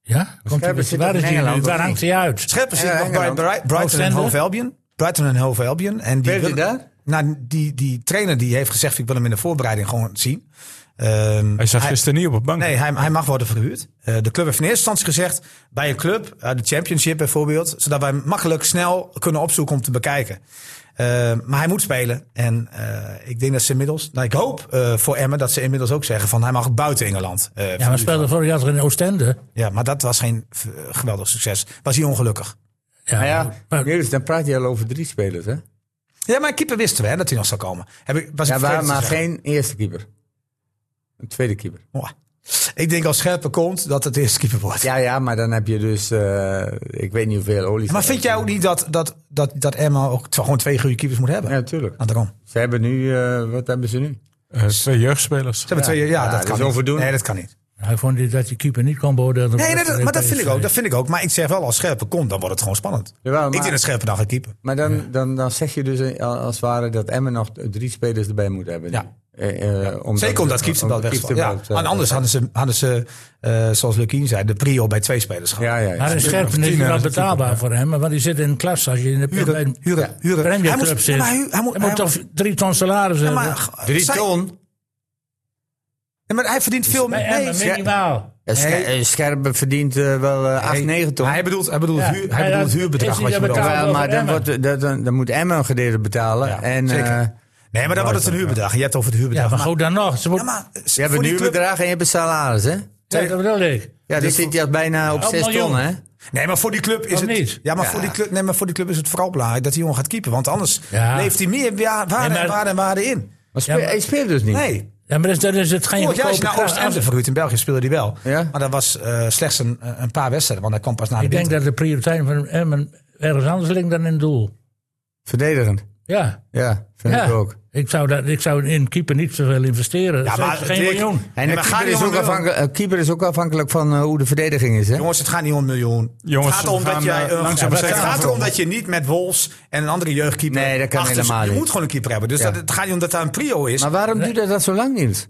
[SPEAKER 1] Ja? Komt hij,
[SPEAKER 5] Scherpen
[SPEAKER 1] met-
[SPEAKER 5] zit
[SPEAKER 1] waar
[SPEAKER 5] in
[SPEAKER 1] is hij
[SPEAKER 5] Engeland,
[SPEAKER 1] nu?
[SPEAKER 5] of
[SPEAKER 1] Waar
[SPEAKER 5] niet?
[SPEAKER 1] hangt hij uit?
[SPEAKER 4] Scherpen zit
[SPEAKER 5] Ja,
[SPEAKER 4] nog bij
[SPEAKER 5] Engeland.
[SPEAKER 4] Bri- Brighton en
[SPEAKER 1] Oostende?
[SPEAKER 4] Hove Albion. Brighton en Hove Albion. En die
[SPEAKER 5] Speelt hij
[SPEAKER 4] willen-
[SPEAKER 5] daar?
[SPEAKER 4] Nou, die, die trainer die heeft gezegd, ik wil hem in de voorbereiding gewoon zien. Ehm,
[SPEAKER 2] Hij zat gisteren niet op het bank.
[SPEAKER 4] Nee, hij, hij mag worden verhuurd. Eh, de club heeft in eerste instantie gezegd... bij een club, eh, de championship bijvoorbeeld... zodat wij hem makkelijk snel kunnen opzoeken om te bekijken. Eh, maar hij moet spelen. En eh, ik denk dat ze inmiddels... Nou, ik hoop eh, voor Emmen dat ze inmiddels ook zeggen... van hij mag ook buiten Engeland. eh,
[SPEAKER 1] Ja, maar
[SPEAKER 4] verhuurd
[SPEAKER 1] speelde vorig jaar toch in Oostende?
[SPEAKER 4] worden. ja, maar dat was geen eh, geweldig succes. Was hij ongelukkig.
[SPEAKER 1] Ja.
[SPEAKER 5] Maar ja,
[SPEAKER 1] Maar-
[SPEAKER 5] Niels, dan praat je al over drie spelers, hè?
[SPEAKER 4] Ja, maar keeper wisten we hè, dat hij nog zou komen. Heb ik, was
[SPEAKER 5] Ja,
[SPEAKER 4] ik
[SPEAKER 5] maar,
[SPEAKER 4] vergeten
[SPEAKER 5] maar
[SPEAKER 4] te zeggen.
[SPEAKER 5] geen eerste keeper. Een tweede keeper.
[SPEAKER 4] Oh. Ik denk als Scherpen komt dat het de eerste keeper wordt.
[SPEAKER 5] Ja, ja, maar dan heb je dus, eh, ik weet niet hoeveel olie.
[SPEAKER 4] Maar vind jij ook niet dat, dat, dat, dat Emma ook twa- gewoon twee goede keepers moet hebben?
[SPEAKER 5] Ja, natuurlijk.
[SPEAKER 4] Nou, daarom.
[SPEAKER 5] Ze hebben nu, eh, wat hebben ze nu?
[SPEAKER 2] Eh, twee jeugdspelers.
[SPEAKER 4] Ze hebben twee, ja,
[SPEAKER 5] Ja,
[SPEAKER 4] dat
[SPEAKER 5] dat
[SPEAKER 4] kan
[SPEAKER 5] is
[SPEAKER 4] niet.
[SPEAKER 5] onvoldoende.
[SPEAKER 4] Nee, dat kan niet.
[SPEAKER 1] Hij vond die- dat die keeper niet kon beoordelen.
[SPEAKER 4] Nee, nee, dat- maar dat
[SPEAKER 1] PSV.
[SPEAKER 4] vind ik ook. Dat vind ik ook. Maar ik zeg wel, als Scherpen komt, dan wordt het gewoon spannend.
[SPEAKER 5] Jawel,
[SPEAKER 4] Ik
[SPEAKER 5] maar-
[SPEAKER 4] denk dat Scherpen dan gaat keeper.
[SPEAKER 5] Maar dan, dan, dan zeg je dus eh, als het ware dat Emmen nog drie spelers erbij moet hebben.
[SPEAKER 4] Ja.
[SPEAKER 5] Eh, eh, omdat-
[SPEAKER 4] Zeker omdat Kieptenbelt weg is. Ja.
[SPEAKER 5] Kieptenbelt, eh,
[SPEAKER 4] En anders hadden ze, hadden ze eh, zoals Lukien zei, de prio bij twee spelers gehad.
[SPEAKER 5] Ja, ja, ja.
[SPEAKER 1] Maar in Scherpen is het wel betaalbaar voor hem. Want die zit in een klas als je in de bij
[SPEAKER 4] Huren,
[SPEAKER 1] een
[SPEAKER 4] huren, huren.
[SPEAKER 1] Premier
[SPEAKER 4] Hij moet-
[SPEAKER 1] Club
[SPEAKER 4] ja,
[SPEAKER 1] zit.
[SPEAKER 4] maar hij- hij moet-
[SPEAKER 1] Hij moet
[SPEAKER 4] hij-
[SPEAKER 1] toch drie ton salaris
[SPEAKER 4] Ja,
[SPEAKER 1] hebben?
[SPEAKER 4] maar,
[SPEAKER 5] Drie
[SPEAKER 4] zij-
[SPEAKER 5] ton.
[SPEAKER 4] Ja, maar hij verdient veel
[SPEAKER 1] Dus Bij
[SPEAKER 4] meer.
[SPEAKER 1] Emmen
[SPEAKER 4] Nee,
[SPEAKER 1] minimaal.
[SPEAKER 5] Eh, Scher- eh, Scherpen verdient eh, wel eh, acht, negen ton.
[SPEAKER 4] Hij bedoelt, hij bedoelt,
[SPEAKER 1] Ja.
[SPEAKER 4] huur, hij
[SPEAKER 1] Ja,
[SPEAKER 4] bedoelt
[SPEAKER 1] dat-
[SPEAKER 4] huurbedrag
[SPEAKER 1] is
[SPEAKER 4] wat je
[SPEAKER 1] hij
[SPEAKER 4] bedoelt.
[SPEAKER 1] betaald?
[SPEAKER 5] ja,
[SPEAKER 1] over
[SPEAKER 5] eh, maar dan,
[SPEAKER 1] Emmen.
[SPEAKER 5] wordt, dat, dan, dan moet Emmen een gedeelte betalen.
[SPEAKER 4] Ja,
[SPEAKER 5] en,
[SPEAKER 4] zeker.
[SPEAKER 5] eh,
[SPEAKER 4] Nee, maar dan wordt het een huurbedrag. En je hebt het over het
[SPEAKER 1] Ja,
[SPEAKER 4] huurbedrag.
[SPEAKER 1] maar goed, dan nog. Ze moet-
[SPEAKER 4] Ja, maar, eh,
[SPEAKER 5] je
[SPEAKER 4] voor
[SPEAKER 5] hebt een
[SPEAKER 4] die club-
[SPEAKER 5] huurbedrag en je hebt een salaris, hè?
[SPEAKER 1] Nee, dat bedoel ik.
[SPEAKER 5] Ja, dan zit je al bijna op
[SPEAKER 1] Elf
[SPEAKER 5] zes
[SPEAKER 1] miljoen.
[SPEAKER 5] ton, hè?
[SPEAKER 4] Nee, maar voor die club is
[SPEAKER 1] Of
[SPEAKER 4] het.
[SPEAKER 1] niet?
[SPEAKER 4] Ja, maar Voor die club, nee, maar voor die club is het vooral belangrijk dat die jongen gaat keeper. Want anders
[SPEAKER 1] Ja.
[SPEAKER 4] leeft hij meer wa- waarde
[SPEAKER 1] Nee, maar-
[SPEAKER 4] en waarde en waarde in.
[SPEAKER 5] Maar spe-
[SPEAKER 1] Ja, maar-
[SPEAKER 5] hij speelt dus niet.
[SPEAKER 4] Nee.
[SPEAKER 1] Ja, maar dat is, dat is het geen
[SPEAKER 4] Vorig jaar is hij
[SPEAKER 1] goedkope
[SPEAKER 4] naar
[SPEAKER 1] kracht.
[SPEAKER 4] Oost-Emden verhuurd. In België speelde hij wel.
[SPEAKER 5] Ja.
[SPEAKER 4] Maar dat was eh, slechts een, een paar wedstrijden. Want hij kwam pas na de
[SPEAKER 1] Ik denk
[SPEAKER 4] winter.
[SPEAKER 1] dat de prioriteit van Emmen ergens anders ligt dan in het doel.
[SPEAKER 5] Verdedigend.
[SPEAKER 1] Ja,
[SPEAKER 5] Ja, vind
[SPEAKER 1] ja.
[SPEAKER 5] ik ook.
[SPEAKER 1] Ik, zou dat, ik zou in keeper niet zoveel investeren. Ja,
[SPEAKER 4] maar
[SPEAKER 1] maar geen
[SPEAKER 4] Dick-
[SPEAKER 1] miljoen.
[SPEAKER 5] En
[SPEAKER 4] Nee,
[SPEAKER 5] de
[SPEAKER 4] maar gaat
[SPEAKER 5] keeper,
[SPEAKER 4] die
[SPEAKER 5] is ook
[SPEAKER 4] jongen wel?
[SPEAKER 5] afhankelijk- eh, keeper is ook afhankelijk van eh, hoe de verdediging is. Hè?
[SPEAKER 4] Jongens, het gaat niet om een miljoen.
[SPEAKER 2] Jongens,
[SPEAKER 4] het gaat erom
[SPEAKER 2] we
[SPEAKER 4] dat
[SPEAKER 2] gaan,
[SPEAKER 4] jij.
[SPEAKER 2] eh,
[SPEAKER 4] een-
[SPEAKER 2] langzaam maar
[SPEAKER 4] het
[SPEAKER 2] zeker
[SPEAKER 4] gaat erom
[SPEAKER 2] afronden.
[SPEAKER 4] dat je niet met Wolfs en een andere jeugdkeeper.
[SPEAKER 5] Nee, dat kan
[SPEAKER 4] achter-
[SPEAKER 5] helemaal
[SPEAKER 4] Je
[SPEAKER 5] niet.
[SPEAKER 4] moet gewoon een keeper hebben. Dus
[SPEAKER 5] Ja.
[SPEAKER 4] dat, het gaat niet om dat daar een prio is.
[SPEAKER 5] Maar waarom duurt dat, dat zo lang niet?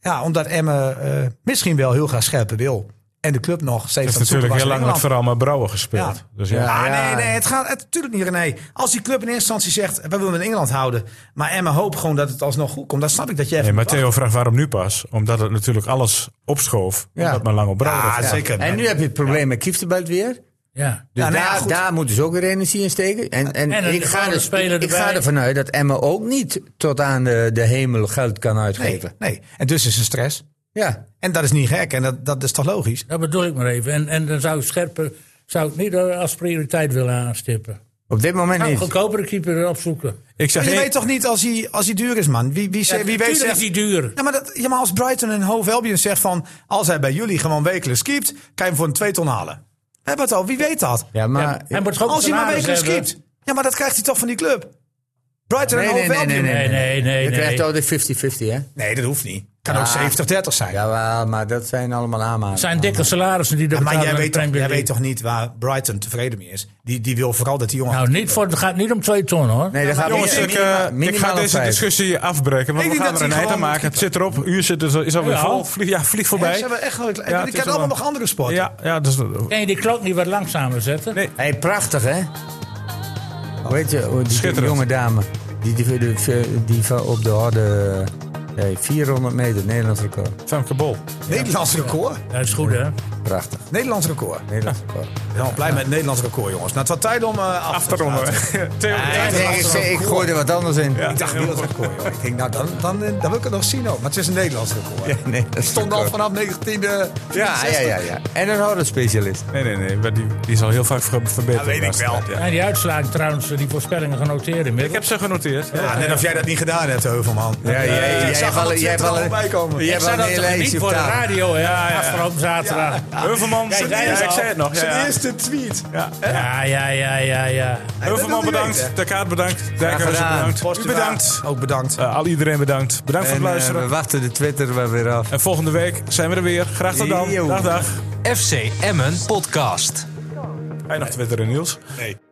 [SPEAKER 4] ja, omdat Emmen eh, misschien wel heel graag scherpen wil. En de club nog steeds
[SPEAKER 2] Het
[SPEAKER 4] aan
[SPEAKER 2] is natuurlijk
[SPEAKER 4] zoeken
[SPEAKER 2] heel
[SPEAKER 4] was
[SPEAKER 2] lang
[SPEAKER 4] in
[SPEAKER 2] met
[SPEAKER 4] Engeland.
[SPEAKER 2] Verama Brouwer gespeeld.
[SPEAKER 4] Ja.
[SPEAKER 2] Dus ja.
[SPEAKER 4] Ah,
[SPEAKER 5] Ja.
[SPEAKER 4] nee, nee, het gaat het- natuurlijk niet, René. Als die club in eerste instantie zegt, we willen hem in Engeland houden. Maar Emma hoopt gewoon dat het alsnog goed komt. Dan snap ik dat jij
[SPEAKER 2] Nee,
[SPEAKER 4] even...
[SPEAKER 2] maar Theo vraagt waarom nu pas? Omdat het natuurlijk alles opschoof.
[SPEAKER 5] Ja.
[SPEAKER 2] Omdat men lang op Brouwer
[SPEAKER 4] Ja,
[SPEAKER 2] heeft gewacht.
[SPEAKER 4] Ah, zeker.
[SPEAKER 5] En nu heb je het probleem met Kieftenbelt weer.
[SPEAKER 1] Ja.
[SPEAKER 5] Dus
[SPEAKER 4] Ja, nou ja,
[SPEAKER 5] daar,
[SPEAKER 4] goed.
[SPEAKER 5] daar moeten ze ook weer energie in steken. En, en,
[SPEAKER 1] En een
[SPEAKER 5] ik, ga
[SPEAKER 1] gewone
[SPEAKER 5] dus,
[SPEAKER 1] speler
[SPEAKER 5] ik ga
[SPEAKER 1] erbij.
[SPEAKER 5] ervan uit dat Emma ook niet tot aan de, de hemel geld kan
[SPEAKER 4] nee,
[SPEAKER 5] uitgeven.
[SPEAKER 4] nee. En dus is er stress.
[SPEAKER 5] Ja.
[SPEAKER 4] En dat is niet gek. En dat, dat is toch logisch?
[SPEAKER 1] Dat bedoel ik maar even. En, en dan zou ik Scherpen zou ik niet als prioriteit willen aanstippen.
[SPEAKER 5] Op dit moment
[SPEAKER 1] Nou, een
[SPEAKER 5] niet.
[SPEAKER 1] goedkopere keeper opzoeken.
[SPEAKER 2] Ik zeg
[SPEAKER 4] je
[SPEAKER 2] één-
[SPEAKER 4] weet toch niet als hij, als hij duur is, man? Wie, wie, wie weet
[SPEAKER 1] Tuurlijk is
[SPEAKER 4] zegt-
[SPEAKER 1] die duur.
[SPEAKER 4] Ja maar, dat, ja, maar als Brighton en Hove Albion zegt van... als hij bij jullie gewoon wekelijks keept... kan je hem voor een twee ton halen. Hebben we het al? Wie weet dat?
[SPEAKER 5] Ja, maar,
[SPEAKER 1] Hij moet gewoon
[SPEAKER 4] als hij maar
[SPEAKER 1] salaris
[SPEAKER 4] wekelijks
[SPEAKER 1] hebben.
[SPEAKER 4] keept. Ja, maar dat krijgt hij toch van die club? Brighton en Hove Albion. Nee,
[SPEAKER 1] Nee, nee, nee.
[SPEAKER 5] Je
[SPEAKER 1] nee.
[SPEAKER 5] krijgt altijd 50-50, hè?
[SPEAKER 4] dat hoeft niet. Kan
[SPEAKER 5] Ja.
[SPEAKER 4] ook 70-30 zijn.
[SPEAKER 5] Ah. Ja, maar- maar dat zijn allemaal aanmaken.
[SPEAKER 1] Het zijn dikke salarissen die er
[SPEAKER 4] Ja, maar
[SPEAKER 1] betalen
[SPEAKER 4] jij
[SPEAKER 1] aan de
[SPEAKER 4] weet, toch,
[SPEAKER 1] Premier
[SPEAKER 4] jij weet
[SPEAKER 1] League.
[SPEAKER 4] toch niet waar Brighton tevreden mee is? Die, die wil vooral dat die jongen...
[SPEAKER 1] Nou, niet voor, het gaat niet om twee ton hoor.
[SPEAKER 5] Nee, dat gaat
[SPEAKER 2] Jongens,
[SPEAKER 5] minimaal-
[SPEAKER 2] ik, eh, ik
[SPEAKER 5] minimaal
[SPEAKER 2] ga
[SPEAKER 5] op
[SPEAKER 2] deze
[SPEAKER 5] vijf.
[SPEAKER 2] discussie afbreken. Want
[SPEAKER 4] Ik
[SPEAKER 2] we
[SPEAKER 4] denk
[SPEAKER 2] gaan
[SPEAKER 4] dat
[SPEAKER 2] er een
[SPEAKER 4] hij
[SPEAKER 2] eind aan
[SPEAKER 4] gewoon
[SPEAKER 2] maken. Het zit erop. Een uur zit, is, al- is alweer
[SPEAKER 1] Ja.
[SPEAKER 2] vol. Vlieg, ja, vlieg
[SPEAKER 4] Ja,
[SPEAKER 2] voorbij.
[SPEAKER 4] ze hebben echt nooit...
[SPEAKER 2] het
[SPEAKER 4] ik
[SPEAKER 2] is
[SPEAKER 4] heb allemaal
[SPEAKER 2] wel-
[SPEAKER 4] nog andere sporten.
[SPEAKER 2] Ja, ja, dus,
[SPEAKER 1] Kan je die klok niet wat langzamer zetten?
[SPEAKER 2] Nee.
[SPEAKER 5] Hey, prachtig, hè? Weet je, oh, die,
[SPEAKER 2] Schitterend.
[SPEAKER 5] jonge dame die, die, die, die van op de harde eh, 400 meter Nederlands record.
[SPEAKER 2] Femke Bol.
[SPEAKER 4] Nederlands record.
[SPEAKER 1] Dat is goed hè.
[SPEAKER 5] Prachtig.
[SPEAKER 4] Nederlands record.
[SPEAKER 5] Nederlands record.
[SPEAKER 4] Ik ben wel blij met het Nederlands record, jongens. Nou, het wordt tijd om eh, af,
[SPEAKER 2] Af te ronden. Theo,
[SPEAKER 5] Ja,
[SPEAKER 4] <laughs>
[SPEAKER 5] ik, denk, ik, zeg, ik gooi er wat anders in.
[SPEAKER 4] Ik dacht Nederlands record, joh. Ik denk, nou, dan, dan, eh, dan wil ik het nog zien ook. Maar het is een Nederlands record.
[SPEAKER 5] Ja, nee, dat
[SPEAKER 4] het
[SPEAKER 5] is
[SPEAKER 4] stond al
[SPEAKER 5] record.
[SPEAKER 4] vanaf 19...
[SPEAKER 5] Ja, ja, ja, ja. En een harde specialist.
[SPEAKER 2] Nee, nee, nee. maar Die, die is al heel vaak ver- verbeterd.
[SPEAKER 4] Ja, weet ik wel.
[SPEAKER 2] Ja.
[SPEAKER 1] En die uitslagen trouwens, die voorspellingen genoteerd
[SPEAKER 2] Ik
[SPEAKER 1] inmiddels.
[SPEAKER 2] heb ze genoteerd.
[SPEAKER 4] Ja, net of jij dat niet gedaan hebt, Heuvelman. Eh,
[SPEAKER 5] Ja, ja, ja, jij hebt al- jij hebt al-
[SPEAKER 4] komen.
[SPEAKER 5] jij
[SPEAKER 1] Ik
[SPEAKER 5] hebt
[SPEAKER 1] zei
[SPEAKER 5] al een hele
[SPEAKER 1] dat niet
[SPEAKER 5] lijstje
[SPEAKER 1] voor de
[SPEAKER 5] vertaald.
[SPEAKER 1] radio hè, afgelopen zaterdag.
[SPEAKER 2] Heuvelman,
[SPEAKER 1] Jij zei
[SPEAKER 2] ja,
[SPEAKER 1] het
[SPEAKER 2] ik
[SPEAKER 1] al.
[SPEAKER 2] zei het nog. Ja,
[SPEAKER 4] Zijn
[SPEAKER 2] ja.
[SPEAKER 4] eerste tweet.
[SPEAKER 2] Ja.
[SPEAKER 1] Ja, ja, ja, ja, ja.
[SPEAKER 2] Heuvelman
[SPEAKER 4] niet
[SPEAKER 2] bedankt,
[SPEAKER 4] weten.
[SPEAKER 2] de kaart bedankt, Dijkhuizen
[SPEAKER 5] gedaan.
[SPEAKER 2] bedankt, u bedankt,
[SPEAKER 4] Ook bedankt.
[SPEAKER 2] Eh, al iedereen bedankt. Bedankt voor
[SPEAKER 5] En,
[SPEAKER 2] het
[SPEAKER 5] eh, we
[SPEAKER 2] luisteren.
[SPEAKER 5] wachten de Twitter wel weer af.
[SPEAKER 2] En volgende week zijn we er weer. Graag tot dan.
[SPEAKER 5] Yo.
[SPEAKER 2] Dag, dag.
[SPEAKER 8] FC Emmen Podcast.
[SPEAKER 2] Eindig Twitter en Niels.
[SPEAKER 4] Nee.